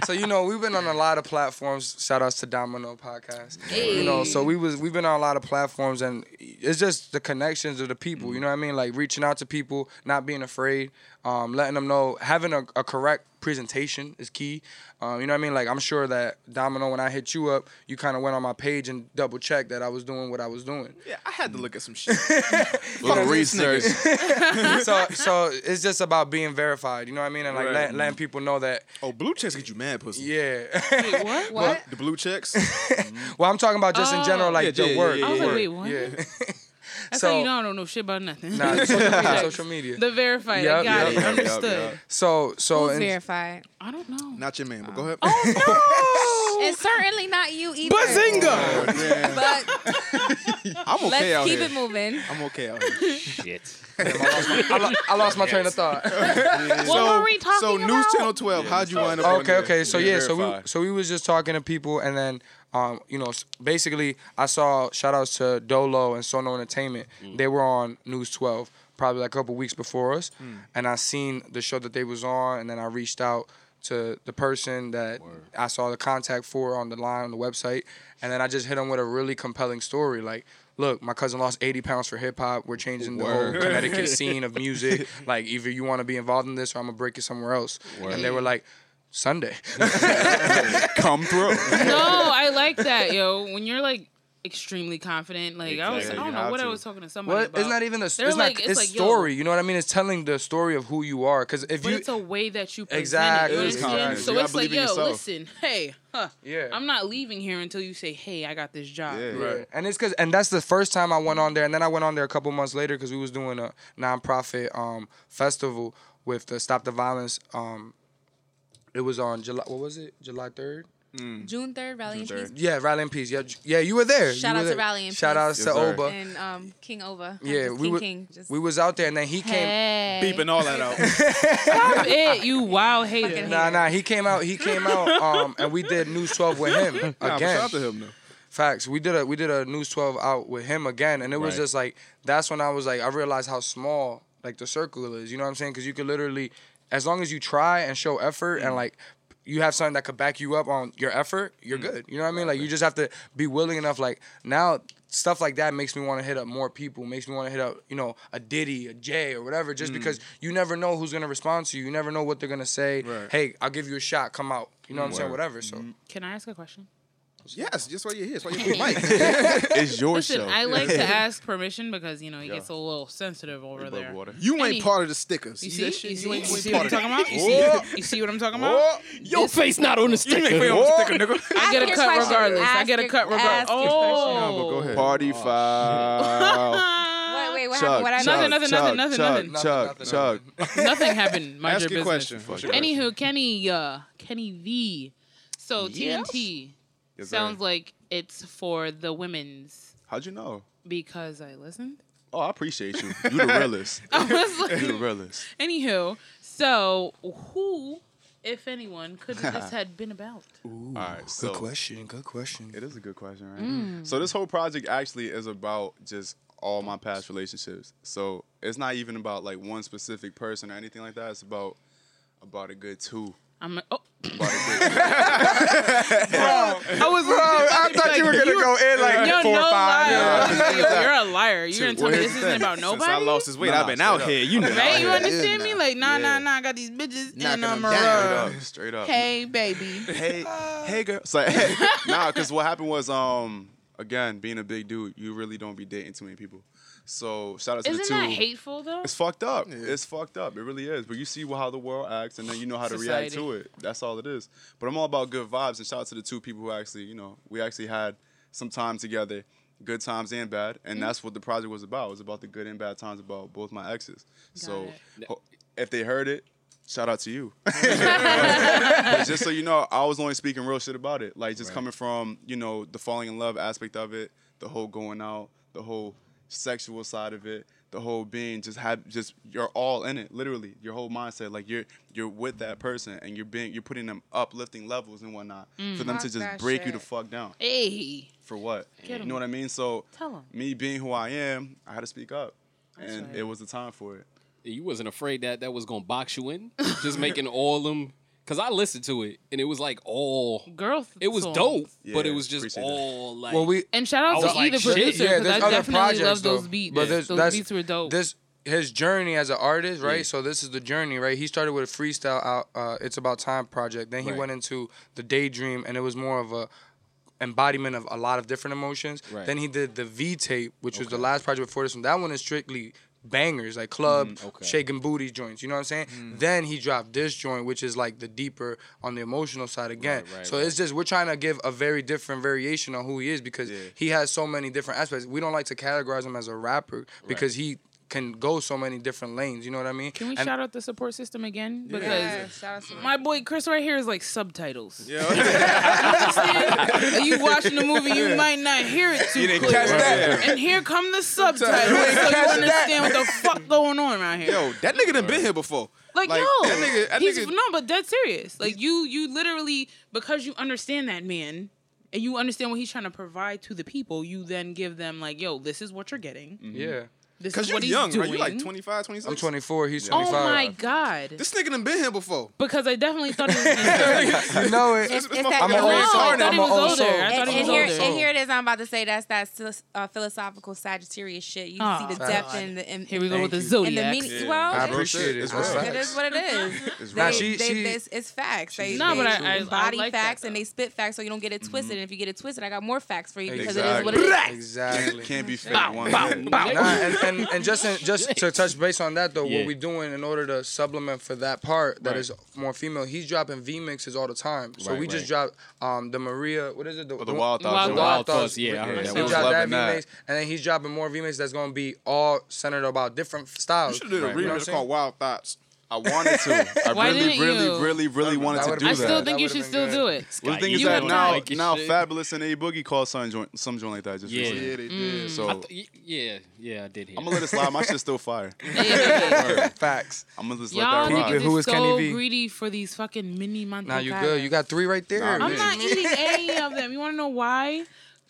C: <laughs> so you know we've been on a lot of platforms. Shout outs to Domino Podcast. You know, so we was we've been on a lot of platforms, and it's just the connections of the people. You know what I mean? Like reaching out to people, not being afraid, um, letting them know, having a, a correct presentation is key. Um, you know what I mean? Like I'm sure that Domino, when I hit you up, you kind of went on my page and double checked that I was doing what I was doing.
K: Yeah, I had to look at some shit.
D: Little
K: Fuck this
D: research.
C: so so it's just about being verified. You know what I mean? And like
K: Right.
C: letting, letting people know that.
K: Oh, blue checks get you mad, pussy.
C: Yeah. <laughs>
G: what?
K: The blue checks?
C: well, I'm talking about just in general, like
K: Yeah,
C: the
K: yeah,
C: work.
K: yeah,
G: Oh. <laughs> I was
C: the
G: like,
C: work.
G: wait, what?
C: <laughs> Yeah.
G: That's
C: So-
G: how you know I don't know shit about nothing.
C: Nah, it's social media. social media.
G: <laughs> The verified. I
C: Yup,
G: got
C: yup,
G: it.
C: yup, yup,
G: Understood.
C: yup. So so
F: who's
C: in-
F: verified?
G: I don't know.
K: Not your man, but go ahead.
F: It's certainly not you either.
K: Bazinga!
C: <laughs>
F: But
K: <laughs> I'm okay
F: let's
K: out
F: keep
K: here.
F: it moving.
K: I'm okay out here. Shit.
C: I lo- I lost my train of thought.
K: What
C: So-
G: were we talking
K: so News Channel 12, how'd you wind up on
C: Okay,
K: there?
C: okay. So
K: Yeah,
C: yeah, so we <laughs>
K: verified.
C: so we was just talking to people, and then um, you know, s- basically, I saw shout outs to Dolo and Sono Entertainment. They were on News 12 probably like a couple weeks before us,
K: Mm.
C: and I seen the show that they was on, and then I reached out to the person that I saw the contact for on the line on the website, and then I just hit them with a really compelling story, like. Look, my cousin lost 80 pounds for hip hop. We're changing the whole
D: Word.
C: Connecticut scene of music. Like, either you want to be involved in this or I'm going to break it somewhere else.
D: Word.
C: And they were like, Sunday.
D: Come through.
C: <laughs>
G: no, I like that, yo. When you're like extremely confident, like I was, I
C: Exactly.
G: don't
C: You
G: know
C: have
G: what I
C: to.
G: was talking to somebody
C: Well, <laughs>
G: about.
C: it's not even the it's
G: They're
C: not
G: like-
C: it's,
G: like, yo,
C: story. You know what I mean? It's telling the story of who you are. Because if
G: but
C: you
G: it's a way that you present
C: Exactly.
G: it.
C: It
G: You
C: is
G: understand?
C: confidence.
G: So
C: You gotta
G: it's like,
C: believe in
G: yo,
C: yourself.
G: listen, hey, huh,
C: Yeah.
G: I'm not leaving here until you say, hey, I got this job.
C: Right. And it's cause and that's the first time I went on there. And then I went on there a couple months later because we was doing a nonprofit um festival with the Stop the Violence. Um it was on July what was it? July third? Mm.
F: June 3rd, Rally and Peace.
C: Yeah, Rally in Peace. Yeah, j- yeah, you were there. You
F: Shout
C: were
F: out to
C: there.
F: Rally and
C: Shout out
F: Peace.
C: to Oba.
F: And um, King Over.
C: Yeah,
F: King
C: we were,
F: King. Just
C: we was out there, and then he came
F: Hey. Beeping
C: all that out.
G: Stop it, you wild hater.
C: Nah, nah, he came out. He came
G: <laughs>
C: out, um, and we did News 12 with him again.
K: <laughs> Nah, but shout out to him, though.
C: Facts. We did a we did a News 12 out with him again, and it was
K: Right.
C: just like that's when I was like I realized how small like the circle is. You know what I'm saying? Because you could literally, as long as you try and show effort
K: Mm-hmm.
C: and like. You have something that could back you up on your effort, you're
K: Mm-hmm.
C: good. You know what I mean? Like, you just have to be willing enough. Like, now stuff like that makes me want to hit up more people, makes me want to hit up, you know, a Diddy, a Jay, or whatever, just
K: Mm.
C: because you never know who's going to respond to you. You never know what they're going to say.
K: Right.
C: Hey, I'll give you a shot, come out. You know what I'm saying?
K: Word. Mm-hmm.
C: Whatever. So,
G: Can I ask a question?
K: Yes, just why you're here. That's why you're Mike.
C: It's your
G: Listen,
C: show.
G: I like to
C: Yeah.
G: ask permission because you know it
K: Yeah.
G: gets a little sensitive over there.
K: You ain't
G: Any-
K: part of the stickers.
G: You see,
K: that shit?
G: you see, you
K: ain't
G: see what I'm
K: part of
G: talking
K: that.
G: about? You see, you see what I'm talking about?
K: Your
G: This-
K: face not on the
G: You ain't
K: sticker.
G: face on the
K: Whoa.
G: sticker, nigga. I
K: Ask
G: get a
K: your
G: cut
K: question.
G: regardless. I
K: Ask
G: get a
K: your-
G: cut regardless.
K: ask your question. No, but go
G: Oh,
K: ahead.
D: Party
G: <laughs>
K: <laughs>
D: foul.
F: wait, wait,
D: Chuck,
F: what happened? What I
D: Chuck,
F: missed?
D: Chuck,
G: Nothing, nothing, nothing,
D: Chuck,
G: nothing.
D: Chuck, Chuck.
G: nothing happened. Mind
D: Ask
G: your,
D: your
G: business.
D: question. Fuck your
G: Anywho, Kenny, uh, Kenny V. So TNT
D: Yes, sir.
G: sounds like it's for the women's
D: How'd you know?
G: because I listened.
D: Oh, I appreciate you. You the
G: <laughs>
D: realest.
G: I was like-
D: you the realest.
G: Anywho, so who, if anyone, could this had been about?
D: All right, so
C: good question. Good question.
D: It is a good question, right?
G: Mm.
D: So this whole project actually is about just all my past relationships. So it's not even about like one specific person or anything like that. It's about about a good two.
G: I'm oh. <laughs>
C: I was Bro, I thought you were gonna go in like
G: Yo,
C: four
G: no
C: or five.
G: lie.
C: Yeah.
G: Yo, You're a liar. You're
D: <laughs>
G: gonna tell me
C: Where's
G: this isn't
C: that?
G: about
C: Since I
G: nobody.
C: lost his weight,
D: Nah,
C: I've been
D: straight
C: out
D: up.
C: here, you
D: Nah,
C: know.
G: Right? You
D: yeah.
G: understand me? Like, nah,
D: Yeah.
G: nah, nah. I got these bitches
D: Knocking
G: and I'm a
D: them down.
G: rub.
D: Straight up.
G: Hey, baby.
D: Hey, hey, girl. So nah, because what happened was um again being a big dude, you really don't be dating too many people. So shout out to the
G: Isn't
D: two.
G: that hateful though?
D: It's fucked up. It's fucked up. It really is. But you see how the world acts, and then you know how to react to
G: Society.
D: it. That's all it is. But I'm all about good vibes. And shout out to the two people who actually, you know, we actually had some time together, good times and bad.
G: Mm.
D: And that's what the project was about. It was about the good and bad times about both my exes. so ho- if they heard it, shout out to you. but just so you know, I was only speaking real shit about it. Like just coming from, you know, the falling in love aspect of it, the whole going out, the whole sexual side of it, the whole being just have just you're all in it, literally. Your whole mindset. Like you're you're with that person and you're being you're putting them uplifting levels and whatnot
G: Mm.
D: for them
G: Fuck
D: to
G: that
D: just break you the
G: shit.
D: fuck down.
G: Hey.
D: For what?
G: Get 'em.
D: You know what I mean? So
G: Tell 'em.
D: me being who I am, I had to speak up. and
G: right.
D: it was the time for it.
E: You wasn't afraid that that was gonna box you in, just making all them. Cause I listened to it and it was like all
G: Girl
E: It was
G: songs.
E: dope, but
G: Yeah,
E: it was just
G: appreciate that.
E: all like.
C: Well, we
G: And shout out
E: I
G: to
E: was like,
G: either
E: shit.
G: producer, 'cause I definitely love those
C: though.
G: beats.
C: But there's-
G: Those
C: that's-
G: beats were dope.
C: This his journey as an artist, right? So this is the journey, right? He started with a freestyle out. Uh, it's about time project. Then he
K: Right.
C: went into the daydream, and it was more of a embodiment of a lot of different emotions.
K: Right.
C: Then he did the V tape, which was the last project before this one. That one is strictly bangers like club
K: Mm,
C: shaking booty joints you know what i'm saying then he dropped this joint which is like the deeper on the emotional side again
K: Right, right,
C: so it's just we're trying to give a very different variation on who he is because he has so many different aspects we don't like to categorize him as a rapper because he can go so many different lanes you know what i mean
G: Can we
C: And-
G: shout out the support system again?
C: Yeah.
G: Because
C: Yeah,
G: my boy Chris right here is like subtitles.
C: Yeah.
G: Understand? you watching the movie, you might not hear it too
C: You didn't
G: clear.
C: catch that.
G: And here come the subtitles,
K: You
G: so
K: didn't
G: you
K: catch
G: understand what
K: that.
G: the fuck going on around here.
K: Yo, that nigga done been here before.
G: Like,
K: Like,
G: yo,
K: that nigga- that
G: he's
K: nigga-
G: no, but dead serious. Like you, you literally because you understand that man, and you understand what he's trying to provide to the people. You then give them like, yo, this is what you're getting.
C: yeah
G: This
K: Mm. Cause
G: is
K: you're
G: what he's
K: young,
G: doing.
K: right? You like 25, 26?
C: i'm 24 he's
G: Oh
C: 25
G: my god!
K: This nigga done been here before.
G: Because I definitely thought
K: <laughs>
G: he was
C: <laughs>
G: <laughs>
C: you know it
K: It's- it's
F: that
C: i'm an
F: girl.
C: old
F: No, I
C: soul.
F: thought
C: i'm an
F: he was
C: old
G: older.
C: soul
G: I
F: And,
G: thought he
F: and
G: was
F: here,
G: older.
F: and here it is. I'm about to say that's that sil- uh, philosophical Sagittarius shit. You
G: Aw,
F: see the
G: God.
F: depth in the in,
G: Ah. Here we go with the
F: in
G: zodiacs.
F: meaning-
G: Yeah.
F: Well,
C: I
F: it-
C: appreciate it.
F: It's
C: That's
F: it
C: facts.
F: is what it is.
C: <laughs> It's
F: they,
C: real. Nah, she-
F: they-
C: she-
F: this- it's facts. They,
G: No,
F: they
G: but I- I- I
F: body
G: like that,
F: facts and they spit facts, so you don't get it
C: Mm-hmm.
F: twisted. And if you get it twisted, I got more facts for you because it is what it is.
C: Exactly.
D: Can't be fake.
C: Bow,
D: one
C: bow,
D: minute.
C: bow. <laughs> Nah, and, and, and just in, just to touch base on that though,
D: Yeah.
C: what we doing in order to supplement for that part that
K: Right.
C: is more female, he's dropping V mixes all the time. So
K: Right,
C: we just
K: right.
C: dropped um, the Maria, what is it?
K: Oh, the Wild Thoughts.
C: The
K: The Wild
C: Thoughts,
K: Thoughts, yeah, I heard
C: We
K: that. We was
C: dropped that
K: loving
C: V
K: that.
C: mix, and then he's dropping more V mixes that's gonna be all centered about different styles.
K: You should have did a
C: You know
K: remix
C: what I'm saying?
K: called Wild Thoughts.
D: I wanted to. I
T: Why
D: really,
T: didn't
D: really,
T: you?
D: really, really wanted
T: That
D: to
T: would've
D: do
T: been I
D: that.
T: still good. think That you should would've still been do good. it.
G: <laughs>
D: Well, the
T: Scott,
D: thing is
T: you
D: that
T: wanna
D: now,
T: make it
D: now
T: shit.
D: Fabulous and A Boogie called some joint, some joint like that just
E: Yeah.
D: recently.
E: Yeah, they did. Mm.
D: So
E: I th- y- yeah, yeah, I did hear
D: I'm gonna let it slide. My shit's still fire.
K: <laughs>
C: Facts.
D: I'm gonna just
G: Y'all
D: let that ride.
G: niggas is so greedy for these fucking mini Monte
C: Now you
G: Carlo.
C: good. You got three right there.
D: Nah, I'm
G: I'm not eating any of them. You want to know why?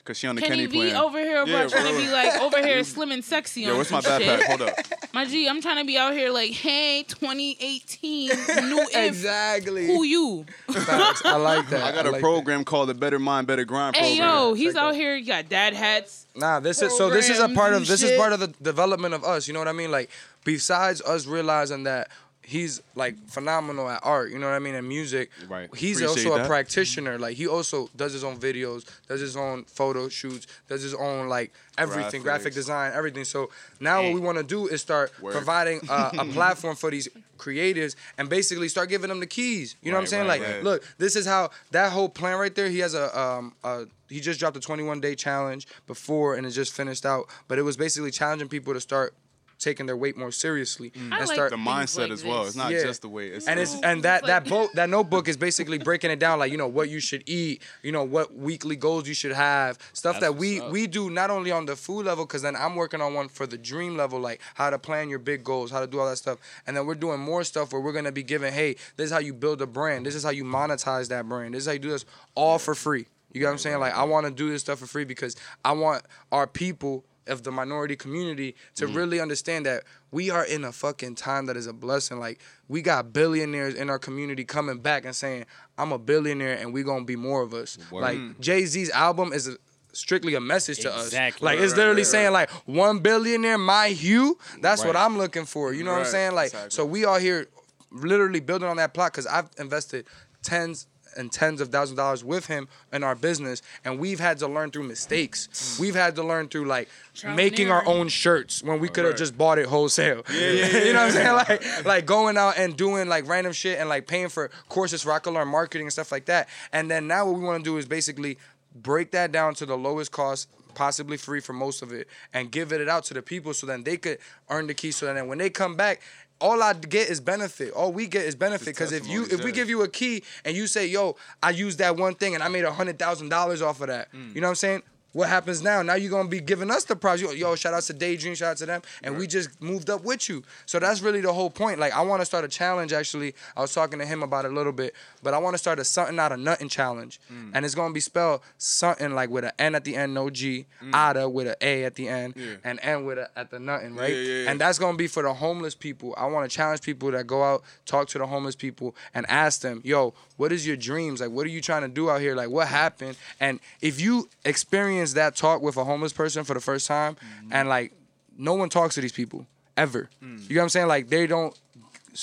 D: Cause she on the Kenny,
G: Kenny, V
D: plan.
G: over here
D: Yeah,
G: yeah, trying
D: right,
G: to be
D: right.
G: like over
D: <laughs>
G: here slim and sexy
D: Yo,
G: on
D: where's my
G: some
D: backpack?
G: shit.
D: Hold
K: <laughs>
D: up.
G: My G, I'm trying to be out here like, hey, 2018, new if.
C: Exactly.
G: Who you?
C: I
K: <laughs>
C: like that.
D: I got
C: I
D: a
C: like
D: program called the Better Mind, Better Grind
G: Hey
D: program.
G: yo, he's out here. You got dad hats.
C: Nah, this is so. This is a
G: programs
C: part of
G: and
C: this is
G: shit.
C: part of the development of us. You know what I mean? Like besides us realizing that he's like phenomenal at art. You know what I mean? And music. Right. He's
D: Appreciate
C: also a
D: that.
C: practitioner. Like he also does his own videos, does his own photo shoots, does his own like everything,
D: Graphics.
C: graphic design, everything. So now what we want to do is start
D: Word.
C: providing uh,
D: <laughs>
C: a platform for these creatives and basically start giving them the keys. You know what I'm
D: Right,
C: saying?
D: right,
C: like,
D: right.
C: look, this is how that whole plan right there. He has a um a, he just dropped a 21 day challenge before and it just finished out, but it was basically challenging people to start taking their weight more seriously
D: I
C: and
D: like
C: start
D: The things mindset like as well. It's this. not just the weight, it's
C: and
D: the-
C: it's and that that boat that notebook is basically breaking it down like you know what you should eat you know what weekly goals you should have stuff
R: That's
C: that we
R: what's up.
C: we do not only on the food level because then i'm working on one for the dream level like how to plan your big goals how to do all that stuff and then we're doing more stuff where we're going to be giving hey this is how you build a brand this is how you monetize that brand this is how you do this all for free you get what i'm saying like i want to do this stuff for free because i want our people of the minority community to
R: Mhm.
C: really understand that we are in a fucking time that is a blessing. Like we got billionaires in our community coming back and saying, "I'm a billionaire, and we gonna be more of us."
R: Word.
C: Like
R: Mm.
C: Jay Z's album is a, strictly a message to us.
R: Exactly.
C: Like
R: Right,
C: it's
R: right,
C: literally
R: right,
C: saying, like one billionaire, my hue. That's what
R: Right.
C: I'm looking for. You know what I'm
R: Right,
C: saying? Like
R: exactly.
C: so, we are here, literally building on that plot because I've invested tens and tens of thousands of dollars with him in our business and we've had to learn through mistakes we've had to learn through like
R: Mm. Trial and
C: making our
R: error.
C: own shirts when we could have
R: Right.
C: just bought it wholesale
R: Yeah, yeah, yeah,
C: <laughs> you know what i'm
R: yeah.
C: saying like like going out and doing like random shit and like paying for courses for I could learn marketing and stuff like that and then now what we want to do is basically break that down to the lowest cost possibly free for most of it and give it out to the people so then they could earn the key so then when they come back all I get is benefit. All we get is benefit because if you if we
R: testimonies,
C: give you a key and you say, "Yo, I used that one thing and I made a hundred thousand dollars off of that,"
R: Mm.
C: you know what I'm saying? What happens now? Now you're gonna be giving us the prize. Yo, yo, shout out to Daydream, shout out to them, and we just moved up with you. So that's really the whole point. Like I want to start a challenge. Actually, I was talking to him about it a little bit, but I want to start a something out of nothing challenge,
R: Mm.
C: and it's gonna be spelled something like with an N at the end, no G,
R: Mm.
C: Ada with an A at the end,
R: Yeah.
C: and N with a at the nothing, right?
R: Yeah, yeah, yeah.
C: And that's gonna be for the homeless people. I want to challenge people that go out, talk to the homeless people, and ask them, "Yo, what is your dreams? Like, what are you trying to do out here? Like, what happened?" And if you experience that talk with a homeless person for the first time, and like, no one talks to these people ever.
R: Mm-hmm. Mm.
C: You know what I'm saying? Like, they don't.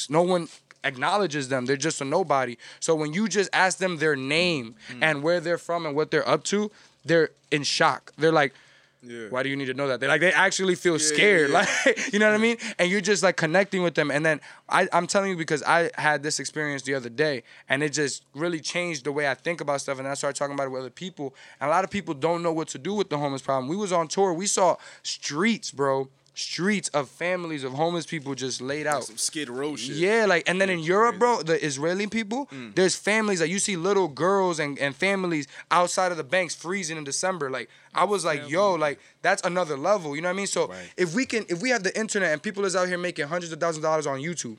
C: No one acknowledges them. They're just a nobody. So when you just ask them their name
R: Mm.
C: and where they're from and what they're up to, they're in shock. They're like. Why do you need to know that? They like they actually feel scared, like <laughs> you know what I mean. And you're just like connecting with them. And then I, I'm telling you because I had this experience the other day, and it just really changed the way I think about stuff. And I started talking about it with other people. And a lot of people don't know what to do with the homeless problem. We was on tour, we saw streets, bro, streets of families of homeless people just laid out.
K: Some Skid Row shit.
C: Yeah, like and then in Europe, bro, the Israeli people, there's families that you see little girls and, and families outside of the banks freezing in December. Like I was like, yo, like that's another level. You know what I mean? So if we can if we have the internet and people is out here making hundreds of thousands of dollars on YouTube,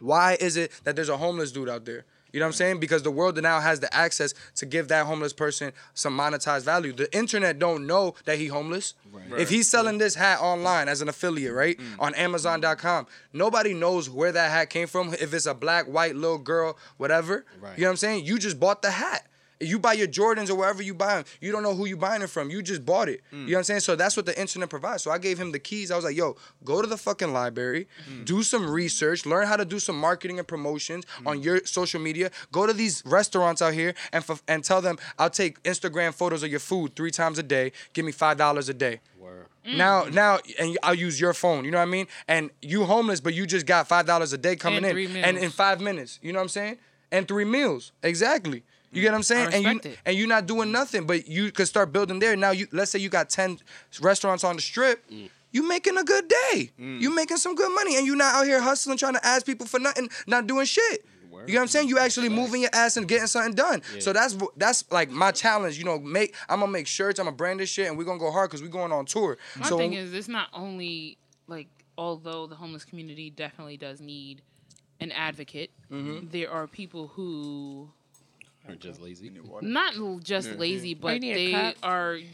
C: why is it that there's a homeless dude out there? You know what I'm saying? Because the world now has the access to give that homeless person some monetized value. The internet don't know that he homeless.
R: Right. Mm.
C: If he's selling this hat online as an affiliate, right? On Amazon.com, nobody knows where that hat came from. If it's a black, white, little girl, whatever. You know what I'm saying? You just bought the hat. You buy your Jordans or wherever you buy them. You don't know who you buying it from. You just bought it. You know what I'm saying? So that's what the internet provides. So I gave him the keys. I was like, yo, go to the fucking library, do some research, learn how to do some marketing and promotions on your social media. Go to these restaurants out here and f- and tell them, I'll take Instagram photos of your food three times a day. Give me five dollars a day. Now,
R: Mm-hmm.
C: now, and I'll use your phone. You know what I mean? And you homeless, but you just got five dollars a day coming
R: And
C: in,
R: three
C: and in
R: meals.
C: five minutes. You know what I'm saying? And three meals, exactly. You
G: Mm,
C: get what I'm saying? And you
R: respect it.
C: and you're not doing nothing, but you could start building there. Now, you let's say you got ten restaurants on the strip. you making a good day. You making some good money, and you not out here hustling, trying to ask people for nothing, not doing shit. You know what I'm saying? You actually moving your ass and getting something done.
R: Yeah.
C: So that's wh- that's like my challenge. You know, make I'm gonna make shirts, I'm gonna brand this shit, and we're gonna go hard because we're going on tour.
G: My
C: so
G: thing is, it's not only like although the homeless community definitely does need an advocate,
D: Mm-hmm.
E: Mhm.
G: there are people who
E: Or just lazy.
G: not l- just
E: Yeah.
G: lazy,
E: You
G: but
F: need a
G: they
F: cup.
G: are. <laughs>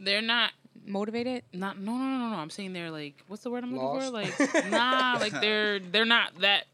G: they're not
F: motivated.
G: Not no no no no. I'm saying they're like what's the word I'm looking
F: Lost?
G: for?
C: <laughs>
G: Like nah, like they're they're not that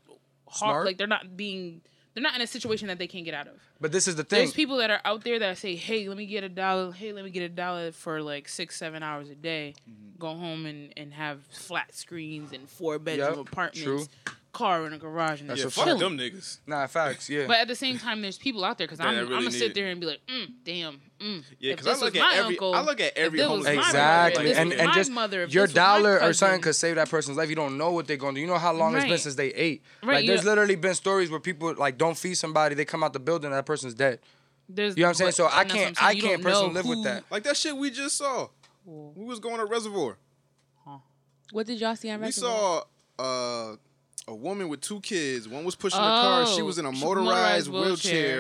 G: hard.
C: Smart?
G: Like they're not being they're not in a situation that they can't get out of.
C: But this is the thing.
G: There's people that are out there that say, "Hey, let me get a dollar. Hey, let me get a dollar for like six, seven hours a day.
C: Mm-hmm.
G: Go home and, and have flat screens and four bedroom
C: Yep,
G: apartments,
C: true.
G: car in a garage, and
C: That's
G: they're
C: a fact. Them
G: chilling.
C: niggas. Nah, facts. Yeah.
G: But at the same time, there's people out there because
C: That
G: I'm,
C: really
G: I'm gonna
C: need
G: sit
C: it.
G: there and be like, mm, damn, mm.
C: Yeah,
G: If
C: 'cause I
G: this
C: look
G: was
C: at
G: my
C: every-
G: uncle,
C: I look at
G: if
C: every
G: this was
C: homeless
G: my
C: person,
G: mother,
C: like,
G: if this
C: and,
G: was
C: and
G: my
C: just
G: mother, if
C: your
G: this was my
C: dollar or
G: cousin,
C: something could save that person's life. You don't know what they're gonna do. You know how long it's been
G: Right.
C: since they ate.
G: Right,
C: Like
G: you
C: there's
G: know-
C: literally been stories where people like don't feed somebody, they come out the building, and that person's dead.
G: There's,
C: you know what I'm saying?
G: but-
C: So I
G: and that's what
C: can't,
G: I'm
C: I
G: saying, you
C: can't
G: don't
C: personally
G: know
C: live
G: who-
C: with that.
K: Like that shit we just saw. We was going to Reservoir.
F: What did y'all see on
K: We
F: Reservoir?
K: saw uh, a woman with two kids. One was pushing a car. She
G: Oh,
K: was in a
G: sh-
K: motorized,
G: motorized
K: wheelchair.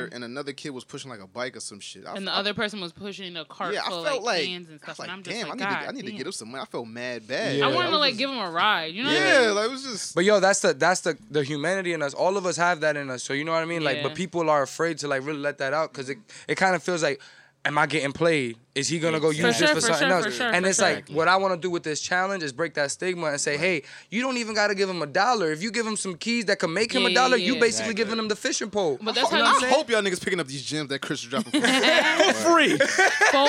G: wheelchair.
K: and another kid was pushing like a bike or some shit. I,
G: And the
K: I-
G: other person was pushing a cart
K: yeah, I
G: full
K: felt
G: of like,
K: like,
G: cans and
K: I was
G: stuff.
K: like,
G: and I'm just
K: damn,
G: like,
K: I need,
G: God,
K: to, I need to
G: damn.
K: get him some money. I felt mad bad.
G: I wanted
K: I
G: to
K: was
G: like
K: just-
G: give him a ride. You know what I
K: yeah,
G: mean?
K: like it was just.
C: But yo, that's the that's the the humanity in us. All of us have that in us. So you know what I mean? Like,
G: Yeah.
C: but people are afraid to like really let that out because it it kind of feels like. Am I getting played? Is he gonna go
G: Exactly.
C: use
G: For
C: this
G: sure,
C: for
G: for
C: something
G: sure,
C: else?
G: for sure,
C: and
G: for
C: it's like
G: sure.
C: what I want to do with this challenge is break that stigma and say, hey, you don't even gotta give him a dollar. If you give him some keys that could make him
G: Yeah,
C: a
G: yeah,
C: dollar,
G: yeah.
C: you basically
G: Exactly.
C: giving him the fishing pole.
G: But that's
K: I,
G: how you say.
K: hope y'all niggas picking up these gems that Chris is dropping for free.
G: For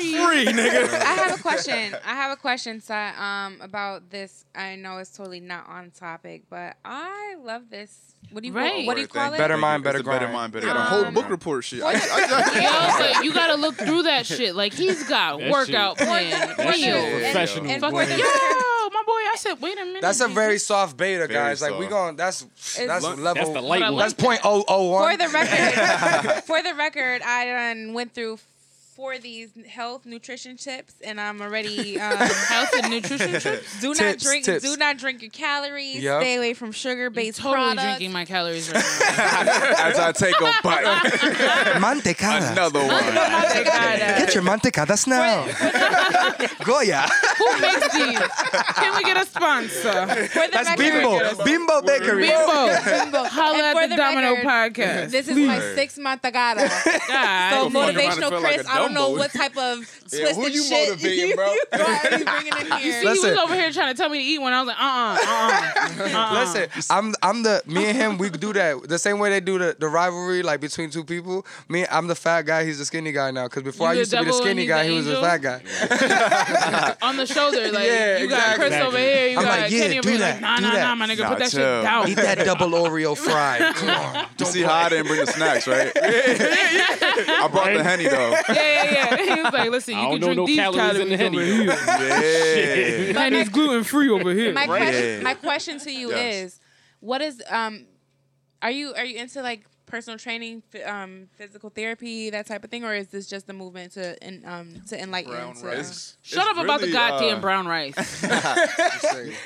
K: free,
F: <laughs>
K: nigga.
F: I have a question. I have a question Si, um, about this. I know it's totally not on topic, but I love this. What do you
G: Right.
F: what do you call it?
C: Better mind, better
K: It's a better
C: grind.
K: mind, better
C: Um,
K: got a whole
A: <laughs>
K: book report shit. I, I,
G: Yo, but you gotta look through that shit. Like he's got
C: That
G: workout
C: shit-
G: plan,
C: that shit is
G: meals.
C: professional
G: And-
C: blend.
G: Yo, my boy, I said, wait a minute.
C: That's a very soft beta,
K: Very
C: guys. like we
K: soft.
C: going, that's that's
K: That's
C: level.
K: the light one.
C: That's point oh oh one.
F: For
C: <laughs>
F: the record, for the record, I done went through four of these health nutrition tips, and I'm already um,
G: health and nutrition
C: <laughs>
G: tips.
F: Do not
G: Tips,
F: drink.
G: tips.
F: Do not drink your calories.
C: Yep.
F: Stay away from sugar-based
G: totally
F: products.
G: drinking my calories right now.
C: As I take
K: <laughs>
C: a bite. Mantecada. Another one. Get your mantecada now. Goya.
G: Who makes these? Can we get a sponsor?
C: That's Bimbo. Bimbo Bakery.
G: Bimbo.
F: Bimbo.
G: Holla
F: And
G: at
F: for
G: the Domino
F: record,
G: Podcast.
F: This is my
G: Please.
F: six month agata.
G: <laughs> God.
F: So
G: Go fuck around and
F: motivational
G: feel like
F: Chris,
G: a
F: I don't know
G: Dumbo.
F: what type of twisted
G: <laughs> Yeah, who you
F: shit
G: motivating,
C: bro?
F: <laughs> you are bringing in
G: <laughs> You see,
F: here.
G: he
C: Listen.
G: was over here trying to tell me to eat one. I was like, uh uh-uh, uh.
C: <laughs> Listen, I'm I'm the me and him. We do that the same way they do the, the rivalry like between two people. Me, I'm the fat guy. He's the skinny guy now. Because before
G: You
C: I
G: the
C: used to be the
G: devil and
C: skinny
G: he's
C: guy,
G: the
C: he was the
G: angel?
C: fat guy.
G: On the shoulder. Like,
C: Yeah,
G: you got Chris
C: exactly.
G: over here. You
C: I'm
G: got
C: like, yeah,
G: Kenny over
C: do
G: here.
C: that,
G: Like, nah,
C: do
G: nah,
C: that.
G: nah, my nigga,
C: Nah,
G: put that
D: chill.
G: shit down.
C: Eat that double Oreo <laughs> fry. Come on.
D: You see how I didn't bring the snacks,
K: <laughs>
D: right? I brought the henny though.
G: Yeah, yeah, yeah. <laughs> He was like, listen, you
D: I don't
G: can drink
D: know no
G: these
D: calories
G: calories,
D: in the
G: over
D: Henny.
G: here.
D: Yeah.
G: And it's gluten free over here.
F: My,
G: Right.
F: question,
G: Yeah.
F: my question to you
G: Yes.
F: is, what is um, are you are you into like personal training, f- um, physical therapy, that type of thing, or is this just the movement to en- um to enlighten? to, uh,
G: Shut up about the goddamn
D: uh,
C: uh, <laughs>
G: brown rice.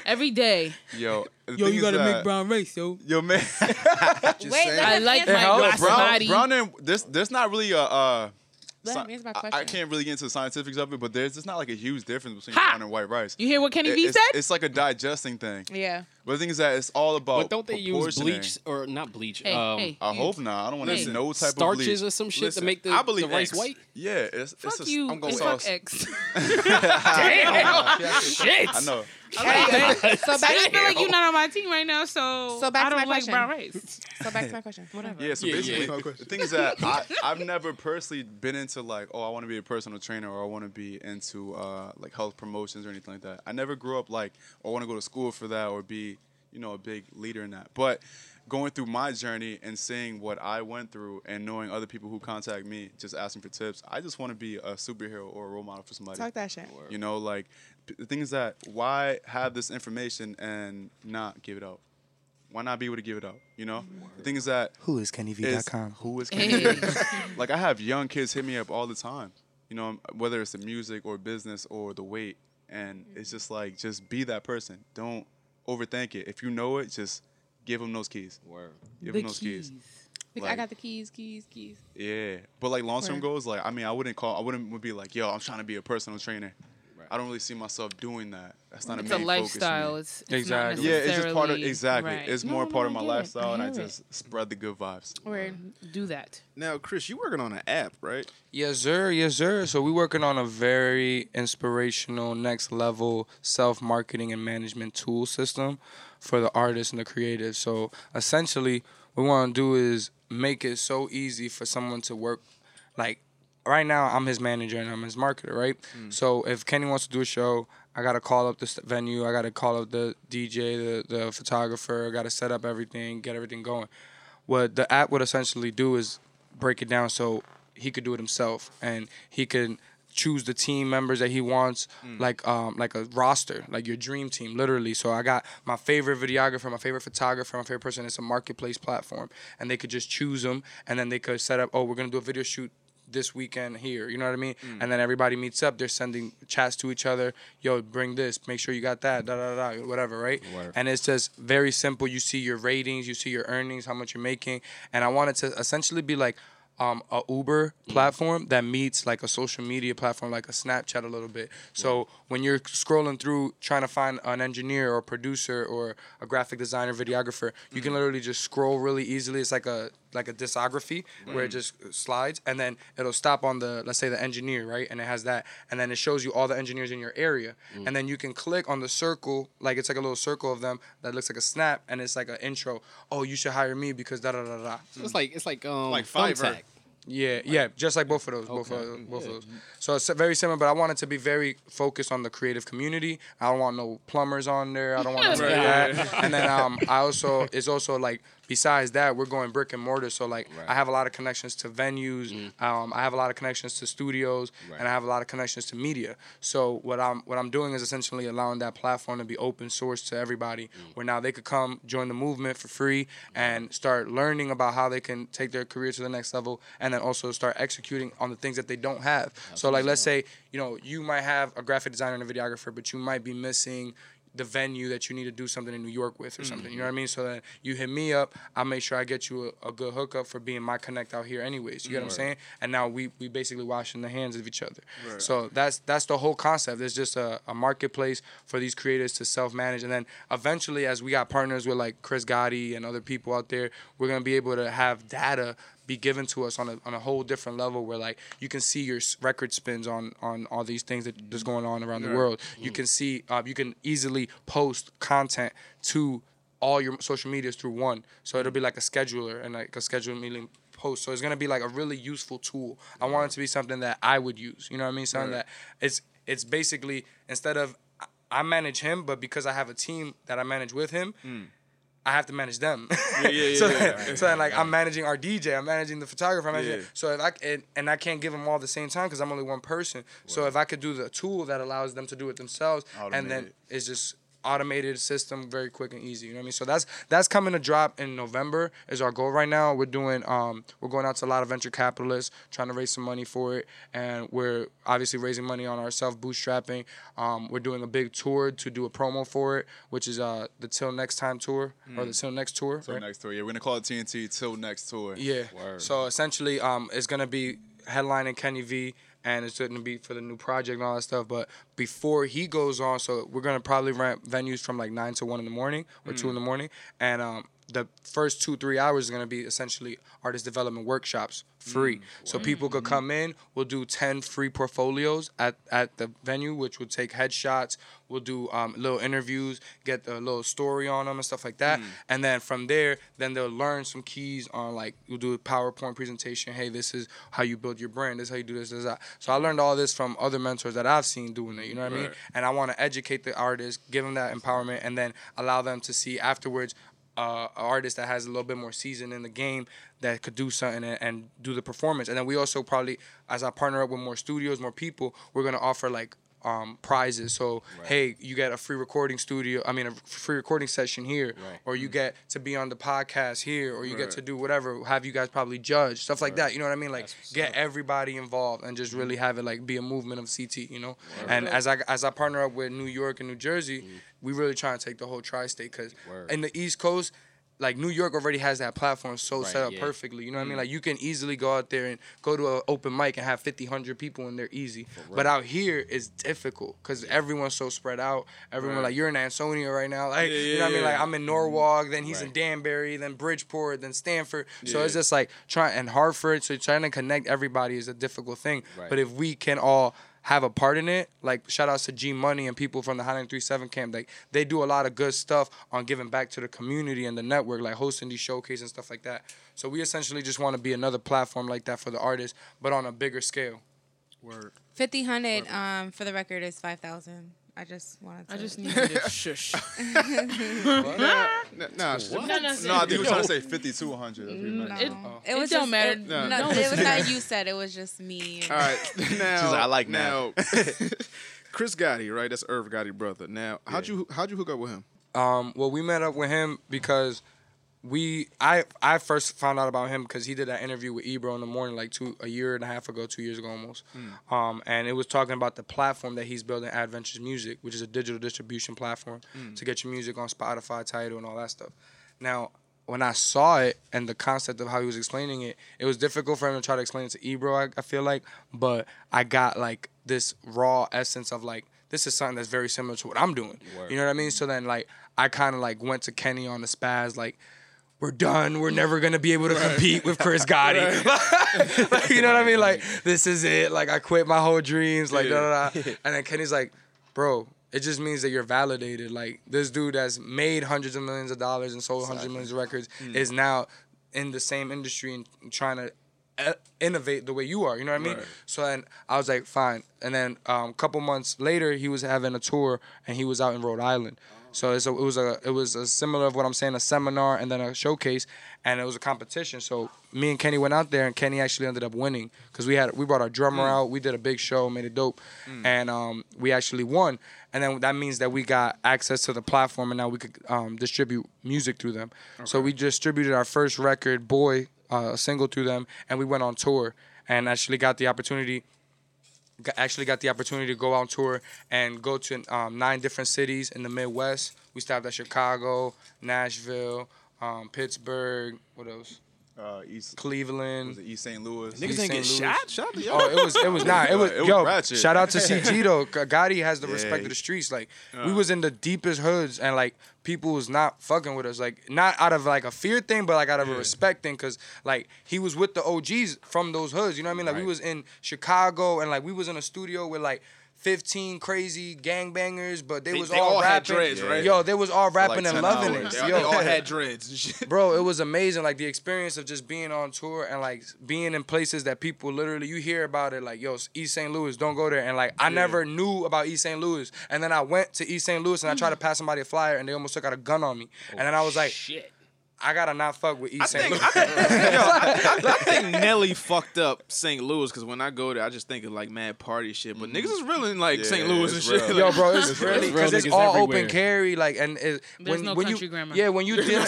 G: Every day.
D: Yo, the thing is that-
G: brown rice, yo.
D: Yo, man.
G: Wait, I like my
D: Yo,
G: glass
D: brown,
G: body.
D: brown and there's there's not really a. Uh,
F: That means my
D: I- I
F: question.
D: can't really get into the scientifics of it, but there's just not like a huge difference between
F: Ha!
D: brown and white rice.
G: You hear what Kenny
D: It-
G: V
D: it's,
G: said?
D: It's like a digesting thing.
F: Yeah.
D: But the thing is that it's all about.
E: But don't they use
D: proportioning.
E: bleach or not bleach?
D: Hey,
E: um,
D: hey, I you- hope not. I don't wanna
E: listen,
D: eat no type of
E: starches
D: bleach.
E: or some shit
D: Listen,
E: to make the,
D: I believe
E: the rice
D: X.
E: white.
D: Yeah, it's, it's
G: Fuck
D: a,
G: you
D: I'm going
G: and fuck
D: sauce. <laughs>
G: X.
D: Damn.
G: Shit.
D: I know.
F: <laughs> So back-
G: I feel like you're not on my team right now, so,
F: So back
G: I
F: to
G: don't
F: my
G: like
F: question.
G: brown rice.
F: So back to my question. Whatever.
D: Yeah, so basically, the thing is that I, I've never personally been into like, oh, I want to be a personal trainer or I want to be into uh, like health promotions or anything like that. I never grew up like, oh, I want to go to school for that or be, you know, a big leader in that. But going through my journey and seeing what I went through and knowing other people who contact me just asking for tips, I just want to be a superhero or a role model for somebody.
F: Talk that shit.
D: You know, like p- the thing is that why have this information and not give it out? Why not be able to give it out? You know, the thing is that
C: Who is KennyV.com?
D: Who is <laughs> KennyV? like I have young kids hit me up all the time. You know, whether it's the music or business or the weight, And it's just like, just be that person. Don't overthink it. If you know it, just give them those keys. Word. Give
F: The
D: them those keys.
F: Like, I
D: Like-
F: got the keys, keys, keys.
D: Yeah, but like long term
F: Word.
D: goals, like I mean, I wouldn't call, I wouldn't would be like, yo, I'm trying to be a personal trainer. I don't really see myself doing that. That's not
T: It's
D: a
T: a
D: main
T: lifestyle. It's-
D: Focus for
T: it's
D: me.
T: not
D: exactly. Yeah, it's just part of
T: necessarily-
D: exactly.
T: right.
D: It's
T: No,
D: more
T: no,
D: part of
T: I
D: my
T: get it. I
D: lifestyle, and I
T: hear it.
D: just spread the good vibes.
T: Word. Do that.
K: Now, Chris, you working on an app, right?
C: Yes, sir. Yes, sir. So we're working on a very inspirational, next level self marketing and management tool system for the artists and the creatives. So essentially, what we want to do is make it so easy for someone to work. Like right now, I'm his manager and I'm his marketer, right? So if Kenny wants to do a show, I gotta call up the st- venue, I gotta call up the DJ, the the photographer, I gotta set up everything, get everything going what the app would essentially do is break it down so he could do it himself and he can choose the team members that he wants like um like a roster like your dream team literally so i got my favorite videographer my favorite photographer my favorite person it's a marketplace platform and they could just choose them and then they could set up oh we're going to do a video shoot this weekend here. You know what I mean? And then everybody meets up. They're sending chats to each other. Yo, bring this. Make sure you got that. Da da da. da, Whatever, right? And it's just very simple. You see your ratings. You see your earnings. How much you're making. And I wanted to essentially be like. Um, a Uber platform that meets like a social media platform like a Snapchat a little bit. So when you're scrolling through trying to find an engineer or producer or a graphic designer, videographer, you can literally just scroll really easily. It's like a like a discography where it
U: Mm.
C: just uh, slides and then it'll stop on the let's say the engineer right and it has that and then it shows you all the engineers in your area
U: Mm.
C: and then you can click on the circle like it's like a little circle of them that looks like a snap and it's like an intro oh you should hire me because da da da da
E: It's like it's like um
C: Like
E: like
C: Fiverr.
E: thumbtack.
C: yeah, yeah, just like both of those, both of
E: Okay.
C: those, both
E: Yeah.
C: of those. So it's very similar, but I want it to be very focused on the creative community. I don't want no plumbers on there. I don't want no
U: Right.
C: that. And then um, I also it's also like besides that, we're going brick and mortar. So like I have a lot of connections to venues. Um, I have a lot of connections to studios, and I have a lot of connections to media. So what I'm what I'm doing is essentially allowing that platform to be open source to everybody, where now they could come join the movement for free and start learning about how they can take their career to the next level, and then also start executing on the things that they don't have. so like let's say you know you might have a graphic designer and a videographer, but you might be missing the venue that you need to do something in New York with
U: Mm-hmm.
C: or something. You know what I mean? So then you hit me up, I make sure I get you a, a good hookup for being my connect out here anyways. You get what I'm
U: Right.
C: saying? And now we we basically washing the hands of each other.
U: Right.
C: So that's that's the whole concept. It's just a, a marketplace for these creators to self manage and then eventually as we got partners with like Chris Gotti and other people out there, we're gonna be able to have data be given to us on a, on a whole different level where like you can see your s- record spins on on all these things that that's going on around the
U: Yeah.
C: world you can see uh, you can easily post content to all your social medias through one so it'll be like a scheduler and like a scheduled meeting post so it's going to be like a really useful tool i want it to be something that i would use you know what i mean something
U: Right.
C: that it's it's basically instead of I- i manage him but because i have a team that i manage with him I have to manage them. <laughs>
U: Yeah, yeah,
C: so,
U: yeah,
C: then-
U: yeah.
C: so then, like, I'm managing our DJ, I'm managing the photographer, I'm managing.
U: Yeah.
C: So if I c- and, and I can't give them all at the same time because I'm only one person. So if I could do the tool that allows them to do it themselves, and then
U: Automated.
C: it's just automated system, very quick and easy. You know what I mean? So that's that's coming to drop in November is our goal right now. We're doing um we're going out to a lot of venture capitalists trying to raise some money for it, and we're obviously raising money on ourselves, bootstrapping. Um, we're doing a big tour to do a promo for it, which is uh the Till Next Time tour or the
D: Mm.
C: Till Next tour.
D: Till
C: right?
D: next tour, yeah, we're gonna call it TNT till next tour.
C: Yeah. So essentially, um, it's gonna be headlining Kenny V, and it's gonna be for the new project and all that stuff. But before he goes on, so we're gonna probably rent venues from like nine to one in the morning or two in the morning, and um, the first two three hours is gonna be essentially artist development workshops free. So people could come in. We'll do ten free portfolios at at the venue, which would take headshots. We'll do um, little interviews, get a little story on them and stuff like that. And then from there, then they'll learn some keys on like you'll do a PowerPoint presentation. Hey, this is how you build your brand. This is how you do this. This that. So I learned all this from other mentors that I've seen doing it. You know what I mean?
U: Right.
C: And I want to educate the artists, give them that empowerment, and then allow them to see afterwards. Uh, an artist that has a little bit more season in the game that could do something and, and do the performance, and then we also probably, as I partner up with more studios, more people, we're gonna offer like um, prizes. So hey, you get a free recording studio. I mean, a f- free recording session here, or you get to be on the podcast here, or you
V: Mm. Right.
C: get to do whatever. Have you guys probably judge stuff like
V: Right.
C: that? You know what I mean? Like get everybody involved and just really have it like be a movement of CT. You know,
V: Mm-hmm.
C: and
V: Word. Mm.
C: as I as I partner up with New York and New Jersey, we really trying to take the whole tri-state because
V: Word.
C: in the East Coast. Like New York already has that platform so
V: Right,
C: set up
V: yeah.
C: perfectly. You know what I mean?
V: Mhm.
C: Like you can easily go out there and go to an open mic and have 50, 100 people in there easy. But
V: real.
C: out here it's difficult because everyone's so spread out. Everyone
V: Right.
C: like you're in Ansonia right now. Like
V: Yeah,
C: you know what I mean?
V: yeah,
C: Like
V: yeah.
C: I'm in Norwalk, then he's in
V: Right.
C: Danbury, then Bridgeport, then Stanford. So it's
V: Yeah.
C: just like trying and Hartford. So trying to connect everybody is a difficult thing.
V: Right.
C: But if we can all have a part in it, like shout outs to G Money and people from the Highland 37 camp. Like they do a lot of good stuff on giving back to the community and the network, like hosting these showcases and stuff like that. So we essentially just want to be another platform like that for the artists, but on a bigger scale. Word.
F: Fifty hundred um, for the record is five thousand. I just wanted. To
T: I just needed
D: <laughs> to-
T: shush.
D: Nah, nah, nah,
T: What? No, no,
D: nah, I think we
T: yo.
D: were trying to say 5200. that's what we
T: Mm.
D: meant.
F: No.
D: Oh.
F: It was
T: don't
F: just-
T: matter.
F: It, no,
D: No,
F: it
D: it's
F: was
D: not.
F: not you said. It was just me.
K: All right.
D: <laughs>
K: Now,
F: She's
D: like, "I like
K: now.
D: <laughs>
K: <laughs> Chris Gotti, right? That's Irv Gotti brother. Now, how'd you how'd you hook up with him?
C: Um, well, we met up with him because we I I first found out about him because he did that interview with Ebro in the morning like two a year and a half ago, two years ago almost. Um, and it was talking about the platform that he's building, Adventures Music, which is a digital distribution platform
V: Mm.
C: to get your music on Spotify, Tidal, and all that stuff. Now, when I saw it and the concept of how he was explaining it, it was difficult for him to try to explain it to Ebro. I, I feel like, but I got like this raw essence of like this is something that's very similar to what I'm doing.
V: Word.
C: You know what I mean? So then like I kind of like went to Kenny on the spaz like. We're done. We're never gonna be able to compete with Chris Gotti. <laughs> like, you know what I mean? Like, this is it. Like, I quit my whole dreams. Like, da da da. And then Kenny's like, bro, it just means that you're validated. Like this dude that's made hundreds of millions of dollars and sold hundreds of millions of records
V: Mm.
C: is now in the same industry and trying to uh, innovate the way you are. You know what I mean?
V: Right.
C: So then I was like, fine. And then a um, couple months later, he was having a tour and he was out in Rhode Island. So it's a, it was a it was a similar of what I'm saying a seminar and then a showcase and it was a competition. So me and Kenny went out there and Kenny actually ended up winning because we had we brought our drummer
V: Mm.
C: out. We did a big show, made it dope,
V: Mm.
C: and um, we actually won. And then that means that we got access to the platform and now we could um, distribute music through them. So we distributed our first record, Boy, uh, a single through them, and we went on tour and actually got the opportunity g- actually got the opportunity to go on tour and go to um, nine different cities in the Midwest. We stopped at Chicago, Nashville, um, Pittsburgh. What else?
D: Uh, East
C: Cleveland.
D: was it East St. Louis.
C: Niggas East ain't get St. Louis. shot?
K: Shout out to y'all.
C: Oh, it was it was not. It was,
D: It was
C: yo.
D: ratchet.
C: Shout out to CG though. G- Gotti has the respect
D: Yeah.
C: of the streets. Like
D: Uh.
C: we was in the deepest hoods and like people was not fucking with us. Like not out of like a fear thing, but like out of a respect thing. Cause like he was with the OGs from those hoods. You know what I mean? Like we
V: Right.
C: was in Chicago and like we was in a studio with like. 15 crazy gangbangers, but they,
K: They-
C: was
K: they
C: all,
K: all had
C: rapping.
K: dreads, right?
C: Yo, they was all
K: For like
C: rapping
K: 10
C: and loving
K: hours.
C: it.
K: They-
C: Yo,
K: they all had dreads and shit.
C: bro it was amazing like the experience of just being on tour and like being in places that people literally you hear about it like yo east st louis don't go there and like i
V: Yeah.
C: never knew about east st louis and then i went to east st louis and i tried to
K: Mm.
C: pass somebody a flyer and they almost took out a gun on me and then i was like shit i gotta not fuck with east st louis
K: I think Nelly fucked up St. Louis because when I go there, I just think of like mad party shit. But niggas is real in like
D: Mm-hmm. Yeah,
K: St. Louis and
D: it's
K: shit.
D: real.
C: Yo, bro,
K: Like,
C: it's really
K: real
C: because it's
K: niggas
C: all
K: everywhere.
C: open carry, like, and it,
K: There's
C: when
K: no
C: when
K: country
C: you
K: grammar.
C: yeah when you
K: <laughs>
C: deal,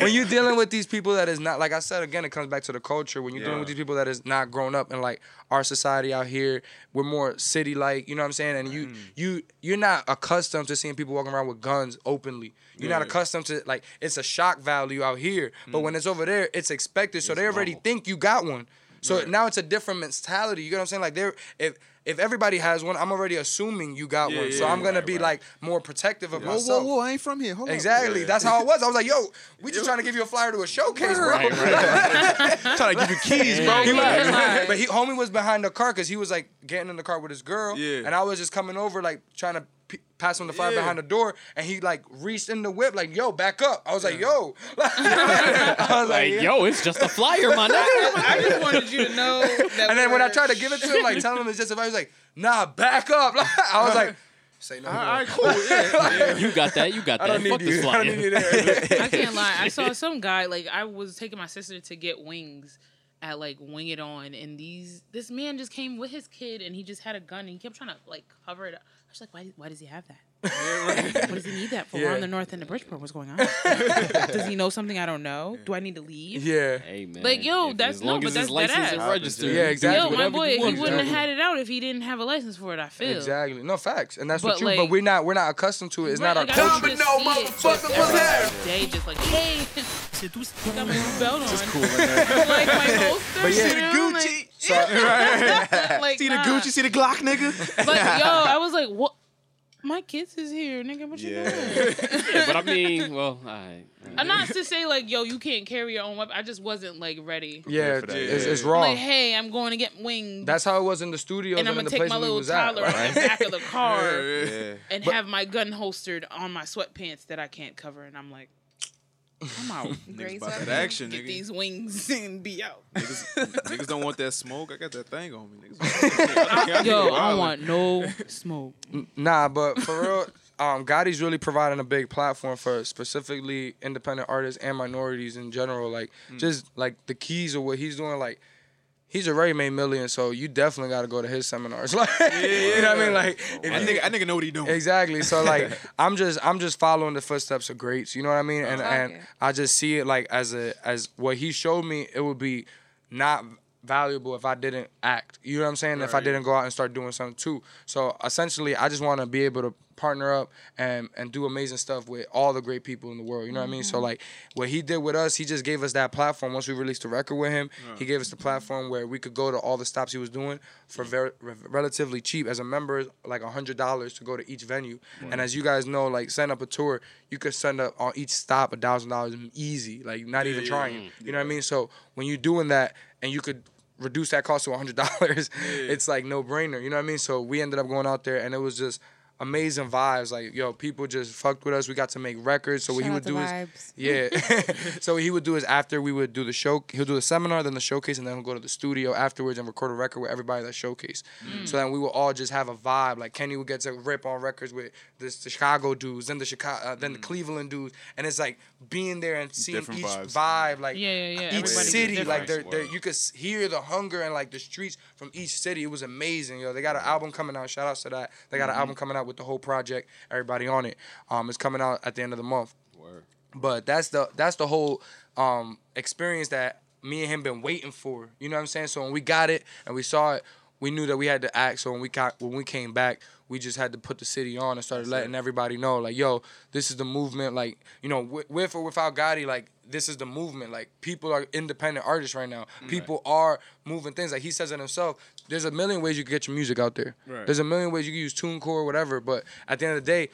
C: when you dealing with these people that is not like I said again, it comes back to the culture. When you're dealing
V: Yeah.
C: with these people that is not grown up and like our society out here, we're more city like, you know what I'm saying? And
V: Mm.
C: you you you're not accustomed to seeing people walking around with guns openly. You're not
V: Right.
C: accustomed to like it's a shock value out here, but
V: Mm.
C: when it's over there, it's expected. So they already think you got one. So
V: Right.
C: now it's a different mentality. You get what I'm saying? Like there, if if everybody has one, I'm already assuming you got
V: Yeah,
C: one.
V: yeah,
C: so I'm
V: yeah.
C: gonna
V: Right,
C: be
V: right.
C: like more protective of
K: Whoa,
C: myself.
K: whoa, whoa! I ain't from here. Hold on.
C: Exactly.
K: Yeah.
C: That's how it was. I was like, yo, we just trying to give you a flyer to a showcase, bro.
K: Right,
C: trying to give you
K: keys, bro.
C: He
K: Yeah.
C: like, but he homie was behind the car because he was like getting in the car with his girl.
V: Yeah.
C: And I was just coming over, like trying to p- pass him the flyer
V: Yeah.
C: behind the door. And he like reached in the whip, like, yo, back up. I was like, yo. <laughs> I was
V: Like, yo, it's just a flyer, my nigga.
C: I
D: <laughs>
C: just wanted you to know that And then when I tried to give it to him, like telling him it's just a flyer, he's like, nah, back up. <laughs> I was like, say no. more.
D: <laughs>
V: you got that. You got
C: I
V: that.
C: don't need
V: Fuck
C: you. <laughs>
V: this
C: I
V: flyer. <laughs>
G: <laughs>
C: don't need you there.
G: I can't lie. I saw some guy like I was taking my sister to get wings, at like Wing It On, and these this man just came with his kid, and he just had a gun, and he kept trying to like cover it up. I was like, why why does he have that? <laughs> what does he need that for? We're
C: Yeah.
G: on the north end of Bridgeport. What's <laughs> going on? does he know something I don't know? Do I need to leave?
C: Yeah.
G: Like yo, that's no, but that's that ass.
C: Yeah, exactly.
G: Yo, my
C: Whatever
G: boy,
C: you
G: he
C: want,
G: wouldn't have
C: exactly.
G: had it out if he didn't have a license for it. I feel
C: Exactly. No facts, and that's
G: But,
C: what you.
G: like-
C: but we're not. We're not accustomed to it. It's not our
G: like, I
C: culture.
G: don't know, motherfucker, what's happening? Day just like, hey, <laughs> shit, who's got my new belt on? Just <laughs> cool. like my holster,
C: But yeah.
G: you know, like-
C: So- right, right.
G: Like, <laughs>
C: See the
G: nah.
C: Gucci, see the Glock,
G: Like,
C: nigga.
G: yo,
C: <laughs>
G: I was like, what? My kids is here, nigga. What you doing?
V: Yeah, but I mean, well, all right.
G: I'm not to say like, yo, you can't carry your own weapon. I just wasn't like ready.
C: Yeah,
V: for that.
C: it's, it's
V: Yeah.
C: raw.
G: Like, hey, I'm going to get wings.
C: That's how it was in the studios and,
G: And I'ma
C: in the
G: take
C: place
G: my
C: we
G: little
C: was at.
G: toddler in the
C: <laughs>
G: back of the car.
C: Yeah, yeah.
G: and
C: But-
G: have my gun holstered on my sweatpants that I can't cover, and I'm like, I'm out.
K: Niggas Gray about that sweatpants. action,
G: Get
K: nigga.
G: these
K: <laughs>
G: wings and be out.
K: Niggas, niggas don't want that smoke. I got that thing on me.
G: <laughs>
K: Niggas
G: Yo, I don't want <laughs> no smoke.
C: Nah, but for real, um, Gotti's really providing a big platform for specifically independent artists and minorities in general. Like,
K: Mm.
C: just like the keys of what he's doing. Like, he's already made millions, so you definitely got to go to his seminars. <laughs> Like, you know what I mean? Like,
K: That nigga- that nigga know what he doing.
C: <laughs> Exactly. So like, I'm just I'm just following the footsteps of greats. You know what I mean? And
K: Uh-huh.
C: and
K: Okay.
C: I just see it like as a as what he showed me. It would be not valuable if I didn't act. You know what I'm saying? If I
K: Right.
C: didn't go out and start doing something too. So essentially, I just want to be able to partner up and and do amazing stuff with all the great people in the world. You know what I mean? So
K: Mhm.
C: like what he did with us, he just gave us that platform. Once we released the record with him,
K: Yeah.
C: he gave us the platform where we could go to all the stops he was doing for ver- re- relatively cheap. As a member, like hundred dollars to go to each venue. And as you guys know, like setting up a tour, you could send up on each stop a thousand dollars easy, like not
K: Yeah,
C: even
K: yeah.
C: trying. You know what I mean? So when you're doing that and you could reduce that cost to hundred <laughs> dollars, it's like no brainer. You know what I mean? So we ended up going out there and it was just amazing vibes. Like yo, people just fucked with us. We got to make records. So what
K: Shout
C: he would
K: out to
C: do
K: Vibes.
C: is
K: <laughs>
C: yeah. <laughs> so what he would do is after we would do the show, he'll do the seminar, then the showcase, and then he'll go to the studio afterwards and record a record with everybody that showcase.
K: Mm.
C: So then we will all just have a vibe. Like Kenny would get to rip on records with this, the Chicago dudes, then the Chicago, uh, then
K: Mm.
C: the Cleveland dudes, and it's like being there and seeing
K: Different
C: each
K: vibes.
C: vibe, like
K: Yeah, yeah, yeah.
C: each
K: Everybody's
C: city,
K: different.
C: like they're, they're,
K: Wow.
C: you could s- hear the hunger and like the streets from each city. It was amazing, yo. They got an
K: Mm.
C: album coming out. Shout outs to that. They got
K: Mhm.
C: an album coming out with the whole project, everybody on it. Um, it's coming out at the end of the month. But that's the that's the whole um experience that me and him been waiting for. You know what I'm saying? So when we got it and we saw it, we knew that we had to act. So when we got when we came back, we just had to put the city on and started letting everybody know, like, yo, this is the movement. Like, you know, with, with or without Gotti, like, this is the movement. Like, people are independent artists right now.
K: Right.
C: People are moving things. Like he says it himself. There's a million ways you can get your music out there.
K: Right.
C: There's a million ways you can use TuneCore, whatever. But at the end of the day,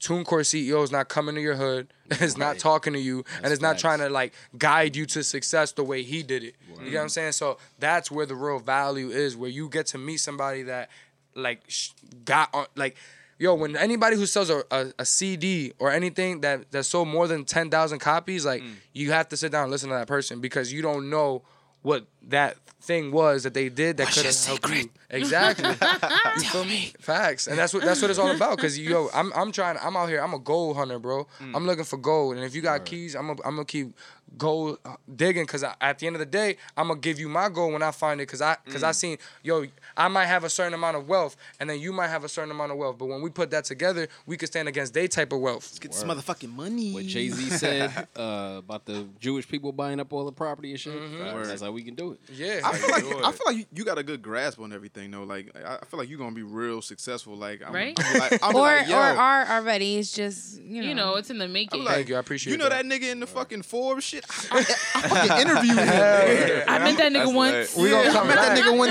C: TuneCore CEO is not coming to your hood. <laughs> It's not talking to you, and it's not trying to like guide you to success the way he did it. You know what I'm saying? So that's where the real value is, where you get to meet somebody that like sh- got on like. Yo, when anybody who sells a, a, a CD or anything that, that sold more than 10,000 copies, like, you have to sit down and listen to that person because you don't know what that thing was that they did that could have helped you. Exactly. You feel me? Facts, and that's what that's what it's all about. Cause yo, I'm I'm trying. I'm out here. I'm a gold hunter, bro.
K: Mm.
C: I'm looking for gold, and if you got keys, I'm i I'm gonna keep gold uh, digging. Cause I, at the end of the day, I'm gonna give you my gold when I find it. Cause I cause I
K: Mm.
C: seen yo, I might have a certain amount of wealth, and then you might have a certain amount of wealth. But when we put that together, we could stand against they type of wealth. Let's
R: get this motherfucking money.
C: What
V: Jay
C: <laughs>
V: Z said uh, about the Jewish people buying up all the property and shit. That's how we can do it.
C: Yeah,
K: I feel like I feel like you, you got a good grasp on everything though. Like I I feel like you're gonna be real successful. Like I'm,
F: Right?
K: I'm like, I'm
F: or
K: like,
F: or
K: yo,
F: are already. It's just you know,
G: You know, it's in the making.
K: I'm like,
C: you. I appreciate
K: You know that,
C: that.
K: nigga in the fucking Forbes shit. I, I fucking
C: <laughs>
K: interviewed him. I
G: met that nigga That's once. lit.
C: We gonna
K: Yeah, I
C: come
K: met that
C: back.
K: nigga one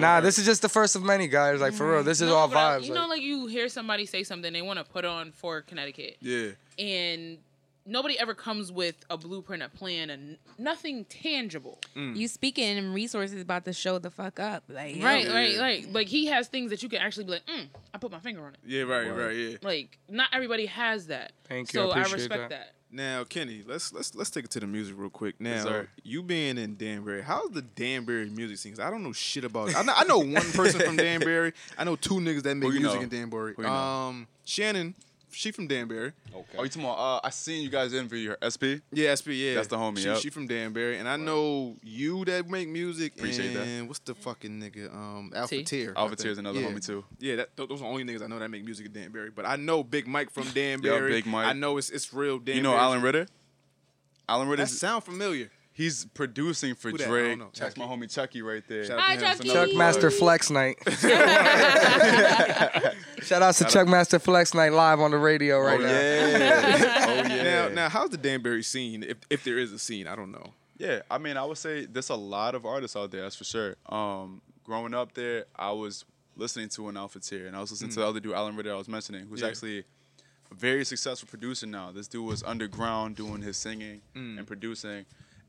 C: <laughs>
K: <laughs>
C: nah, this is just the first of many guys. Like for real, this is all
G: But I-
C: vibes.
G: you know, like you hear somebody say something they want to put on for Connecticut,
C: yeah.
G: and nobody ever comes with a blueprint, a plan, and nothing tangible.
K: Mm-hmm.
F: you speaking and resources about to show the fuck up, like
G: Right, right, right. Like he has things that you can actually be like, mm, I put my finger on it.
K: yeah, right, right, yeah.
G: Like not everybody has that.
K: Thank you. I
G: so
K: appreciate
G: respect
K: that.
G: that.
K: Now, Kenny, let's let's let's take it to the music real quick. Now,
D: Yes, sir.
K: you being in Danbury, how's the Danbury music scene? 'Cause I don't know shit about. It. I know, I
D: <laughs>
K: know one person from Danbury. I know two niggas that make
D: you
K: music
D: know?
K: in Danbury.
D: Who you know?
K: Um, Shannon she from Danbury.
D: Okay. Oh, you talking about? Uh, I seen you guys interview her. SP.
K: Yeah, SP. Yeah,
D: That's the homie,
K: She,
D: yep.
K: she from Danbury, and I know you that make music.
D: Appreciate that.
K: and What's the fucking nigga? Um, Alpha
D: T.
K: Tier.
D: Alpha
K: I think.
D: Tier's another
K: Yeah.
D: homie, too.
K: Yeah, that, th- those are the only niggas I know that make music in Danbury. But I know Big
D: <laughs>
K: Mike from Danbury.
D: Big Mike.
K: I know it's it's real Danbury.
D: You know Alan Ritter? Alan Ritter.
K: That sound familiar.
D: He's producing for
K: Who that? I don't
D: Drake.
K: know.
D: That's my homie Chucky right there.
K: Shout
C: Hi,
D: That's
C: Chucky.
D: another
C: Chuck
D: plug.
C: Master Flex Night. <laughs> Shout out to
K: Shout
C: Chuck Master Flex Night live on the radio right
D: Oh,
C: now.
K: <laughs> Yeah. Now, now, how's the Danbury scene? If if there is a scene, I don't know.
D: Yeah, I mean, I would say there's a lot of artists out there. That's for sure. Um, growing up there, I was listening to an Alpha Tier, and I was listening to
K: Mhm.
D: the other dude, Alan Ritter, I was mentioning, who's
K: Yeah.
D: actually a very successful producer now. This dude was underground doing his singing
K: Mm.
D: and producing,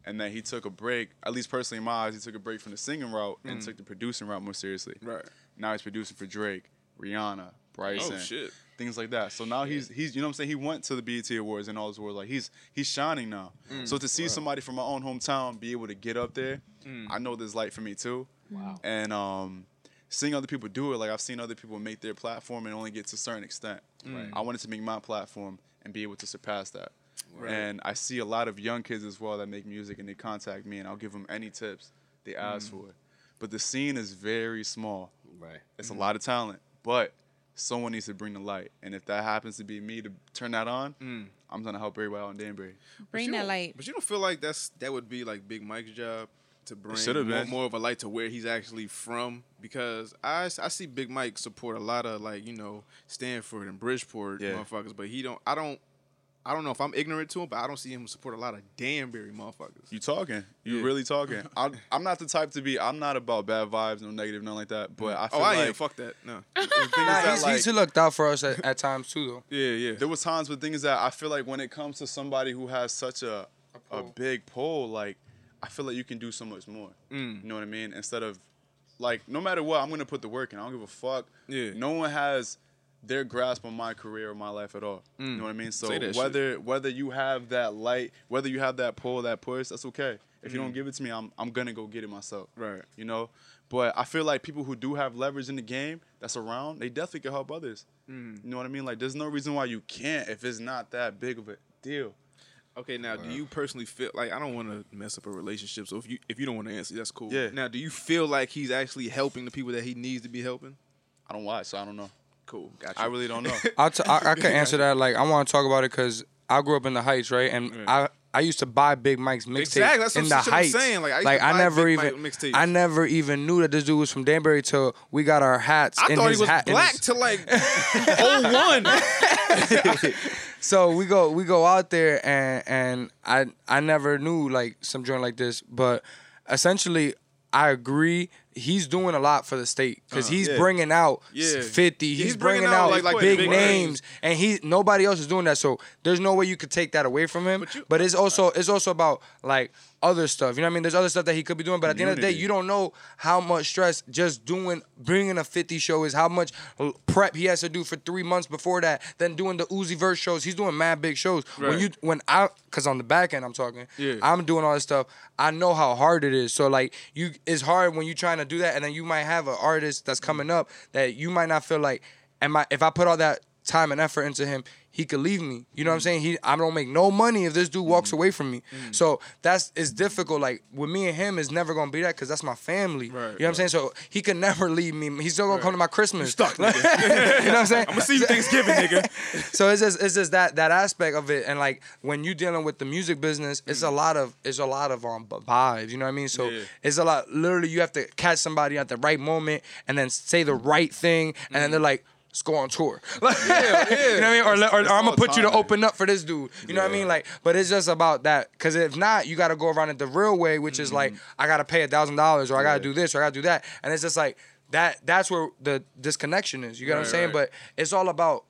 D: and then he took a break. At least personally, in my eyes, he took a break from the singing route and
K: Mm.
D: took the producing route more seriously.
K: Right. Oh,
D: Now he's producing for Drake, Rihanna, Bryson.
K: shit.
D: Things like that. So now he's he's you know what I'm saying. He went to the BET Awards and all those awards. Like he's he's shining now.
K: Mm.
D: so to see
K: Wow.
D: somebody from my own hometown be able to get up there,
K: Mm.
D: I know there's light for me too.
K: Wow.
D: And um, seeing other people do it, like I've seen other people make their platform and only get to a certain extent.
K: Right.
D: I wanted to make my platform and be able to surpass that.
K: Right.
D: And I see a lot of young kids as well that make music and they contact me and I'll give them any tips they ask
K: Mm.
D: for. But the scene is very small.
K: Right.
D: It's a lot of talent, but someone needs to bring the light. And if that happens to be me to turn that on,
K: Mm.
D: I'm gonna help everybody out in Danbury.
F: Bring
K: you
F: that
K: don't-
F: light.
K: But you don't feel like that's that would be like Big Mike's job to bring
D: should've
K: more,
D: been.
K: more of a light to where he's actually from because I, s- I see Big Mike support a lot of like you know Stanford and Bridgeport
D: Yeah.
K: motherfuckers, but he don't. I don't. I don't know if I'm ignorant to him, but I don't see him support a lot of Danbury motherfuckers.
D: You talking? You
K: Yeah.
D: really
K: <laughs>
D: talking? I'm, I'm not the type to be. I'm not about bad vibes, no negative, nothing like that. But I feel
K: oh, I
D: like
K: ain't fuck that. No.
D: <laughs>
C: Nah,
D: that,
C: he's, he's
D: like-
C: looked out for us at, at times too, though.
K: Yeah, yeah.
D: There was times with things that I feel like when it comes to somebody who has such a a, big pull, like I feel like you can do so much more.
K: Mm.
D: You know what I mean? Instead of like, no matter what, I'm gonna put the work in. I don't give a fuck. Yeah. No one has their grasp on my career or my life at all. You
K: Mm.
D: know what I mean? So
K: Say that shit.
D: whether whether you have that light, whether you have that pull, that push, that's okay. If you don't
K: Mm.
D: give it to me, I'm I'm gonna go get it myself.
K: Right.
D: You know? But I feel like people who do have leverage in the game that's around, they definitely can help others.
K: Mm.
D: You know what I mean? Like, there's no reason why you can't if it's not that big of a deal.
K: Okay, now do you personally feel like I don't want to mess up a relationship? So if you if you don't want to answer, that's cool.
D: Yeah.
K: Now, do you feel like he's actually helping the people that he needs to be helping?
D: I don't watch, so I don't know.
K: Cool, gotcha.
D: I really don't know.
K: <laughs>
C: I'll t- I, I could answer that. Like, I want to talk about it because I grew up in the Heights, right? And I I used to buy Big Mike's mixtape
K: Exactly, that's
C: in
K: what-
C: the
K: that's what I'm
C: Heights.
K: saying, like, I used to buy
C: never
K: Big
C: even
K: Mike mixtapes.
C: I never even knew that this dude was from Danbury till we got our hats.
K: I
C: in
K: thought
C: his
K: he was
C: hat, in his-
K: black
C: <laughs>
K: to like 01.
C: so we go we go out there and and I I never knew like some joint like this, but essentially I agree. He's doing a lot for the state because
K: Uh-huh.
C: he's
K: Yeah.
C: bringing out
K: Yeah.
C: fifty. He's, bringing, out, like,
K: like,
C: big,
K: big
C: names, and he nobody else is doing that. So there's no way you could take that away from him. But, it's also it's also about like other stuff. You know what I mean? There's other stuff that he could be doing, but at the end of the day,
K: Community.
C: you don't know how much stress just doing bringing a 50 show is, how much l- prep he has to do for three months before that, then doing the Uzi verse shows. He's doing mad big shows. When
K: Right.
C: you when I cause on the back end I'm talking,
K: Yeah.
C: I'm doing all this stuff. I know how hard it is. So like you it's hard when you're trying to do that and then you might have an artist that's coming up that you might not feel like am I if I put all that time and effort into him, he could leave me. You know what I'm saying? He I don't make no money if this dude walks away from me. So that's it's difficult. Like with me and him, it's never gonna be that because that's my family. you know what I'm saying? So he could <laughs> never leave me. He's still gonna come to my Christmas. you know what I'm saying?
K: I'm gonna see you Thanksgiving, nigga.
C: <laughs> so it's just it's just that that aspect of it, and like when you dealing with the music business, it's a lot of it's a lot of um vibes. You know what I mean? So
K: Mm-hmm. Yeah.
C: it's a lot. Literally, you have to catch somebody at the right moment and then say the right thing, and
K: Mm-hmm.
C: then they're like. Let's go on tour. <laughs> Like, You know what I mean? Or,
K: It's-
C: or, or I'm
K: it's
C: gonna
K: all
C: put you to
K: timing.
C: open up for this dude. You know what I mean? Like, but it's just about that. Cause if not, you gotta go around it the real way, which is like,
K: Mm-hmm.
C: I gotta pay a thousand dollars or I gotta do this or I gotta do that. And it's just like that that's where the disconnection is. You get what I'm
K: Right,
C: saying?
K: right.
C: But it's all about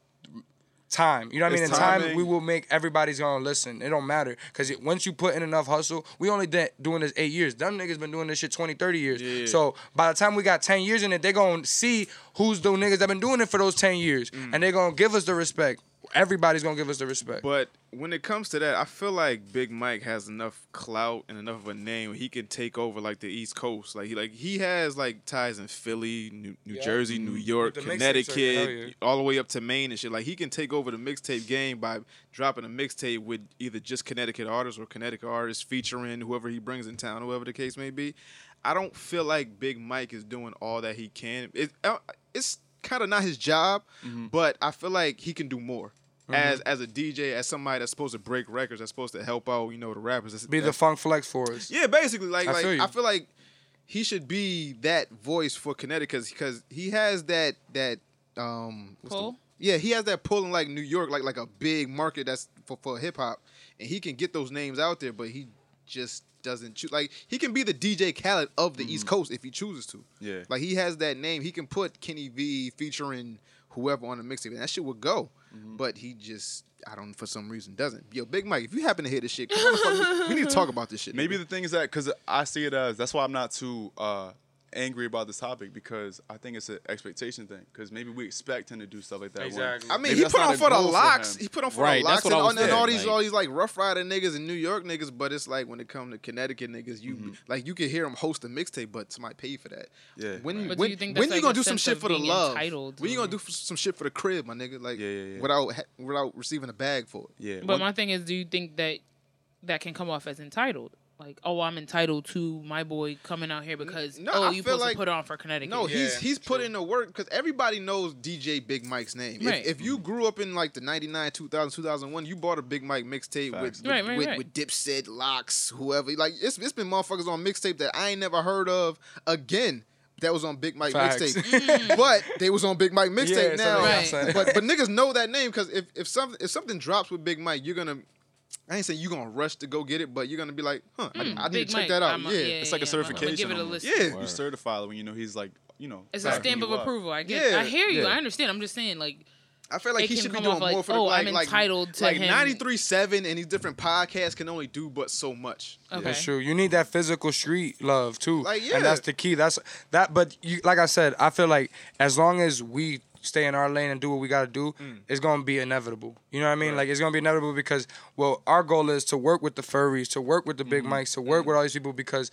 C: time. You know what I mean?
K: It's
C: In time,
K: timing.
C: we will make everybody's gonna listen. It don't matter because once you put in enough hustle, we only did, doing this eight years. Them niggas been doing this shit 20, 30 years.
K: Yeah.
C: So by the time we got ten years in it, they gonna see who's the niggas that been doing it for those ten years, and they gonna give us the respect. everybody's gonna give us the respect.
K: Mm. But when it comes to that, I feel like Big Mike has enough clout and enough of a name where he can take over like the East Coast. Like he like he has like ties in Philly, New, New
C: Yeah.
K: Jersey, New
C: Mhm.
K: York,
C: With the mixtape circuit, hell
K: Connecticut,
C: yeah.
K: all the way up to Maine and shit. Like he can take over the mixtape game by dropping a mixtape with either just Connecticut artists or Connecticut artists featuring whoever he brings in town, whoever the case may be. I don't feel like Big Mike is doing all that he can. It, uh, it's kind of not his job,
C: Mm-hmm.
K: but I feel like he can do more.
C: Mhm.
K: As as a DJ, as somebody that's supposed to break records, that's supposed to help out, you know, the rappers. that's-
C: Be the
K: that's-
C: funk flex for us.
K: yeah, basically, like,
C: I
K: like
C: feel you.
K: I feel like he should be that voice for Connecticut because he has that that um what's the-
G: Pull?
K: yeah, he has that pull in like New York, like like a big market that's for, for hip hop, and he can get those names out there, but he just doesn't choose. Like he can be the DJ Khaled of the East Coast if he chooses to.
D: Yeah.
K: Like he has that name. He can put Kenny V featuring whoever on the mixtape, and that shit would go. But he just, I don't, for some reason, doesn't. Yo, Big Mike, if you happen to hear this shit, come on, fuck, we we need to talk about this shit.
D: Maybe the thing is that because I see it as that's why I'm not too uh, angry about this topic because I think it's an expectation thing because maybe we expect him to do stuff like that. one.
C: Exactly.
K: I mean,
D: Maybe
K: he
D: that's
K: put
D: not
K: on
D: a
K: for the
D: goal
K: locks.
D: him.
K: He put on for the locks and, all- and all these all these like Rough Rider niggas and New York niggas. But it's like when it come to Connecticut niggas, you like you can hear them host a mixtape, but somebody pay for that.
D: Yeah.
K: When
G: But do
K: when,
G: you think
K: when
G: that's
K: you
G: like
K: gonna
G: a
K: do some
G: sense
K: shit
G: of
K: for the
G: being
K: love?
G: entitled
K: When you gonna do f- some shit for the crib, my nigga? Like without ha- without receiving a bag for it.
D: Yeah.
G: But my thing is, do you think that that can come off as entitled? Like, oh, I'm entitled to my boy coming out here because
K: No,
G: oh,
K: I
G: you
K: feel
G: supposed
K: like
G: to put on for Connecticut.
K: No, he's he's put in the work because everybody knows DJ Big Mike's name. If-
G: Right.
K: If, you grew up in like the 99, 2000, 2001, you bought a Big Mike mixtape with,
D: Facts.
K: with,
G: Right, right,
K: with,
G: right.
K: with Dipset, Locks, whoever. Like it's it's been motherfuckers on mixtape that I ain't never heard of again. That was on Big Mike
C: Facts.
G: Mm.
K: mixtape, but they was on Big Mike
C: Yeah, so
K: mixtape now.
C: that's what I'm Right. saying.
K: But but niggas know that name because if if something if something drops with Big Mike, you're gonna. I ain't saying you're gonna rush to go get it, but you're gonna be like, huh, I-
G: Mm,
K: I, need
G: Big
K: to check
G: Mike,
K: that out.
G: I'm a-
K: yeah.
G: yeah,
D: It's like a
G: yeah, I'm gonna
D: certification.
G: give it a
D: almost.
G: listen.
D: Yeah,
G: Word.
D: you certify it when you know he's like, you know,
G: It's a
D: backing
G: stamp
D: you
G: of
D: up.
G: approval. I get. I hear you. I understand. I'm just saying, like,
K: I feel like
G: it
K: he
G: can
K: should be
G: come
K: doing
G: off
K: more
G: like,
K: for the
G: oh,
K: like,
G: I'm
K: like-
G: entitled to
K: like
G: him.
K: 93.7 and these different podcasts can only do but so much.
G: Okay.
C: That's true. You need that physical street love too,
K: Like,
C: and that's
K: yeah.
C: the key. That's that. But you, like I said, I feel like as long as we stay in our lane and do what we got to do, it's gonna be inevitable. You know what I mean? Like it's gonna be inevitable because well, our goal is to work with the furries, to work with the big mics, to work with all these people because.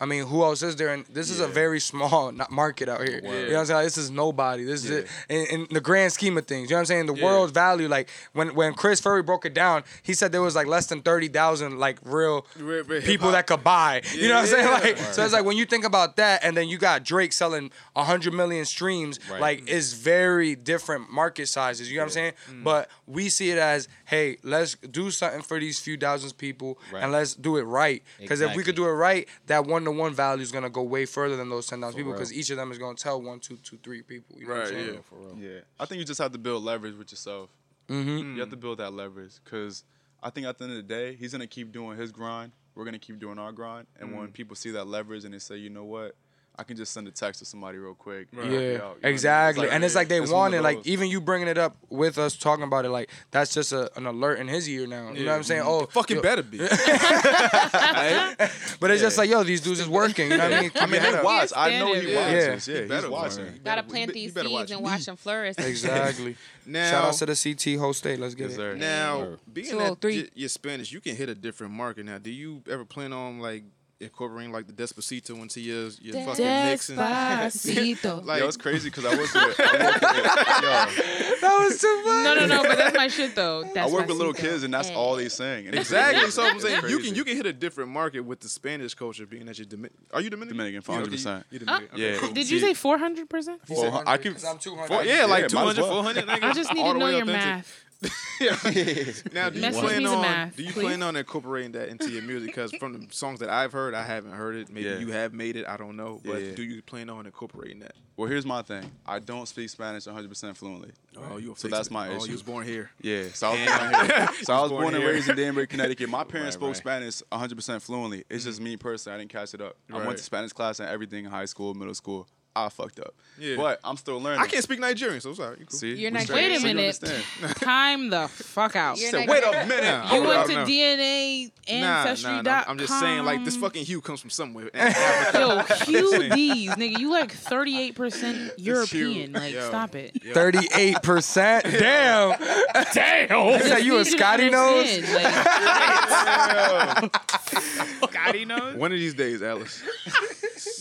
C: I mean, who else is there? And this is a very small not market out here. You know what I'm saying? Like, this is nobody. This is it. In, in the grand scheme of things. You know what I'm saying? The world's value, like when when Chris Furry broke it down, he said there was like less than thirty thousand like real
K: Real- real
C: people
K: hip-hop.
C: that could buy. You know what I'm saying?
K: Yeah.
C: Like, so it's like when you think about that, and then you got Drake selling hundred million streams.
K: Right.
C: Like, it's very different market sizes. You know what I'm saying?
K: Mm.
C: But we see it as, hey, let's do something for these few thousands people,
T: Right.
C: and let's do it right. Because if we could do it right, that one to one value is gonna go way further than those ten thousand people.
T: real.
C: Because each of them is gonna tell one, two, two, three people. You know what I'm saying?
D: For real. Yeah. I think you just have to build leverage with yourself.
C: Mhm.
D: You have to build that leverage because I think at the end of the day, he's gonna keep doing his grind. We're gonna keep doing our grind. And when
C: Mm.
D: people see that leverage and they say, you know what, I can just send a text to somebody real quick. and help you out," you know
C: Yeah,
D: what I mean?
C: exactly. and it's like they
D: one
C: want
D: of
C: it. Like
D: those.
C: even you bringing it up with us talking about it, like that's just a, an alert in his ear now. You know what I'm saying?
K: Mhm.
C: Oh,
K: It fucking
C: yo- <laughs>
K: better be.
C: But it's just like yo, these dudes is working. You know <laughs> what I mean?
D: I mean, they watch. I know he watches. Yeah,
C: He
D: he's
C: better
D: watching.
C: watch.
F: Gotta plant these seeds and watch them flourish.
C: Exactly. <laughs>
K: Now-
C: shout out to the CT whole state. Let's get it.
K: Now, being
G: oh
K: that
F: 203.
K: y- you're Spanish, you can hit a different market. Now, do you ever plan on like incorporating like the Despacito into your, your fucking mix? And,
F: Despacito.
K: like,
D: yo, it's crazy because I <laughs> work with, I work
C: that was <laughs> too much.
G: No, no, no. But that's my shit
K: <laughs>
G: though.
D: I
G: That's
D: work with little
G: Despacito.
D: kids and that's all they sing. And it's
K: Exactly.
D: crazy.
K: So I'm
D: It's
K: saying you can
D: crazy.
K: you can hit a different market with the Spanish culture, being that you're Dominican. Are you Dominican?
D: Dominican,
K: You know,
D: 100%.
K: you- you
G: Uh,
K: Dominican. Okay, cool.
G: Did you
K: See,
G: say 400 percent?
K: Four hun- I can-
C: 'cause I'm 200.
K: four- yeah, like
D: Yeah, might as
K: 200,
D: well.
K: 400. nigga,
G: I just need to
K: all the
G: know
K: way
G: your
K: up into-
G: math.
K: <laughs> Now, do you
G: Message
K: plan
G: me the
K: on
G: math,
K: do you
G: please.
K: plan on incorporating that into your music? Because from the songs that I've heard, I haven't heard it. Maybe
D: Yeah.
K: you have made it. I don't know. But
D: Yeah.
K: do you plan on incorporating that?
D: Well, here's my thing. I don't speak Spanish 100% fluently.
K: Oh, you a
D: so
K: fake
D: that's
K: Sp-
D: my
K: oh, you
D: issue.
K: was born here.
D: Yeah, so I
K: <laughs>
D: was
K: Yeah.
D: born here. So
K: You
D: I
K: was
D: was
K: born
D: born, and
K: here.
D: raised in Danbury, Connecticut. My parents
K: <laughs> Right, Mm-hmm.
D: spoke Spanish 100% fluently. It's just me personally. I didn't catch it up. I
K: Right.
D: went to Spanish class and everything in high school, middle school. I fucked up.
K: Yeah.
D: But I'm still learning.
K: I can't speak Nigerian, so I'm sorry. You cool.
D: See,
G: You're
D: We straight,
G: Nigerian. Wait a
D: so you
G: minute.
D: understand.
G: Time the fuck out.
D: She said, "Wait a minute."
K: Nah,
G: <laughs> You
K: hold
G: went
K: up,
G: to
K: nah.
G: DNA ancestry.
K: Nah, nah, nah. I'm just saying, like this fucking hue comes from somewhere.
G: Yo, cue these, nigga. You like 38% European.
K: huge.
G: Like,
K: Yo.
G: stop it.
C: Thirty-eight <laughs> percent. Damn. <laughs> Damn. Is that you a
G: Just need you to
C: Scotty nose?
G: understand, like-
K: Scotty knows. One of these days, Alice.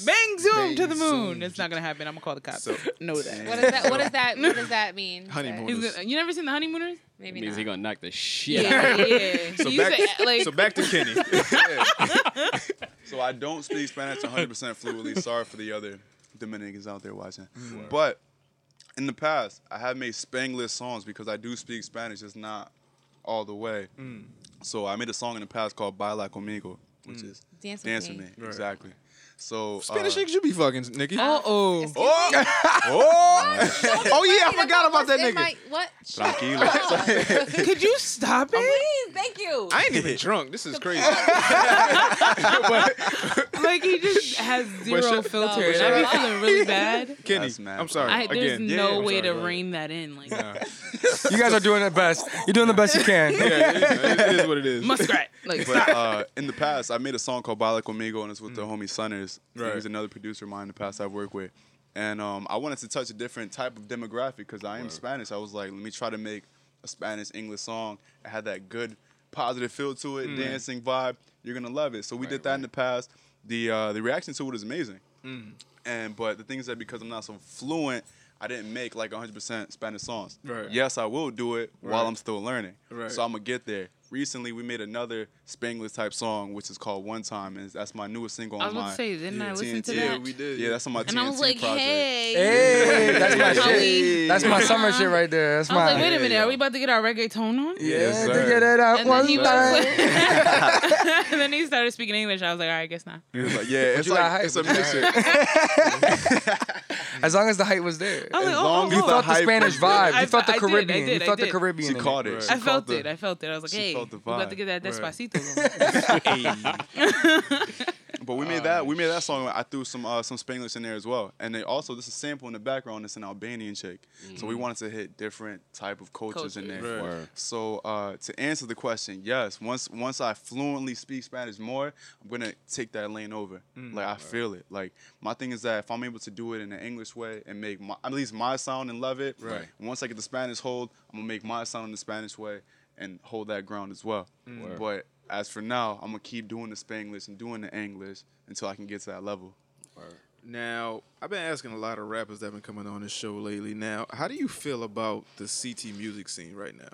G: Bang zoom to the moon. It's not gonna happen. I'm gonna call the cops.
K: So-
G: <laughs> know that.
F: <laughs> <laughs> What does that? What does that? What does that mean?
G: He's gonna- you never seen the honeymooners?
F: Maybe
T: means
F: not.
T: he gonna knock the shit
G: Yeah,
T: out.
G: yeah. yeah.
D: So
G: You
D: back,
G: say, like,
D: so back to Kenny. <laughs> so I don't speak Spanish 100% fluently. Sorry for the other Dominicans out there watching.
K: Mm.
D: But in the past, I have made Spanglish songs because I do speak Spanish, just not all the way.
K: Mm.
D: So I made a song in the past called Baila Conmigo, which
K: Mm.
D: is
F: Dance with me.
D: Me. Exactly. So
K: Spanish
D: uh,
K: niggas you be fucking, Nikki.
G: Uh
F: <laughs>
G: oh.
D: Oh, oh,
K: Oh yeah, I forgot about that
F: Am
K: nigga.
F: I- what?
K: <laughs>
D: Tranquilo.
G: Could you stop it?
F: Please, thank you.
K: I ain't even drunk. This is crazy.
G: like he just has
K: But
G: zero
K: shut-
G: filter.
K: but
G: and
K: shut
G: I'm
K: up.
G: feeling really bad.
K: Kenny,
D: That's mad.
K: I'm sorry.
G: I, there's
K: Again.
G: no
K: I'm
G: way
K: sorry,
G: to
K: go ahead.
G: rein that in. Like
C: You guys are doing the best. You're doing the best
G: <laughs>
C: you can.
K: Yeah, it is- it is what it is.
G: muskrat. Like
D: <laughs> But
K: <laughs>
D: uh, in the past, I made a song called Baila Conmigo, and it's with the homie Sunners.
K: Mm. Right.
D: He's another producer of mine in the past I've worked with. And um, I wanted to touch a different type of demographic because I am Spanish. I was like, let me try to make a Spanish English song. It had that good, positive feel to it,
K: Mm.
D: dancing vibe. You're gonna love it. So we did that in the past. The uh, the reaction to it is amazing.
K: Mm.
D: And but the thing is that because I'm not so fluent, I didn't make like 100% Spanish songs.
K: Right.
D: Yes, I will do it
K: Right.
D: while I'm still learning.
K: Right.
D: So I'm gonna get there. Recently, we made another Spanglish type song, which is called "One Time," and that's my newest single
G: I
D: on
G: was about
D: my
G: to say, didn't I listen to
D: TNT.
G: that?
K: we did.
D: Yeah, that's on my
G: And I was
D: TNT
G: like,
D: project.
G: hey.
C: Hey, that's my
G: Are
C: shit.
G: we-
C: That's my summer
G: Uh-huh.
C: shit right there. That's
G: I was
C: my.
G: like, wait a minute, are we about to get our reggaeton on?
C: Yeah,
D: Yes,
C: to
D: sir.
C: get it out
G: And
C: one
G: then, he was
D: <laughs>
C: time.
G: <laughs> and then he started speaking English. I was like, all right, guess not.
D: He was like, yeah,
C: But
D: it's
C: you got
D: like it's a
C: hype, but you
D: mixture.
C: got As long as the hype was there.
G: I was
D: As
G: like, oh,
D: long
G: oh,
D: as
C: You
G: oh.
C: felt the
D: hype
C: Spanish
D: was
C: vibe.
G: I
C: You felt
G: fe-
C: the
G: I did, I
C: Caribbean. You
G: did, I
C: felt the
G: did.
C: Caribbean.
D: She
C: in
D: caught it.
G: I felt
D: the-
G: it. I felt it. I was like,
D: she
G: hey,
D: caught the
G: we about to
D: vibe.
G: get that
D: Right.
G: despacito. going.
D: But we made that we made that song. I threw some uh, some Spanglish in there as well, and they also this is sample in the background. It's an Albanian chick, so
G: Mm.
D: we wanted to hit different type of cultures in there.
K: Cultures. Right. Word.
D: So uh, to answer the question, yes, once once I fluently speak Spanish more, I'm gonna take that lane over.
K: Mm.
D: Like I feel it. Like my thing is that if I'm able to do it in an English way and make my, at least my sound and love it,
K: Right.
D: Once I get the Spanish hold, I'm gonna make my sound in the Spanish way and hold that ground as well.
K: Mm.
D: But as for now, I'm gonna keep doing the Spanglish and doing the English until I can get to that level.
K: Now, I've been asking a lot of rappers that have been coming on this show lately. Now, how do you feel about the CT music scene right now?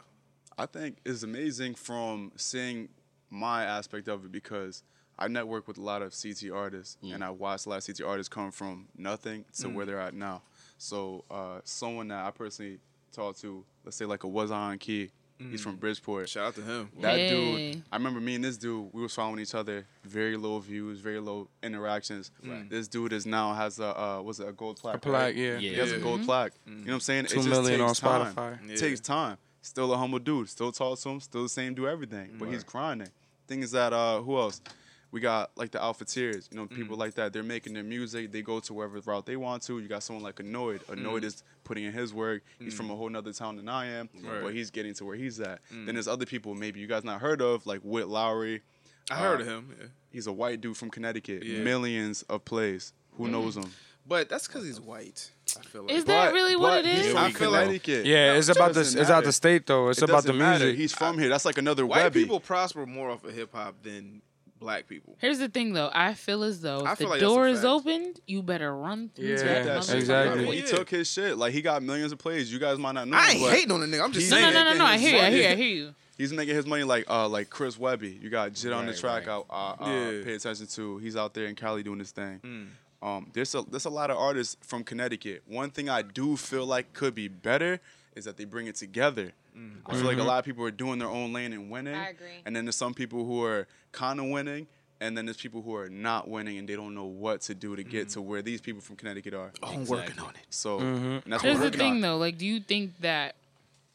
D: I think it's amazing from seeing my aspect of it because I network with a lot of CT artists and I watch a lot of CT artists come from nothing to
K: Mm.
D: where they're at now. So uh, someone that I personally talked to, let's say like a Wazan Key, he's from Bridgeport.
K: Mm. Shout out to him.
D: That
G: Hey.
D: dude, I remember me and this dude, we was following each other, very low views, very low interactions.
K: Right.
D: This dude is now has a uh, was it a gold plaque?
C: plaque,
D: right?
C: yeah.
D: He has a
K: Yeah. Mm.
D: gold plaque. You know what I'm saying?
C: Mm-hmm. Two million on Spotify.
D: Time. Takes time. Still a humble dude. Still talk to him. Still the same. Do everything. But he's grinding. Thing is that uh, who else? We got like the Alphateers. You know, people
K: Mm.
D: like that. They're making their music. They go to wherever route they want to. You got someone like Annoyed.
K: Mm.
D: Annoyed is putting in his work. He's from a whole nother town than I am,
K: Right. Mm.
D: but he's getting to where he's at. Then there's other people maybe you guys not heard of, like Whit Lowry.
K: I
D: Uh,
K: heard of him. Yeah.
D: He's a white dude from Connecticut.
K: Yeah. Mm.
D: Millions of plays. Who knows him?
K: But that's because he's white. I feel like.
G: Is that really what it
D: But he's
G: is?
D: from
K: I feel like-
D: Connecticut.
C: Yeah, it's about the
D: doesn't
C: it's
D: matter.
C: about the state though. It's
D: It
C: about the
D: doesn't matter.
C: music.
D: He's from here. That's like another
K: White
D: Webby.
K: people prosper more off of hip hop than black people.
G: Here's the thing, though. I feel as though
K: I
G: if the
K: feel like that's a
G: door is
K: fact.
G: opened, you better run through
C: Yeah,
G: that
C: that's
G: motherfucker.
C: exactly.
D: He
K: Yeah.
D: took his shit. Like he got millions of plays. You guys might not know.
K: I
D: him,
K: ain't
D: but
K: hating on the nigga. I'm just
D: he's
G: No,
K: saying.
G: no, no, no,
D: making
G: no. I
D: his
G: hear you. I
D: money.
G: hear you. I hear you.
D: He's making his money like uh like Chris Webby. You got Jit on the
T: Right,
D: track.
T: right.
D: I I, uh,
K: Yeah.
D: pay attention to. He's out there in Cali doing his thing.
T: Mm.
D: Um, there's a there's a lot of artists from Connecticut. One thing I do feel like could be better is that they bring it together.
T: Mm.
D: I feel like a lot of people are doing their own lane and winning.
F: I agree.
D: And then there's some people who are kind of winning, and then there's people who are not winning and they don't know what to do to
T: Mm.
D: get to where these people from Connecticut are.
K: Oh, I'm working on it.
D: So and that's
G: Here's
D: what we're
G: the thing,
D: on.
G: though. Like, do you think that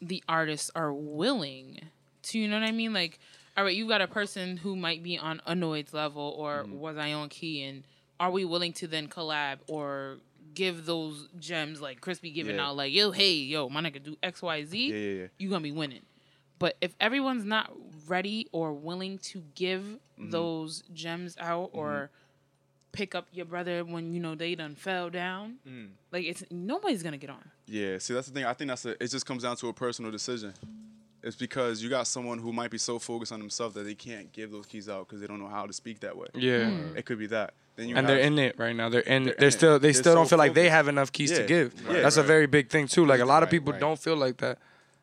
G: the artists are willing to, you know what I mean? Like, all right, you've got a person who might be
D: Mm-hmm.
G: on Annoyed's level or was I on key, and are we willing to then collab or give those gems like Crispy giving
D: Yeah.
G: out, like, yo, hey, yo, my nigga, do X, Y, Z,
D: Yeah, yeah, yeah.
G: you gonna be winning. But if everyone's not ready or willing to give
D: Mhm.
G: those gems out
D: Mm-hmm.
G: or pick up your brother when you know they done fell down,
D: Mm.
G: like it's nobody's gonna get on.
D: Yeah, see, that's the thing. I think that's a, it. Just comes down to a personal decision. It's because you got someone who might be so focused on themselves that they can't give those keys out because they don't know how to speak that way.
C: Yeah.
G: Hmm.
C: Mm.
D: it could be that. Then you
C: and they're
D: have-
C: in it right now. They're in. They're,
D: in it.
C: still. They
D: They're
C: still
D: so
C: don't feel like they
D: focused.
C: have enough keys
D: Yeah,
C: to give.
D: right,
C: That's a
D: right.
C: very big thing too. Like a lot of
D: Right,
C: people
D: right.
C: don't feel like that.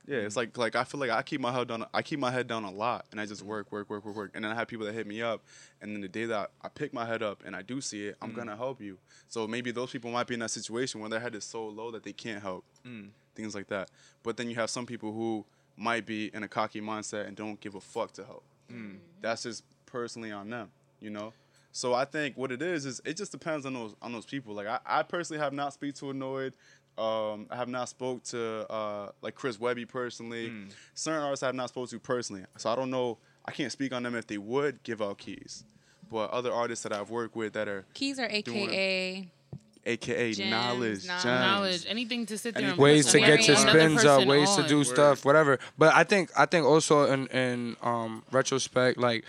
D: Yeah, it's like like I feel like I keep my head down. I keep my head down a lot, and I just work, work, work, work, work. And then I have people that hit me up, and then the day that I pick my head up and I do see it, I'm
K: Mhm.
D: gonna help you. So maybe those people might be in that situation where their head is so low that they can't help,
K: Mm.
D: things like that. But then you have some people who might be in a cocky mindset and don't give a fuck to help.
K: Mm.
D: That's just personally on them, you know. So I think what it is is it just depends on those on those people. Like I, I personally have not speak to annoyed. Um, I have not spoke to uh, like Chris Webby personally.
K: Hmm.
D: Certain artists I have not spoke to personally, so I don't know. I can't speak on them if they would give out keys. But other artists that I've worked with that are
F: Keys are
D: doing-
F: AKA
D: AKA
F: Gems,
D: knowledge,
F: knowl-
D: gems.
G: Knowledge, anything to sit there and
C: ways
G: put
C: to
G: somebody
C: get your
G: on.
C: spins
G: Another
C: up,
G: person
C: ways to
G: on.
C: do stuff, whatever. But I think I think also in in um, retrospect, like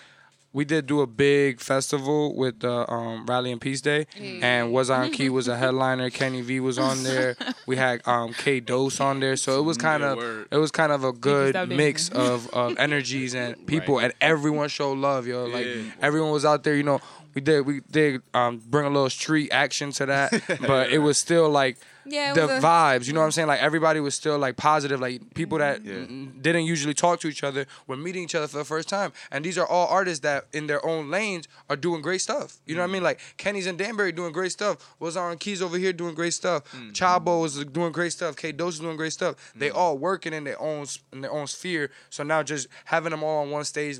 C: we did do a big festival with the um, Rally and Peace Day, and Was on Key
K: <laughs>
C: was a headliner. Kenny V was on there. We had um, K Dose on there, so it was kind of it was kind of a good
K: stop dancing.
C: mix
K: <laughs>
C: of of energies and people, and everyone showed love, yo. Like
K: Yeah.
C: everyone was out there, you know. We did we did um, bring a little street action to that, but it was still like
K: Yeah, it
C: the
K: was a-
C: vibes. You know what I'm saying? Like everybody was still like positive. Like people that n- didn't usually talk to each other were meeting each other for the first time. And these are all artists that in their own lanes are doing great stuff. You know what I mean? Like Kenny's and Danbury doing great stuff. Was on Keys over here doing great stuff. Chabo is doing great stuff. K Dose is doing great stuff. They all working in their own s- in their own sphere. So now just having them all on one stage,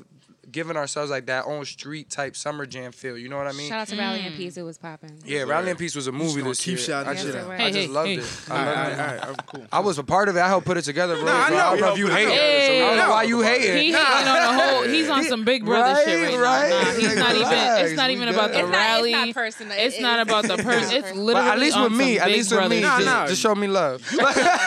C: giving ourselves like that own street type summer jam feel. You know what I mean?
F: Shout out to Rally and Peace, it was popping.
C: Yeah, Rally and Peace was a
K: You just
C: movie
K: gonna
C: this
K: keep
C: year.
K: shouting
C: I
K: that
C: just,
K: shit
C: I
K: out. Hey,
C: just
K: hey,
C: loved
K: hey.
C: it.
K: All
C: I
K: right,
C: loved
K: all
C: it.
K: right, all right, cool.
C: I was a part of it. I helped put it together, bro.
K: Nah, I
C: so I
K: know.
C: don't know if you hate it. I don't know why you hate it.
G: He ain't on a whole. He's
C: <laughs>
G: on some Big Brother
C: Right,
G: shit right,
C: right.
G: now. Nah, he's not even. It's
C: Relax,
G: not
C: we
G: even
C: good.
G: about the
C: It's not- it's
G: rally.
F: not personal.
G: It's
F: It
G: not
F: is-
G: about the
F: it's
G: person.
F: not
G: It's
F: personal.
G: literally
C: But at least
G: on
C: with me,
G: some
C: at
G: Big
C: least with
G: Brother
C: me,
G: shit.
C: just, just show me love. <laughs>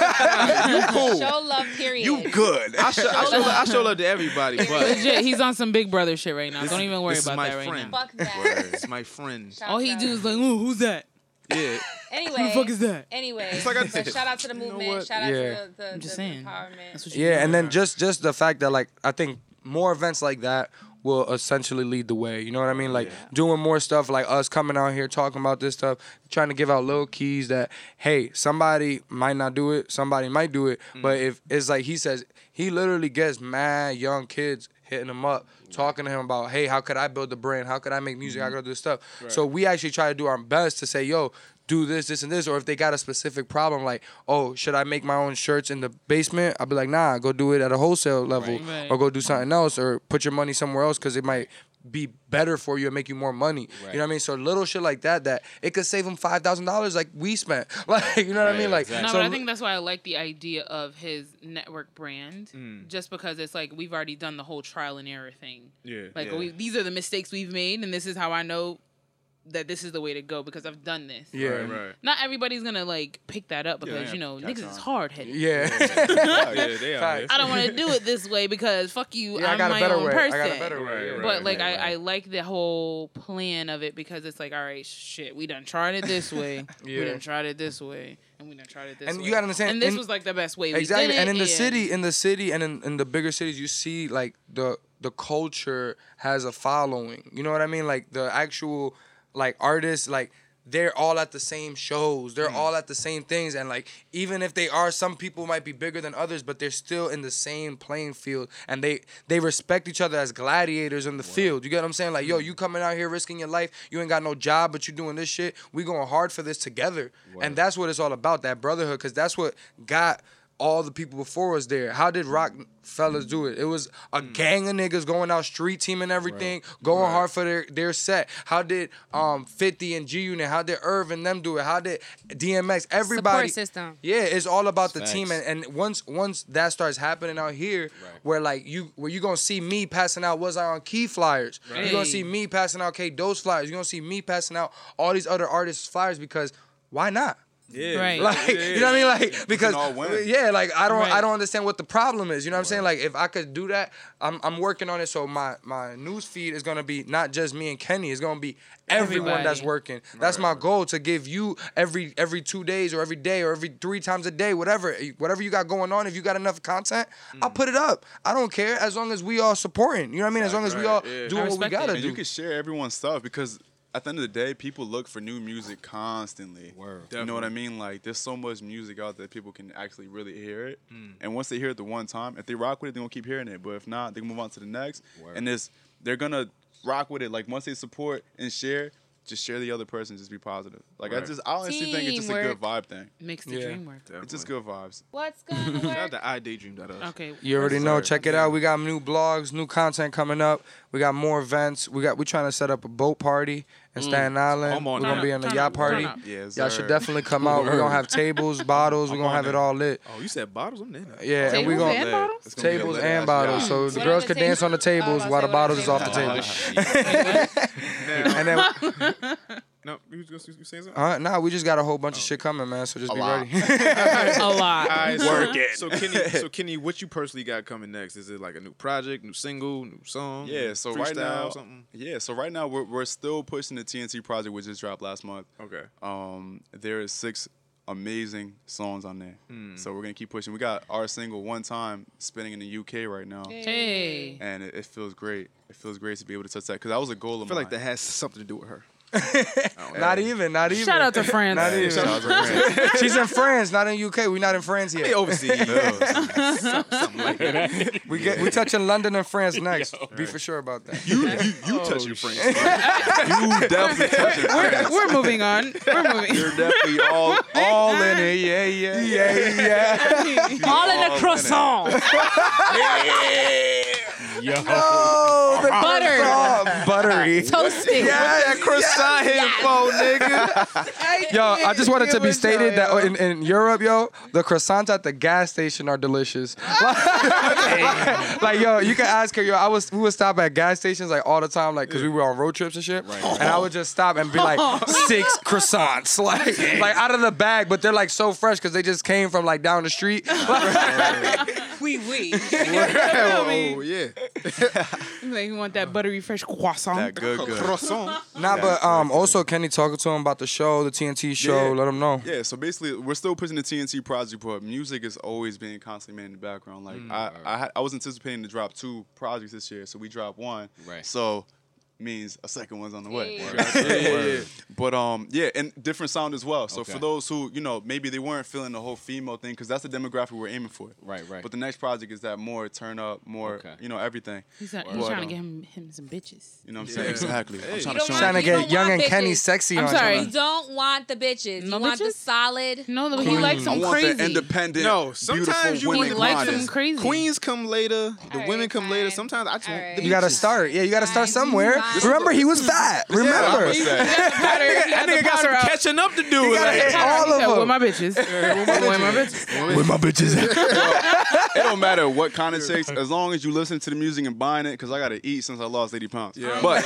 C: you cool.
F: Show love, period.
K: You good. I show, I show, love- I show love
D: <laughs>
K: to everybody, but
G: Legit, he's on some Big Brother shit right now.
K: This-
G: Don't even worry
K: this is
G: about
K: my
G: that right
K: friend.
G: now.
F: Fuck that.
K: it's my friend.
G: All he do is like, ooh, who's that?
K: Yeah.
F: Anyway,
G: Who the fuck is that?
F: Anyway,
G: It's like I
F: but
G: said.
F: shout out to the movement.
G: what?
F: Shout out
C: Yeah.
F: to the, the,
G: I'm just
F: the
G: saying.
F: empowerment.
C: Yeah, and then just just the fact that like I think more events like that will essentially lead the way. You know what I mean? Like doing more stuff like us coming out here talking about this stuff, trying to give out little keys that hey, somebody might not do it, somebody might do it, but if it's like he says, he literally gets mad young kids hitting him up, talking to him about, "Hey, how could I build a brand? How could I make music? How could I do this stuff?"
K: Right.
C: So we actually try to do our best to say, "Yo, do this, this, and this," or if they got a specific problem, like, "Oh, should I make my own shirts in the basement?" I'll be like, "Nah, go do it at a wholesale level,
K: Right. Right.
C: or go do something else, or put your money somewhere else because it might." Be better for you and make you more money. You know what I mean? So little shit like that, that it could save them five thousand dollars, like we spent. <laughs> Like you know what I mean? Like
G: no,
C: so
G: but I think that's why I like the idea of his network brand,
C: Mm.
G: just because it's like we've already done the whole trial and error thing.
C: Yeah.
G: like
C: Yeah.
G: We, these are the mistakes we've made, and this is how I know that this is the way to go because I've done this.
C: Yeah. Right, right.
G: Not everybody's gonna like pick that up
C: Yeah,
G: because
C: yeah,
G: you know
C: catch
G: niggas is
C: on.
G: hard headed.
C: Yeah.
K: yeah,
C: <laughs>
K: they are.
G: I don't want to do it this way because fuck you.
C: Yeah, I
G: I'm
C: got a
G: my
C: better
G: own
C: way. I
G: person.
C: got a better way. Right,
G: but
C: right,
G: like
C: right,
G: I, I like the whole plan of it because it's like, all right, shit, we done tried it
C: <laughs>
G: this way. We
C: Yeah.
G: done tried it this way. And we done tried it this
C: and
G: way.
C: you gotta understand.
G: And this
C: in-
G: was like the best way. we
C: Exactly.
G: did
C: and
G: it,
C: in the city, in the city, and in, in the bigger cities, you see like the the culture has a following. You know what I mean? Like the actual like artists, like they're all at the same shows.
G: Mm.
C: They're all at the same things. And like even if they are, some people might be bigger than others, but they're still in the same playing field. And they they respect each other as gladiators in the field. You get what I'm saying? Like,
G: Mm.
C: yo, you coming out here risking your life. You ain't got no job, but you doing this shit. We going hard for this together. And that's what it's all about, that brotherhood, because that's what got all the people before us there. How did rock fellas do it? It was a gang of niggas going out street teaming everything, going hard for their, their set. How did um 50 and G Unit, how did Irv and them do it? How did DMX? Everybody
F: system.
C: Yeah, it's all about the
F: Facts.
C: team and, and once once that starts happening out here where like you where you going to see me passing out was I on key flyers. You're going
K: Right.
C: to see me passing out K Dose flyers. You're going to see me passing out all these other artists flyers because why not?
D: Yeah. Right.
C: Like
D: Yeah.
C: you know what I mean? Like because
D: all win.
C: yeah, like I don't
D: Right.
C: I don't understand what the problem is. You know what I'm saying? Like if I could do that, I'm I'm working on it. So my my news feed is gonna be not just me and Kenny. It's gonna be everyone that's
R: Everybody.
C: working. That's my goal to give you every every two days or every day or every three times a day, whatever eh, whatever you got going on. If you got enough content, I'll
D: Mm.
C: put it up. I don't care as long as we all supporting. You know what I mean? As long as we all doing what we gotta
D: and
C: do.
D: You can share everyone's stuff because at the end of the day, people look for new music constantly. Word. You know what I mean? Like, there's so much music out there that people can actually really hear it.
K: Mm.
D: And once they hear it the one time, if they rock with it, they're gonna keep hearing it. But if not, they can move on to the next.
K: Word.
D: And it's they're gonna rock with it. Like once they support and share, just share the other person. Just be positive. Like I
K: Right.
D: just I honestly think it's just a good
K: Teamwork
D: vibe thing.
G: makes the Yeah. dream work.
D: It's just good vibes.
F: <laughs> What's gonna
K: Not that I daydreamed at
C: <laughs>
G: <laughs>
K: us.
G: Okay.
C: You already know. Check it out. We got new blogs, new content coming up. We got more events. We got we trying to set up a boat party in
K: Mm.
C: Staten Island.
K: I'm
C: We're
K: on
C: gonna
K: that.
C: be in a
K: Turn
C: yacht
K: up, turn
C: party.
K: up. Yes,
C: Y'all
K: sir.
C: should definitely come out. We're
K: Word.
C: gonna have tables,
K: <laughs>
C: bottles. We're
K: I'm
C: gonna
K: on
C: have it
K: that.
C: all lit.
K: Oh, you said bottles? I'm there.
C: Yeah, and we
K: Tables
C: gonna
K: and bottles? It's gonna be a
C: tables
K: lit
C: and
K: ass
C: bottles.
K: yacht.
C: So
K: What
C: the
K: are
C: girls
K: the
C: could dance on the tables while the bottles is off the table. <laughs> and then
K: <laughs> No, you was gonna you was saying something?
C: uh, nah, we just got a whole bunch of shit coming, man. So just be
K: Oh. lot.
C: ready. <laughs>
D: Uh,
K: All right, so-
C: Work it.
K: So
D: <laughs>
K: Kenny, so Kenny, what you personally got coming next? Is it like a new project, new single, new song?
D: Yeah, so
K: freestyle
D: right now,
K: or something.
D: yeah, so right now we're, we're still pushing the TNT project, which just dropped last month.
K: Okay.
D: Um, there is six amazing songs on there,
K: Mm.
D: so we're gonna keep pushing. We got our single "One Time" spinning in the UK right now.
C: <laughs>
T: Hey.
D: And it, it feels great. It feels great to be able to touch that because that was a goal
K: I
D: of
K: feel
D: mine.
K: like that has something to do with her.
C: <laughs> Not even, not even.
K: Shout out to France.
C: Not
K: Yeah,
C: even.
K: shout out to France.
C: She's in France, not in UK. We're not in France yet.
D: <laughs>
K: <laughs> overseas.
C: we get we touching London and
K: <laughs>
C: France next. Be for sure about that.
K: You you, you touch your friends.
D: you definitely touch
K: <laughs>
D: your
G: friends. We're, we're moving on. We're
C: <laughs>
G: moving. <laughs>
D: You're definitely all all in it. Yeah,
C: <laughs>
D: yeah,
C: yeah,
G: yeah.
T: All in the
C: <laughs>
G: croissant.
T: Yo.
C: Oh, the
T: Butter.
C: croissant. Buttery.
T: Toasted.
C: Yeah, that croissant
T: Yes.
C: <laughs> info, nigga. Yo, I just wanted to be stated that in, in Europe, yo, the croissants at the gas station are <laughs> delicious. like, <laughs> like, yo, you can ask her, yo, I was we would stop at gas stations like all the time, like because we were on road trips and shit. And I would just stop and be <laughs> like six croissants. <laughs> Like, like out of the bag, but they're like so fresh because they just came from like down the <laughs> street.
G: We we.
C: Oh,
K: yeah.
G: Like <laughs> you want that buttery fresh croissant. <laughs>
D: That good good. Croissant.
C: Nah, but um, also Kenny talking to him about the show, the TNT show. Let him know.
D: <laughs> Yeah, so basically, we're still pushing the TNT project, but music is always being constantly made in the background. Like I, I, had- I was anticipating to drop two projects this year, so we dropped one. Right. So means a second one's on the way.
K: Yeah.
D: Yeah, yeah, yeah.
K: Word.
D: But um, yeah, and different sound as well. So for
K: Okay.
D: those who you know maybe they weren't feeling the whole female thing, because that's the demographic we're aiming for. Right, right. But the next project is that more turn up, more you know everything.
G: He's, he's
D: But,
G: trying to
D: um,
G: get him, him some bitches.
D: You know what I'm saying? Exactly. I'm trying
C: You
D: to
C: don't
D: show
C: want-
D: him.
C: Tryna you get don't young want and Kenny bitches. sexy
T: I'm
C: on
T: sorry.
C: each
T: You don't want the bitches.
G: No
T: you want the
G: bitches?
T: solid.
G: No, the-
D: Queen. I want the independent.
K: No, sometimes you
D: beautiful
K: want
D: women
K: them
D: grinders.
G: crazy.
K: Queens come later. The women come later. Sometimes I just want the
C: You gotta
K: bitches.
C: start. Yeah, you gotta start somewhere. Remember, he was fat.
K: is what
C: Remember,
K: I'ma say. You got
D: <laughs>
K: the powder- you got
C: that
K: the
C: nigga got some
K: powder up.
C: catching up to do.
K: You gotta
C: like,
K: hit
C: all of them.
G: With my bitches. With my <laughs> bitches.
C: With my bitches.
D: it don't matter what kind it takes, as long as you listen to the music and buying it, because I gotta eat since I lost 80 pounds. Yeah. But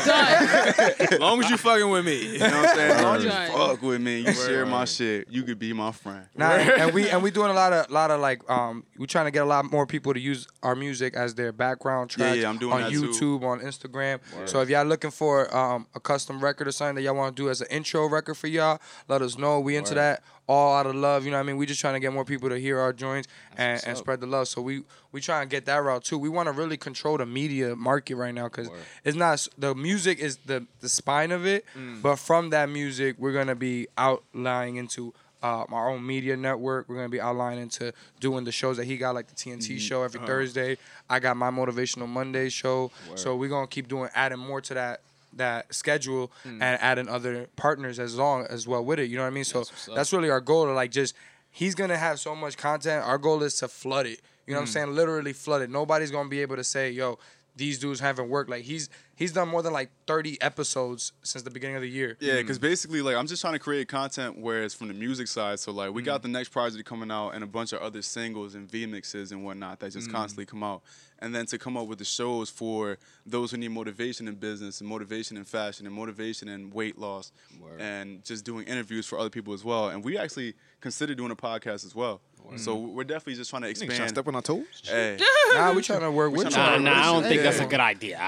K: as long as you fucking with
D: <laughs>
K: me.
D: you know what I'm saying? As long as you
K: Word.
D: fuck with me, you share my shit, you could be my friend.
C: Nah, and we and we doing a lot of lot of like um we trying to get a lot more people to use our music as their background
D: Yeah,
C: tracks
D: yeah, I'm doing
C: on
D: that too.
C: YouTube, on Instagram.
D: Word.
C: So if y'all looking for um a custom record or something that y'all want to do as an intro record for y'all, let us know. We into
R: Word.
C: that all out of love. You know what I mean? We just trying to get more people to hear our joints and,
R: what's
C: and
R: up.
C: spread the love. So we we trying to get that route too. We want to really control the media market right now because it's not s- the music is the the spine of it,
R: Mm.
C: but from that music we're gonna be outlining into uh, our own media network. We're gonna be outlining into doing the shows that he got, like the TNT
R: Mhm.
C: show every
R: Uh-huh.
C: Thursday. I got my motivational Monday show.
R: Word.
C: So we're gonna keep doing adding more to that that schedule
R: Mm.
C: and adding other partners as long as well with it. You know what I mean? So
R: up.
C: that's really our goal to like just he's gonna have so much content. Our goal is to flood it. You know what I'm
R: Mm.
C: saying? Literally flood it. Nobody's gonna be able to say, yo, these dudes haven't worked. Like he's he's done more than like 30 episodes since the beginning of the year.
D: Yeah, because basically, like, I'm just trying to create content where it's from the music side. So, like, we got the next project coming out and a bunch of other singles and V mixes and whatnot that just
K: Mm.
D: constantly come out. and then to come up with the shows for those who need motivation in business and motivation in fashion and motivation in weight loss and just doing interviews for other people as well. And we actually consider doing a podcast as well. So we're definitely just trying to
K: Niggas tryna
D: expand.
K: step on our toes?
D: Hey.
C: Nah, we tryna work
D: We
C: with
D: tryna
C: you.
D: work
C: Nah, nah, I
D: with
C: don't
D: you.
C: think that's a
D: Yeah.
C: good idea.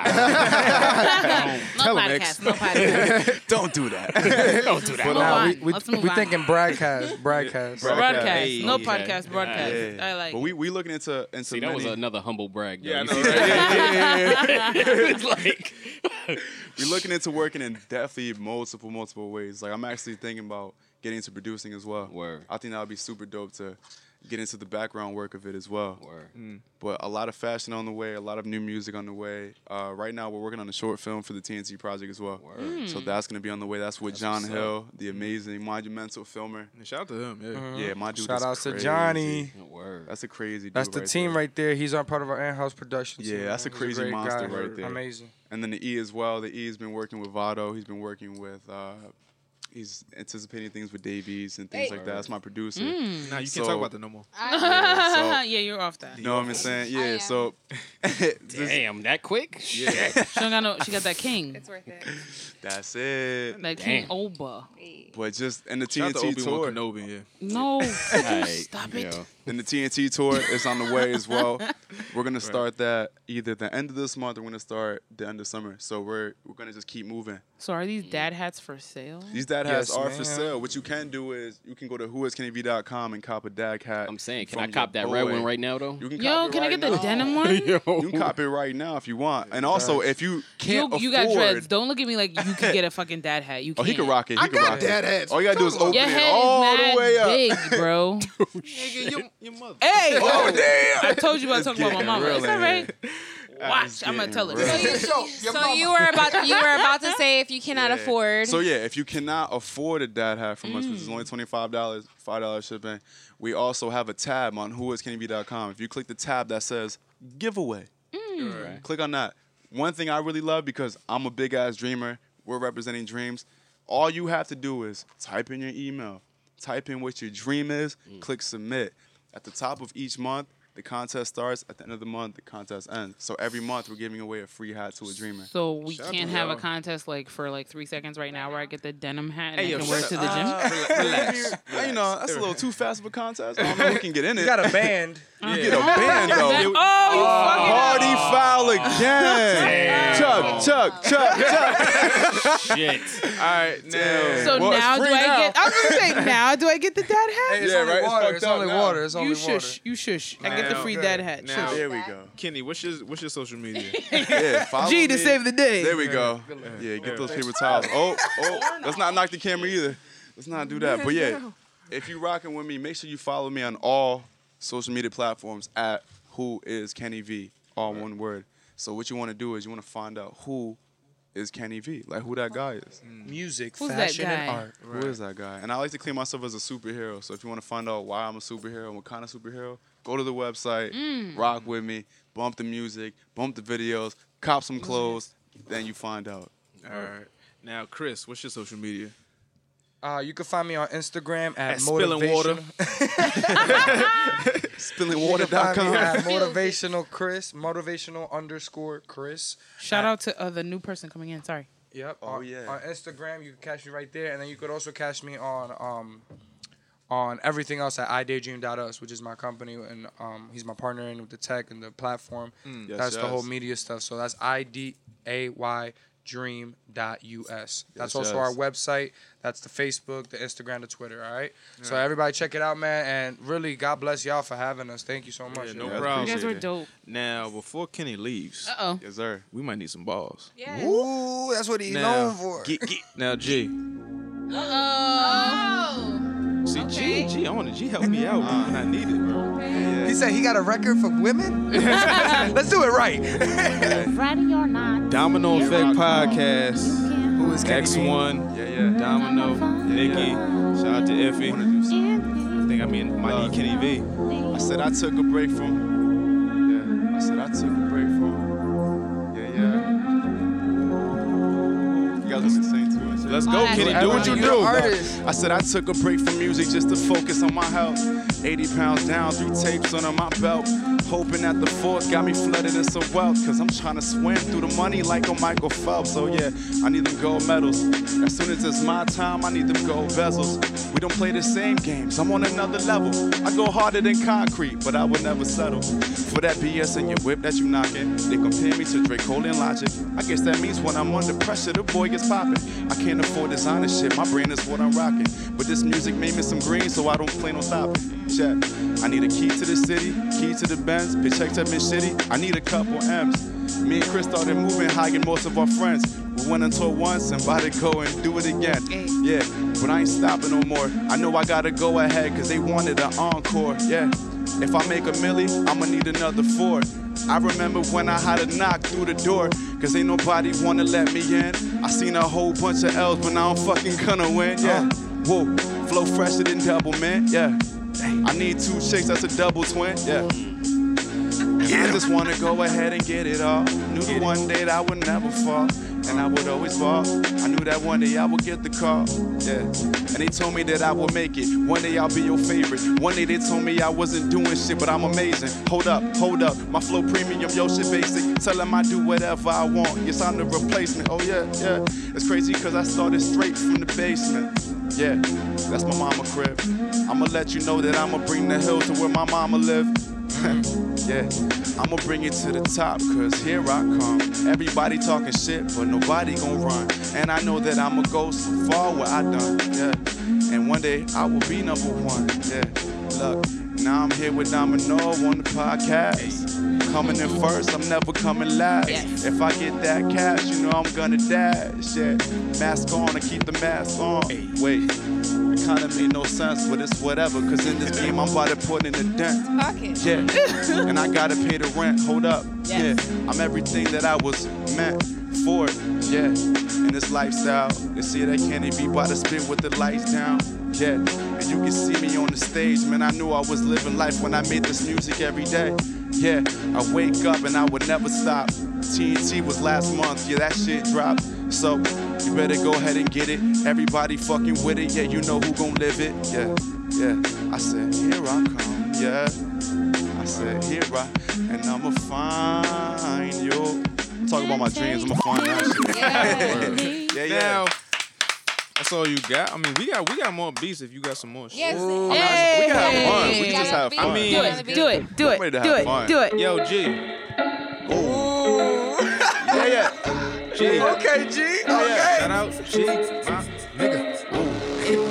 D: Tell
C: No podcast,
D: 'em, X.
C: no podcast.
D: Don't do
G: <laughs>
D: that.
C: Don't do that.
G: Move
C: Nah,
G: on.
C: we- we-
G: Let's move
C: we
G: on.
C: thinking
G: <laughs>
C: broadcast, <laughs> broadcast.
G: Broadcast. No podcast, broadcast. I like
D: But we we looking into into
V: See, that was
D: many-
V: another humble brag. though.
D: Yeah, I
V: You
D: know,
V: see
D: right?
V: that?
D: Yeah, yeah, yeah, yeah.
V: It's like-
D: we're
K: <laughs>
D: looking into working in definitely multiple multiple ways. Like I'm actually thinking about getting into producing as well. I think that would be super dope to get into the background work of it as well.
K: Mm.
D: But a lot of fashion on the way, a lot of new music on the way. Uh, right now, we're working on a short film for the TNT project as well.
K: Mm.
C: Hmm.
D: So that's gonna be on the way. That's with
K: That's
D: John
K: what's up. Mm-hmm.
D: Hill, the amazing monumental filmer.
K: Shout out to him. Yeah,
V: Mm-hmm.
C: Mhm.
D: Yeah, my dude.
C: Shout
D: is
C: out to
D: crazy.
C: Johnny.
D: That's a crazy. Dude
C: That's the
D: right there.
C: team right there. He's our part of our in-house production team.
D: Yeah, that's a
C: man. He's
D: crazy
C: great
D: monster
C: guy.
D: right there.
C: Amazing.
D: And then the E as well. The E's been working with Vado. He's been working with. Uh, he's anticipating things with Davies and things
G: Hey.
D: like that. That's my producer.
G: Mm.
K: Nah, you can't talk about that no more.
D: Yeah, so-
G: <laughs> yeah, you're off that.
D: You know what I'm saying? Yeah.
K: <laughs>
D: So. <laughs>
V: Damn, that quick?
D: Yeah.
G: She don't got no. She got that king. It's
F: worth it.
D: That's it.
G: That king Oba.
D: But just in the
K: Shout out to
D: TNT tour.
K: Obi-Wan Kenobi, yeah.
G: No, stop it.
D: And the TNT tour is on the way as
K: <laughs>
D: well. We're gonna start that either the end of this month or we're gonna start the end of summer. So we're we're gonna just keep moving.
G: So are these dad hats for sale?
D: These dad hats
G: Yes,
D: are
G: ma'am.
D: for sale. What you can do is you can go to whoiskennyv.com and cop a dad hat. I'm saying,
V: can I cop that red one right now, though? <laughs>
D: You can
G: Yo,
D: cop it
G: can I
D: right
G: get the
D: now. <laughs>
G: denim one?
D: You can cop it right now if you want. And also, if you can't
G: you, you got
D: afford,
G: dreads. Don't look at me like you could get a fucking dad hat. You
D: oh,
G: can't.
D: he can rock it. He
G: I
D: can
G: got
D: rock
G: dad
D: it.
G: hats.
D: All you gotta do is
G: Your
D: open it
G: head
D: all
G: is mad
D: the way up.
G: big, bro.
D: <laughs>
K: Nigga, your, <laughs> your mother.
G: <laughs> Hey!
D: Oh, damn!
G: I told you about talking about my
D: Getting
G: mama.
D: real
G: It's
D: in
G: all right.
D: Watch,
G: I'm gonna tell her.
D: <laughs>
T: So, you were about you were about to say if you cannot
D: Yeah.
T: afford.
D: So yeah, if you cannot afford a dad hat from us, which is only twenty five dollars, five dollars shipping, we also have a tab on whoiskennyb.com. If you click the tab that says giveaway, click on that. One thing I really love because I'm a big ass dreamer. We're representing dreams. All you have to do is type in your email, type in what your dream is, click submit. At the top of each month, the contest starts. At the end of the month, the contest ends. So every month, we're giving away a free hat to a dreamer.
G: So we
D: Shout out
G: can't
D: to
G: have a
D: y'all.
G: contest like for like three seconds right now where I get the denim hat and
D: Hey,
G: I
D: yo,
G: can wear it
D: shut
G: to the
D: up.
G: gym.
D: Uh, relax, You know, that's a little too fast of a contest. I don't know who can get in it.
C: You got a
D: <laughs>
C: band.
D: You get a band, though.
G: Oh, you fucking
D: Hardy foul
G: <laughs>
D: again. Chuck, Chuck, Chuck, Chuck.
V: Shit.
D: All right, now.
G: So
D: Well, it's
G: now do
D: free
G: I
D: now.
G: get? I was
D: <laughs>
G: gonna say now do I get the dad hat?
C: Hey, it's Yeah, only right? It's water. fucked It's up only now. water. It's
G: you
C: only
G: shush.
C: water.
G: You shush. I get the free dad hat.
K: Now,
G: shush.
D: There we go.
K: Kenny, what's your what's your social media?
D: <laughs> Yeah, follow
G: G to
D: me.
G: save the day.
D: There we go. Yeah, get those paper towels. Oh, oh, let's not knock the camera either. Let's not do that. But yeah, if you rocking with me, make sure you follow me on all social media platforms at Who Is Kenny V, all one word. So what you want to do is you want to find out who is Kenny V, like who that guy is.
C: Music,
G: Who's that
C: fashion, and
G: guy?
C: art.
D: Who is that guy? And I like to clean myself as a superhero. So if you want to find out why I'm a superhero and what kind of superhero, go to the website,
G: Mm.
D: rock with me, bump the music, bump the videos, cop some clothes, then you find out.
K: All right. Now, Chris, what's your social media?
C: Uh, you can find me on Instagram at,
K: At Spilling Water. <laughs>
C: Spillingwater.com. At
G: <laughs>
D: Feels good.
C: motivational Chris, motivational underscore Chris.
G: Shout out to uh, the new person coming in. Sorry.
C: Yep. Oh on, yeah. On Instagram, you can catch me right there, and then you could also catch me on um on everything else at idaydream.us, which is my company, and um he's my partner in with the tech and the platform.
K: Mm. Yes,
C: that's the whole
K: yes.
C: media stuff. So that's i d a y dream.us. That's
K: Yes,
C: also
K: yes.
C: our website. That's the Facebook, the Instagram, the Twitter. All right. So everybody check it out, man. And really, God bless y'all for having us. Thank you so much.
K: Yeah,
C: yo.
K: no problem.
G: You guys were dope.
K: Now, before Kenny leaves,
G: Uh-oh.
D: yes sir,
K: we might need some balls.
G: Yeah.
C: Ooh, that's what he's
K: Now-
C: known for.
K: Get- get- Now, G,
G: Oh.
K: see, G, G, I want to G help me out when I need it, bro.
C: He said he got a record for
K: <laughs>
C: women. <laughs> Let's do it right.
U: Friday or not.
K: Domino Effect Podcast. Who is X One? Yeah, yeah. Domino, Nikki. Shout out to Effie. I think I mean my knee Kenny V.
D: I said I took a break from. Yeah, I said I took a break from. Yeah, yeah. You guys listen to the same too.
K: Let's go, Kenny. Do what you do.
D: I said I took a break from music just to focus on my health. 80 pounds down, three tapes under my belt. Hoping that the fourth got me flooded in some wealth. Cause I'm trying to swim through the money like a Michael Phelps. So yeah, I need them gold medals. As soon as it's my time, I need them gold bezels. We don't play the same games, I'm on another level. I go harder than concrete, but I would never settle. For that BS and your whip that you knocking, they compare me to Drake Cole and Logic. I guess that means when I'm under pressure, the boy gets popping. I can't afford designer shit, my brain is what I'm rocking. But this music made me some green, so I don't plan on stopping. Check. I need a key to the city, key to the Benz, bitch checked up in shitty. I need a couple M's. Me and Chris started moving, hiding most of our friends. We went until once and about to go and do it again. Yeah, but I ain't stopping no more. I know I gotta go ahead, cause they wanted an encore. Yeah, if I make a milli, I'ma need another four. I remember when I had to knock through the door, cause ain't nobody wanna let me in. I seen a whole bunch of L's, but now I'm fucking gonna win. Yeah, whoa, flow fresher than double, man. Yeah, I need two shakes, that's a double twin. Yeah. I just wanna go ahead and get it all. Knew the one day that I would never fall, and I would always fall. I knew that one day I would get the call, yeah. And they told me that I would make it. One day I'll be your favorite. One day they told me I wasn't doing shit, but I'm amazing. Hold up, hold up, my flow premium, yo shit basic. Tell them I do whatever I want. Yes, I'm the replacement. Oh yeah, yeah. It's crazy cause I started straight from the basement. Yeah, that's my mama crib. I'ma let you know that I'ma bring the hill to where my mama live. <laughs> yeah, I'ma bring it to the top, cause here I come. Everybody talking shit, but nobody gon' run. And I know that I'ma go so far what I done, yeah. And one day I will be number one, yeah. Look, now I'm here with Domino on the podcast. Coming in first, I'm never coming last. If I get that cash, you know I'm gonna dash, yeah. Mask on, I keep the mask on. Wait, it kinda made no sense, but it's whatever, cause in this game I'm about to put in a
A: <laughs>
D: dent.
A: Pocket.
K: <laughs>
D: Yeah. and I gotta pay the rent. Hold up. Yeah. I'm everything that I was meant for. Yeah. In this lifestyle. They see that candy be by the spit with the lights down. Yeah. And you can see me on the stage. Man, I knew I was living life when I made this music every day. Yeah. I wake up and I would never stop. TNT was last month. Yeah, that shit dropped. So you better go ahead and get it. Everybody fucking with it. Yeah, you know who gon' live it. Yeah. Yeah. I said, here I come. Yeah. I said, here I, and I'ma find you. Talk about my dreams, I'ma find that shit.
K: yeah, yeah. Now, that's all you got. I mean, we got we got more beats. If you got some more, shit.
A: Yes.
K: I'm not- we can have fun. We
A: Hey.
K: can just have fun.
A: I mean- Do it, do it, do
K: I'm
A: it,
K: ready to
A: do
K: have
A: it,
K: fun.
A: do it.
K: Yo, G.
D: yeah, yeah.
K: G.
C: Okay, G. Okay.
K: Shout out, G. My nigga.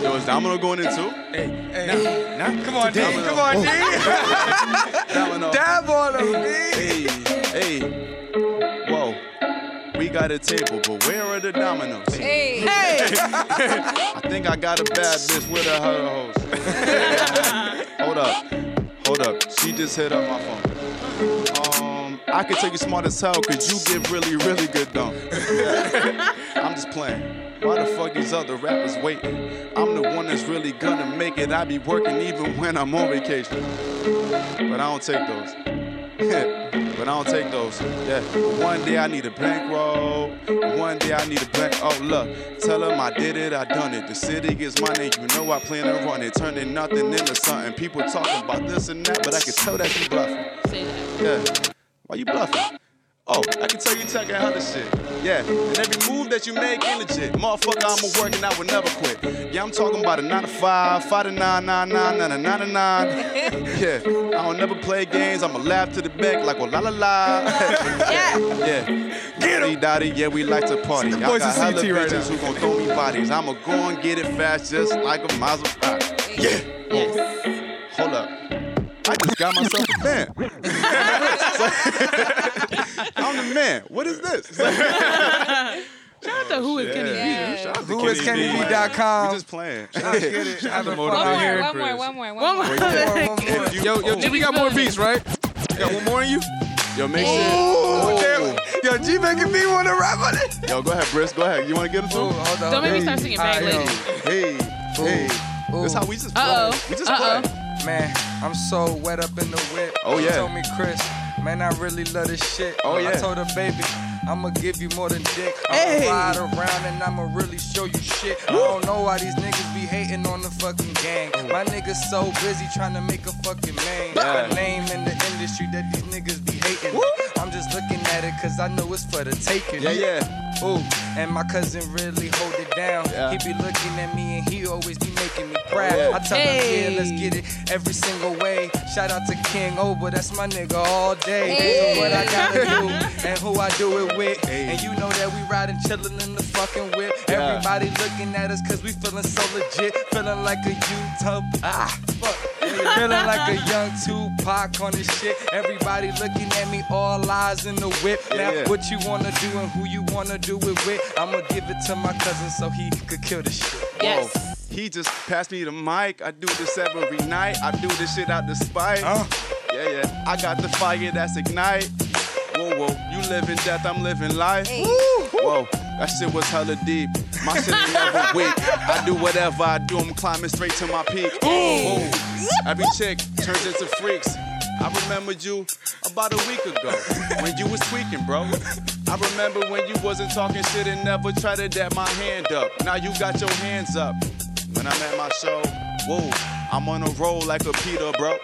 D: Yo, is Domino going in too? Hey,
C: hey.
K: Nah, nah.
C: Come on, D.
D: Domino.
C: Come on, D.
D: Domino.
C: Dab on him, D.
D: Hey, hey. Whoa. We got a table, but where are the dominoes? <laughs>
A: Hey.
D: I think I got a bad bitch with a her hoes. <laughs> Hold up. Hold up. She just hit up my phone. Um, I could take you smart as hell, cause you get really, really good dumb. <laughs> I'm just playing. Why the fuck these other rappers waiting? I'm the one that's really gonna make it. I be working even when I'm on vacation. But I don't take those. <laughs> but I don't take those. Yeah. One day I need a bankroll. One day I need a bank. Oh, look. Tell them I did it, I done it. The city gets money. You know I plan to run it. Turning nothing into something. People talking about this and that, but I can tell that you bluffing.
G: Say that.
D: Yeah. Why you bluffing? Oh, I can tell you talking other shit. Yeah, and every move that you make ain't legit. Motherfucker, I'ma work and I will never quit. Yeah, I'm talking about a 9 to 5, 5 to 9, 9 9, 9 to 9 to <laughs> 9. Yeah, I don't never play games. I'ma laugh to the back like, oh, la la la. <laughs> yeah. Get him. Dotty, yeah, we like to party. I
C: voice
D: got
C: of
D: hella
C: CT right
D: bitches who gon' throw me bodies. I'ma go and get it fast just like a Maserati. Yeah. Yes. Hold up. I just got myself a man. I'm the man. What is this? <laughs>
C: Shout out to Who is Kenny B.
D: Shout out to
C: Who is
D: Kenny B.
C: KennyB.com.
D: We just playing.
C: Shout out to
D: Motivator
T: One more,
D: Chris.
T: one more, one more,
A: <laughs>
T: one more.
C: <laughs> If you- Yo, yo, G, we got more beats, right? You got one more in you?
D: Yo, make
C: sure.
D: Oh.
C: Yo, G making me want to rap on it. Oh,
D: Yo, go ahead, Briss. Go ahead. You want to get him too?
C: Don't make me start
T: singing
C: Bad Lady.
D: Hey, hey. This how we just play.
C: oh. Uh-oh.
D: We just
C: Uh-oh.
D: play.
C: Man, I'm so wet up in the whip.
D: Oh,
C: She
D: yeah.
C: told me, Chris, man, I really love this shit.
D: Oh, yeah.
C: I told her, baby, I'ma give you more than dick. I'ma ride around and I'ma really show you shit. I don't know why these niggas be hating on the fucking gang.
D: Oh.
C: My niggas so busy trying to make a fucking name.
A: Yeah.
C: A name in the industry that these niggas be hating. I'm just looking at it cause I know it's for the taking.
A: Yeah, yeah.
C: Ooh, and my cousin really hold it down.
A: Yeah. Oh,
C: He be looking at me and he always be making me proud.
A: Yeah.
C: I tell him,
A: Hey.
C: yeah, let's get it every single way. Shout out to King Oba, that's my nigga all day.
A: Hey.
C: Do what I gotta
A: <laughs>
C: do and who I do it with. And you know that we riding, chillin' in the fucking whip.
A: Yeah.
C: Everybody looking at us cause we feeling so legit. Feeling like a YouTube. Ah, fuck. Feeling like a young Tupac on this shit. Everybody looking at me, all eyes in the whip.
A: Yeah,
C: now,
A: yeah.
C: what you wanna do and who you wanna do it with? I'ma give it to my cousin so he could kill the shit.
D: Whoa. He just passed me the mic. I do this every night. I do this shit out the spite. Yeah, yeah. I got the fire that's ignite. Whoa, whoa. You living death, I'm living life. Whoa. That shit was hella deep. My shit ain't never <laughs> weak. I do whatever I do. I'm climbing straight to my peak. Boom. Every chick turns into freaks. I remembered you about a week ago when you was tweaking, bro. I remember when you wasn't talking shit and never tried to dap my hand up. Now you got your hands up. When I'm at my show, whoa, I'm on a roll like a Peter, bro.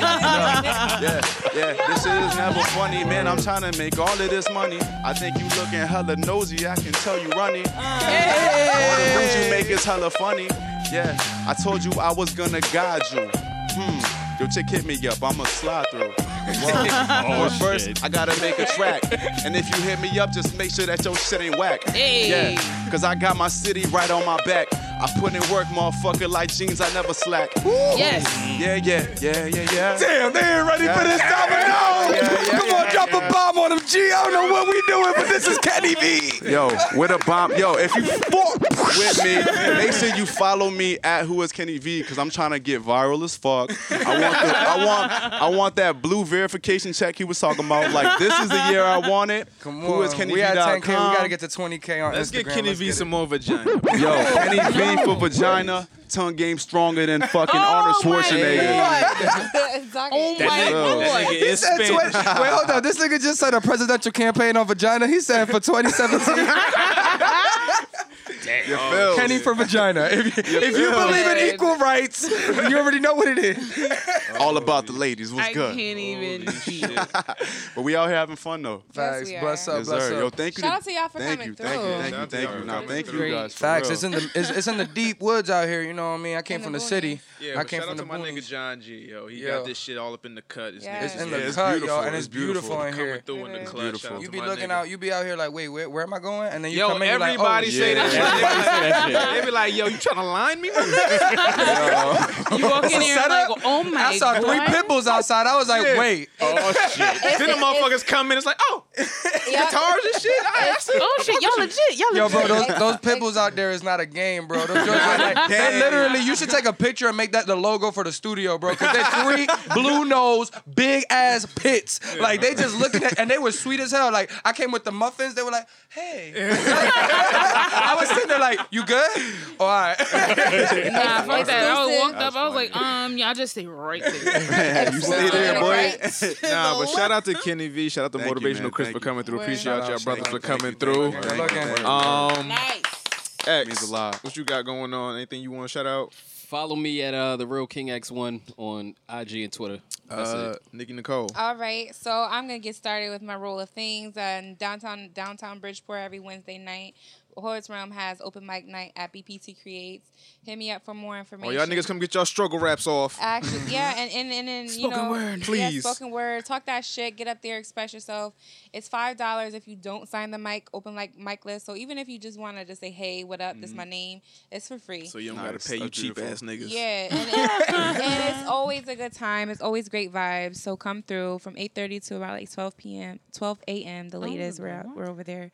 D: yeah, yeah, this shit is never funny, man. I'm trying to make all of this money. I think you looking hella nosy, I can tell you runny. All the rings you make is hella funny. Yeah, I told you I was gonna guide you. Hmm, your chick hit me up, I'ma slide through. Whoa.
A: Oh,
D: but first, I gotta make a track. And if you hit me up, just make sure that your shit ain't whack.
A: Hey.
D: Yeah, cause I got my city right on my back. I put in work, motherfucker, like jeans, I never slack.
A: Yes.
D: Yeah, yeah, yeah, yeah, yeah.
A: Damn, they ain't ready for this domino. Come on, drop a bomb on them, G. I don't know what we doing, but this is Kenny B.
D: Yo, with a bomb. Yo, if you fuck with me, make sure you follow me at Who Is Kenny V because I'm trying to get viral as fuck. I want, the, I want, I want that blue verification check he was talking about. Like this is the year I want it.
C: Come
D: Who
C: on,
D: is Kenny
C: we
D: V
C: at
D: dot
C: 10K, we
D: com.
C: gotta get to 20K on
K: Let's
C: Instagram.
K: get Kenny V some
A: <laughs>
K: more vagina.
D: Yo, Kenny V for vagina. Tongue game stronger than fucking
C: Oh
G: Oh
D: Arnold Schwarzenegger.
A: oh
C: That my nigga- that Lord. nigga
A: He
C: is
A: said
C: spent.
A: twen-
C: Wait, hold on. This nigga just said a presidential campaign on vagina. He said for 2017.
A: You
C: Oh, Kenny for vagina. If, you- if you believe in equal rights, you already know what it is.
D: All about the ladies. What's
G: I
D: good?
G: can't even.
D: but we out here having fun though.
C: Facts.
G: we are.
C: Bless up.
D: Yes,
C: bless
D: sir.
C: up.
D: Yo, thank you.
G: Shout out to y'all for
D: thank
G: coming
D: you, Thank you,
G: through.
D: thank you,
G: Shout
D: thank you. Now, thank you
C: Great.
D: guys. For
C: Facts.
D: real.
C: It's in the it's, it's in the deep woods out here. You know what I mean? I came from the, city.
K: Yeah,
C: I
K: but
C: came
K: shout
C: from
K: out
C: the
K: to my
C: boonies.
K: nigga John G. Yo, he
C: Yo.
K: got this shit all up in the cut. His
C: It's
K: niggas
C: in
K: is-
C: the
K: it's
C: cut,
K: beautiful.
C: yo, and it's beautiful, in here.
K: Coming through in the clutch. Shout out
C: You
K: to
C: be
K: my
C: looking
K: nigga.
C: out. You be out here like, wait, where, where am I going? And then you
K: Yo,
C: come in. you
K: everybody
C: like, oh,
K: say that shit. Everybody say that shit. <laughs> They be like, yo, you trying to line me?
G: You walk in
C: It's a
G: here and
C: setup?
G: like, oh my
C: I saw three
G: God.
C: pit bulls outside. I was like,
G: Yeah.
C: wait.
K: Oh shit.
C: <laughs>
K: then the motherfuckers come in. It's like, oh, guitars and shit. I, I see
G: Oh, shit, y'all legit, y'all
C: Yo, bro,
G: legit.
C: those, those pit bulls out there is not a game, bro. <laughs> Those joints are like, they
A: Dang.
C: literally, you should take a picture and make that the logo for the studio, bro. Cause they're <laughs> three blue nose, big ass pits. Like they just looking at, and they were sweet as hell. Like I came with the muffins, they were like, hey. <laughs> I was sitting there like, you good? All <laughs> right.
G: Nah, Ah, fuck that. I was walked up. I was like, um, y'all just stay
C: <laughs>
G: right there.
K: you stay there, boy. nah, but
G: Lord.
K: shout out to Kenny V. Shout out to
D: Thank you,
K: Motivational
D: man.
K: Chris
D: Thank
K: for
D: you.
K: coming through.
D: Word.
K: Appreciate
D: Shout
K: y'all
D: out.
K: brothers for
D: Thank you,
K: coming
D: thank you,
K: through.
D: thank you, Good thank you. luck.
K: Um, X, means a lot. What you got going on? Anything you want to shout out?
V: Follow me at uh, the Real King X1 on IG and Twitter. That's
K: Uh,
V: it.
K: Nikki Nicole.
F: All right, so I'm gonna get started with my rule of things. Uh, in downtown downtown Bridgeport every Wednesday night. Hordes Realm has open mic night at BPT Creates. Hit me up for more
K: Oh,
F: information.
K: y'all niggas come get y'all struggle raps off.
F: Actually,
K: <laughs>
F: yeah, and and and, and you
K: Spoken
F: know,
K: word.
F: yeah,
K: Please.
F: spoken word. Talk that shit. Get up there, express yourself. It's five dollars if you don't sign the mic, open like mic list. So even if you just want to just say, hey, what up? This is my name. It's for free.
K: Mm-hmm. So you don't
D: Nice.
K: gotta pay you
D: That's
K: cheap ass
D: beautiful.
K: niggas.
F: Yeah, and, and- and it's always a good time. It's always great vibes. So come through from 8:30 to about like 12 p.m., 12 a.m. The latest we're out, we're over there.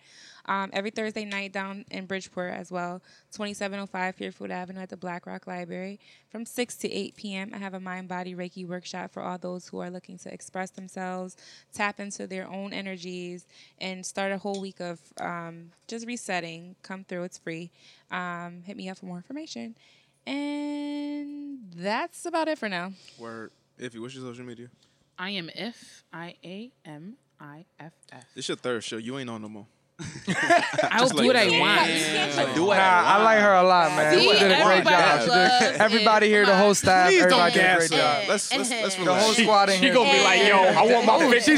F: Um, every Thursday night down in Bridgeport as well, 2705 Fairfield Avenue at the Black Rock Library. From 6 to 8 p.m., I have a mind body Reiki workshop for all those who are looking to express themselves, tap into their own energies, and start a whole week of um, just resetting. Come through, it's free. Um, hit me up for more information. And that's about it for now.
K: Word. Iffy, what's your social media?
G: I am F I A M I F F.
D: This your third show. You ain't on no more.
G: I'll
D: Just
G: do what I
D: that.
G: want.
D: Yeah.
C: Nah, I like her a lot, man.
D: See,
C: She did a great
D: everybody
C: job. She
D: loves
G: <laughs>
C: did- Everybody here, the whole staff,
D: Please don't
C: everybody did a
D: gas
C: great
D: her.
C: job.
D: Let's let's let's
C: The whole
D: relax.
C: squad in here. Ooh, she's Millie. She's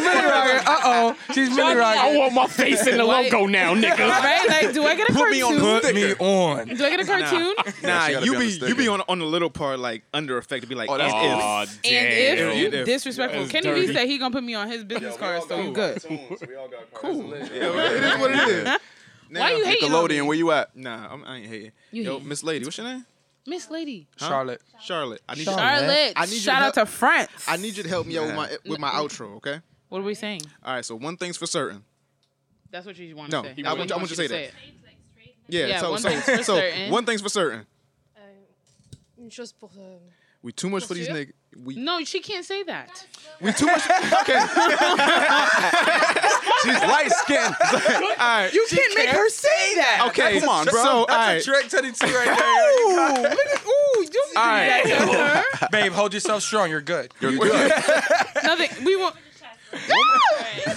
C: Millie Rocker. Uh oh, she's Millie Rocker.
G: I want my face in the Like- logo now, nigga. Right? Like, do I get a Put me on the cartoon?
C: Put me on.
G: Do I get a cartoon?
D: Nah,
C: she gotta
D: you
C: be on
D: be
C: the
D: you be on on the little part like under effect to be like,
C: Oh, that's
D: and
C: awesome.
D: <laughs> if
G: And if you
D: And if.
G: disrespectful,
D: That's
G: Kenny D
D: dirty.
G: said he gonna put me on his business card, so you good. Cool.
D: it is what it is.
G: Why you hating on me?
D: where you at? Nah, I'm, I ain't hating.
G: You
D: Yo,
G: hating.
D: Miss Lady, what's your name?
G: Miss Lady.
D: Huh?
C: Charlotte.
D: Charlotte. I need
G: Charlotte. Charlotte.
D: I need you
G: Shout out
D: help-
G: to France.
D: I need you to help me out with my
G: Nah.
D: with my outro, okay?
G: What are we saying?
D: All right, so one thing's for certain.
G: That's what you want to
D: No,
G: say.
D: I want, I want you to say that. Yeah,
G: Yeah,
D: so,
G: one
D: so,
G: thing's for
D: so
G: certain.
D: one thing's for certain.
B: Une chose pour. euh,
D: We too much for these
B: Monsieur?
D: niggas. We
G: No, she can't say that.
D: we too much. Okay. <laughs> She's light skinned. <laughs> all right.
G: You can't make her say that.
D: Okay,
G: That's a
D: come on,
G: tr-
D: bro.
G: so,
D: all right.
C: Oh, That's a Trek 32 right there.
G: Ooh, look at- ooh, you
C: All
G: did that to her.
C: <laughs> right. Babe, hold yourself strong. You're good. You're
D: good.
G: Nothing. We won't.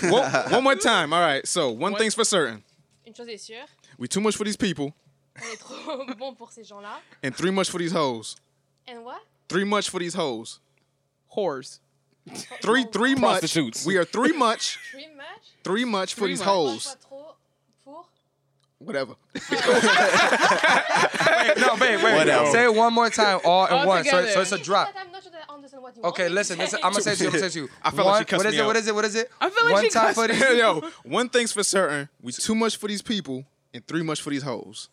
D: one, one more time. All right. So one thing's for certain.
B: Une chose est sûre,
D: We too much for these people,
B: on est trop <laughs> bon pour ces gens-là.
D: and three much for these hoes.
B: And what?
D: Three much for these hoes.
G: <laughs> Whores.
D: Three three much. We are three much.
B: Three much.
D: Three much for
B: Three
D: these
B: much.
D: hoes.
B: Trois fois trop pour.
D: Whatever. <laughs>
C: No, babe, wait.
D: Whatever.
C: Say it one more time, all
B: All
C: at once. So,
B: together.
C: so it's a drop.
B: I'm not sure that I understand what you
C: Okay,
B: want me to
C: listen, listen.
B: say.
C: I'm gonna say it to you. I'm gonna say it to you.
D: I feel like
C: One-
D: she cussed
C: what is
D: me
C: it?
D: out.
C: What is it? What is it?
G: I feel like
C: one
G: she
C: time
G: cussed
C: for
G: me
C: these.
G: out.
D: Yo, one thing's for certain. We too much for these people, and three much for these hoes.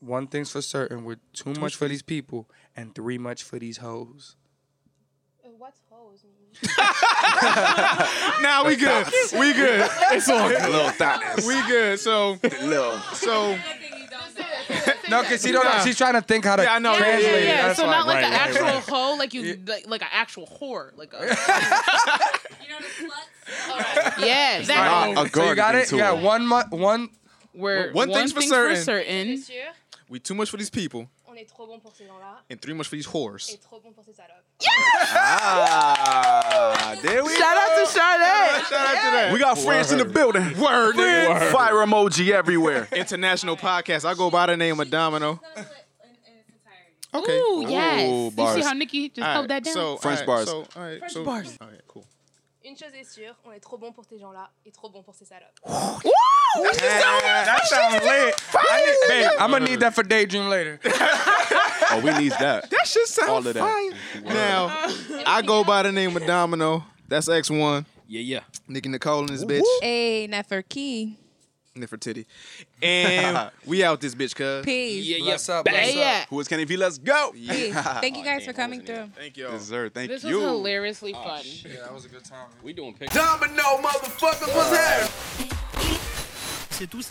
C: One thing's for certain: we're too much for these people, and three much for these hoes.
B: Uh, What's hoes mean?
D: Nah, we good. We good. It's all good.
C: Little thotties.
D: We good. So little. So
C: No, because she don't know.
D: Nah.
C: She's trying to think how to
D: Yeah, I know. Yeah, yeah,
C: translate it.
D: yeah.
C: That's
G: so
C: why.
G: not like
C: Right,
G: an
C: right,
G: actual <laughs>
C: right.
G: hoe, like you, like, like an actual whore, like <laughs> a. Yes.
C: Right.
D: Not a
C: so you got
D: garden
C: it. You
D: tool.
C: got one mu- one.
G: Where
D: One thing's for certain.
B: Une chose est sûre,
D: We too much for these people,
B: on est trop bon pour ces gens-là.
D: and three much for these whores.
B: Et trop bon pour ces salopes.
A: Ah, there we
G: Shout out to Charlotte.
D: Shout out to that.
A: We got friends in the building.
D: Word, nigga.
A: Friends. Fire emoji everywhere.
D: International podcast. I go by the name of Domino. Okay.
G: Ooh, yes.
D: Ooh,
G: you see
D: bars.
G: how Nikki just
D: All
G: held
D: right,
G: that down?
D: So,
A: French
D: all right,
A: bars.
D: So, all right,
B: French
D: so,
B: bars.
D: All right, cool.
B: Une chose est sûre, on est trop bon pour ces gens-là et trop bon pour ces salopes.
C: That sounds lit.
A: <laughs>
C: I need, babe, I'm gonna need that for daydream later.
W: Oh, we need that.
D: That shit sounds
W: All of that.
D: Now, I go by the name of Domino. That's X1.
E: Yeah, yeah.
D: Nikki Nicole and this bitch.
F: Hey, Neferkey.
D: Nefertiti. And we out this bitch, cuz.
F: Peace.
E: Yeah,
C: Bless up.
F: Bang.
C: Bless
F: Yeah.
C: up.
W: Who is Kenny V? Let's go.
F: Peace. Thank you guys for coming through.
D: Thank you.
W: Dessert. Thank
G: This was
W: you.
G: hilariously fun.
C: Yeah, that was a good time.
E: We doing pictures.
X: Domino, motherfuckers, what's happening?
Y: C'est tout.